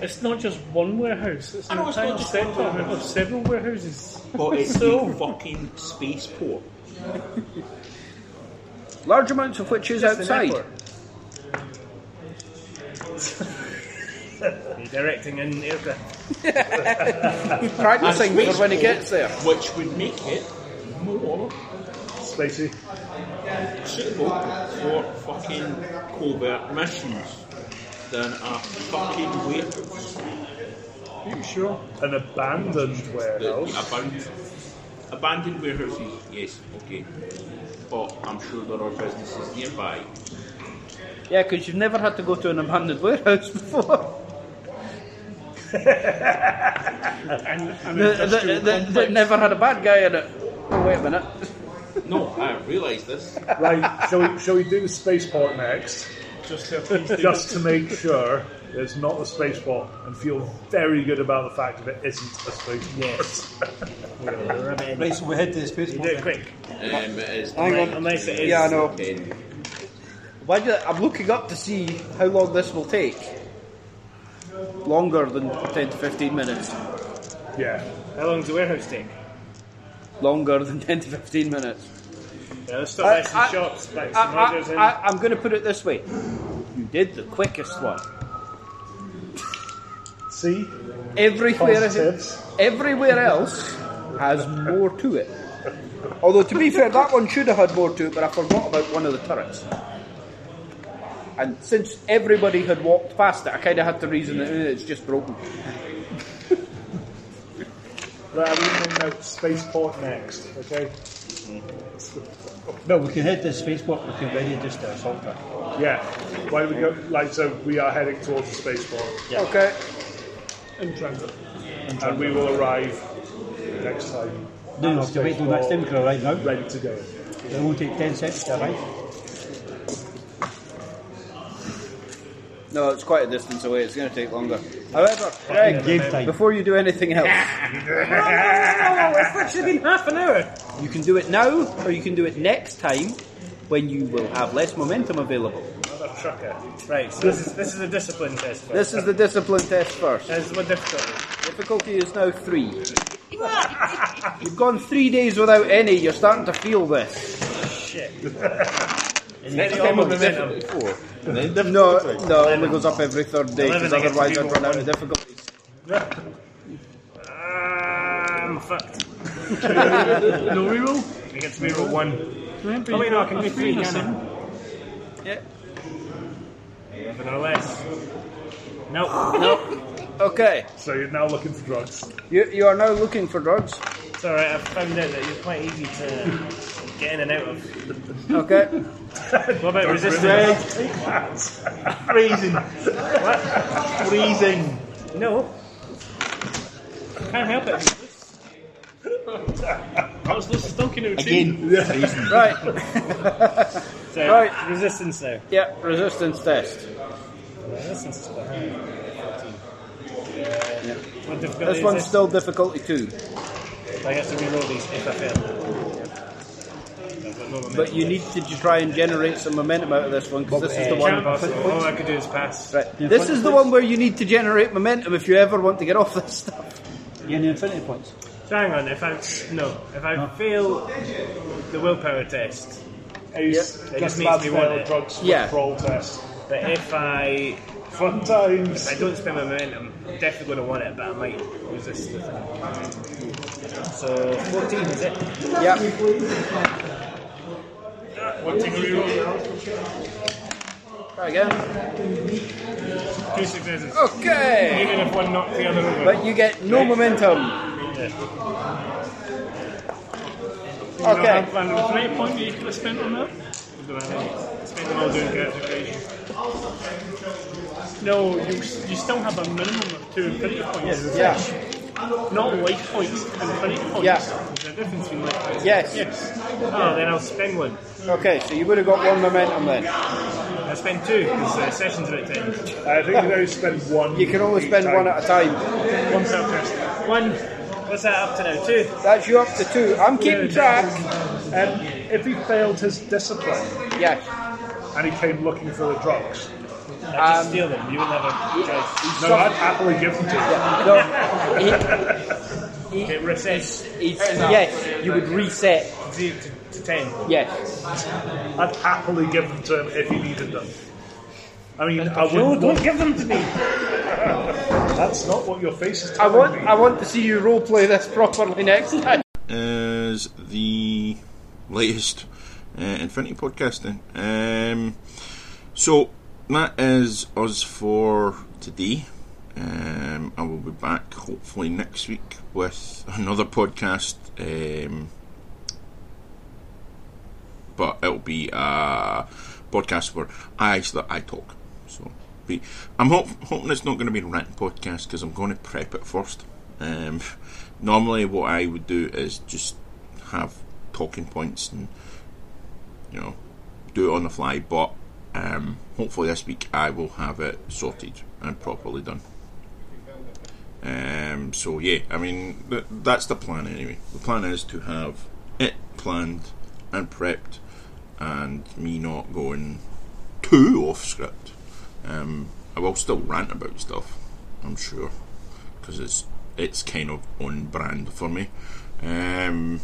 It's not just one warehouse, it's an
know, it's not
entire
just
set
one
of, of several warehouses.
But it's a
So-
fucking spaceport.
Large amounts of which is outside.
You're directing in aircraft.
He's practicing
And
for when he gets there.
Which would make it more
Spacey.
suitable for fucking covert missions than a fucking warehouse.
You sure? An abandoned warehouse.
Abandoned, abandoned warehouses, yes, okay. But I'm sure there are businesses nearby.
Yeah, because you've never had to go to an abandoned warehouse [laughs] before.
And
That- that- that- that never had a bad guy in it. Oh, wait a minute.
No, I realise this.
Right, shall we, shall we do the spaceport next?
just to appease the
Just to make sure that it's not a spaceport and feel very good about the fact that it isn't a spaceport.
Yes. We're gonna rub it in.
Right, so we head to the space.
You do it quick.
Um, it is
Hang on.
Unless it is.
Yeah, I know.
Then
Why do, I'm looking up to see how long this will take. Longer than 10 to 15 minutes.
Yeah.
How long does the warehouse take?
Longer than 10 to 15 minutes.
Yeah, let's stop by
I-
some
I-
shops. Back some
I,
Rogers in.
am going to put it this way. You did the quickest one.
See?
Everywhere,
Positives.
everywhere else has more to it. Although, to be fair, that one should have had more to it, but I forgot about one of the turrets. And since everybody had walked past it, I kind of had to reason that eh, it's just broken.
Right, I'm going to out Spaceport next, okay?
Well, we can head to spaceport, we can ready just to assault her.
Yeah. Why do we go? Like, so we are heading towards the spaceport.
Okay.
In transit. And we will arrive next time.
No, no, have to wait till next time, we can arrive now.
Ready to go.
It won't take 10 seconds to arrive.
No, it's quite a distance away. It's going to take longer. However, Greg,
Game time.
before you do anything else,
it's actually been half an hour.
you can do it now or you can do it next time when you will have less momentum available.
Another trucker. Right, so this is, this is a discipline test. First.
This is the discipline test first.
This is what difficulty.
Difficulty is now three. You've gone three days without any. You're starting to feel this.
Next time we'll be different before. And then different
No,
time.
no, it only goes up every third day because
Eleven, I guess,
otherwise
to
I'd
be
run out of difficulties.
I'm
[laughs]
fucked.
No reroll?
It gets me roll one.
Remember,
Oh, wait,
you
no, I
got
can do three,
three or
can I?
something.
Eleven or less. No, no.
Okay,
So you're now looking for drugs.
you, you are now looking for drugs.
It's alright, I've found out that it's quite easy to get in and out of.
Okay,
[laughs] What about resistance?
Freezing. Freezing.
No. Can't
[laughs]
help it.
I was listening to Duncan O'Toole.
Again, reason.
right,
So,
Right.
resistance now.
yeah, resistance test.
Resistance is behind. What difficulty
This
is
one's
this?
still difficulty two,
I have to reroll these if I fail. I've got no momentum.
but you need to j- try and generate some momentum out of this one because this is the
Can't
one.
pass
[laughs]
it. All I could do is pass.
Right. This is the one where you need to generate momentum if you ever want to get off this stuff.
You're in the infinity points.
So hang on, if I no, if I fail the willpower test,
Ace
It
gets
just makes
bad
me
fail
want it.
drugs
Yeah.
withdrawal test.
but if I
Fun times.
if I don't spend my momentum, I'm definitely going to want it, but I might resist it. So fourteen is it?
Yeah,
What thing are you on?
try again.
Two successes.
Okay,
Even if one knocked the other over.
but you get no momentum.
I
Okay.
have an infinity point that you could have spent on that.
Don't have any. Spend them all doing character creation.
No, you, you still have a minimum of two infinity points.
Yeah.
Not life points, infinity points.
Yeah.
There's a difference between life points.
Yes.
Yes.
Oh, then I'll spend one.
Okay, so you would have got one momentum then.
I'll spend two because the session's about to end.
I think you now spend one.
You can only
each
spend
time.
one at a time.
One self test. One. What's that up to now? Two.
That's you up to two. I'm keeping track.
And um, if he failed his discipline
Yeah.
and he came looking for the drugs,
I just
Um,
steal them. You wouldn't have a choice.
no, I'd happily give them to him.
No.
It resets
He, he, yes, you would reset.
zero to, to ten.
Yes.
I'd happily give them to him if he needed them. I mean, I
No,
wouldn't.
don't
want-
give them to me.
That's not what your face is
I
telling
want
me.
I want to see you roleplay this properly next time.
is the latest uh, Infinity podcast then. Um, so that is us for today. Um, I will be back hopefully next week with another podcast. Um, but it'll be a podcast where I actually I talk. So be, I'm hope, hoping it's not going to be a rant podcast because I'm going to prep it first. Um, normally, what I would do is just have talking points and you know do it on the fly. But um, hopefully this week I will have it sorted and properly done. Um, so yeah, I mean th- that's the plan anyway. The plan is to have it planned and prepped, and me not going too off script. Um, I will still rant about stuff, I'm sure, because it's it's kind of on brand for me. Um,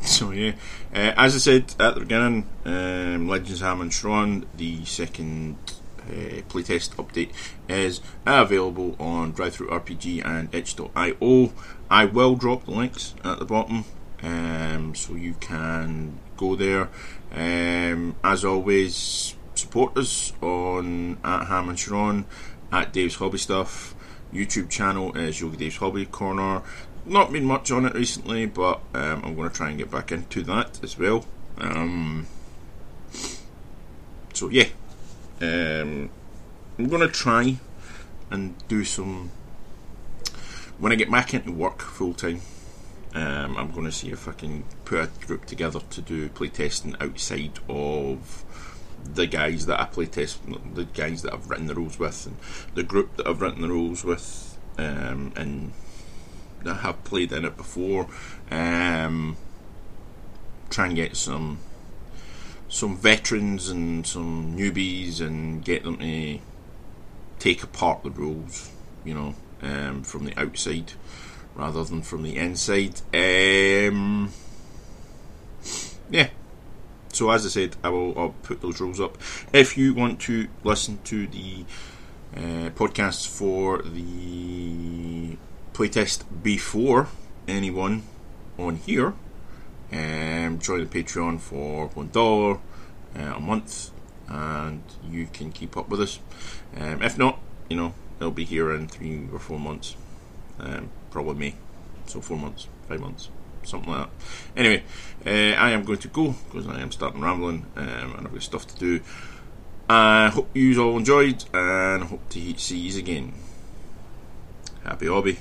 so yeah, uh, as I said at the beginning, um, Legends of Hammond Strand, the second uh, playtest update is available on DriveThru RPG and itch.io. I will drop the links at the bottom, um, so you can go there. Um, as always, support us on at Hammond Sharon, at Dave's Hobby Stuff. YouTube channel is Yogi Dave's Hobby Corner. not been much on it recently, but um, I'm going to try and get back into that as well. Um, so yeah, um, I'm going to try and do some when I get back into work full time. Um, I'm going to see if I can put a group together to do playtesting outside of the guys that I play test, the guys that I've written the rules with, and the group that I've written the rules with, um, and that have played in it before. Um, try and get some some veterans and some newbies, and get them to take apart the rules, you know, um, from the outside rather than from the inside. Um, yeah. So as I said, I will I'll put those rules up. If you want to listen to the uh, podcasts for the playtest before anyone on here, um, join the Patreon for one dollar uh, a month, and you can keep up with us. Um, if not, you know they'll be here in three or four months, um, probably May, so four months, five months something like that. Anyway, uh, I am going to go because I am starting rambling um, and I've got stuff to do. I hope you all enjoyed and hope to see you again. Happy hobby.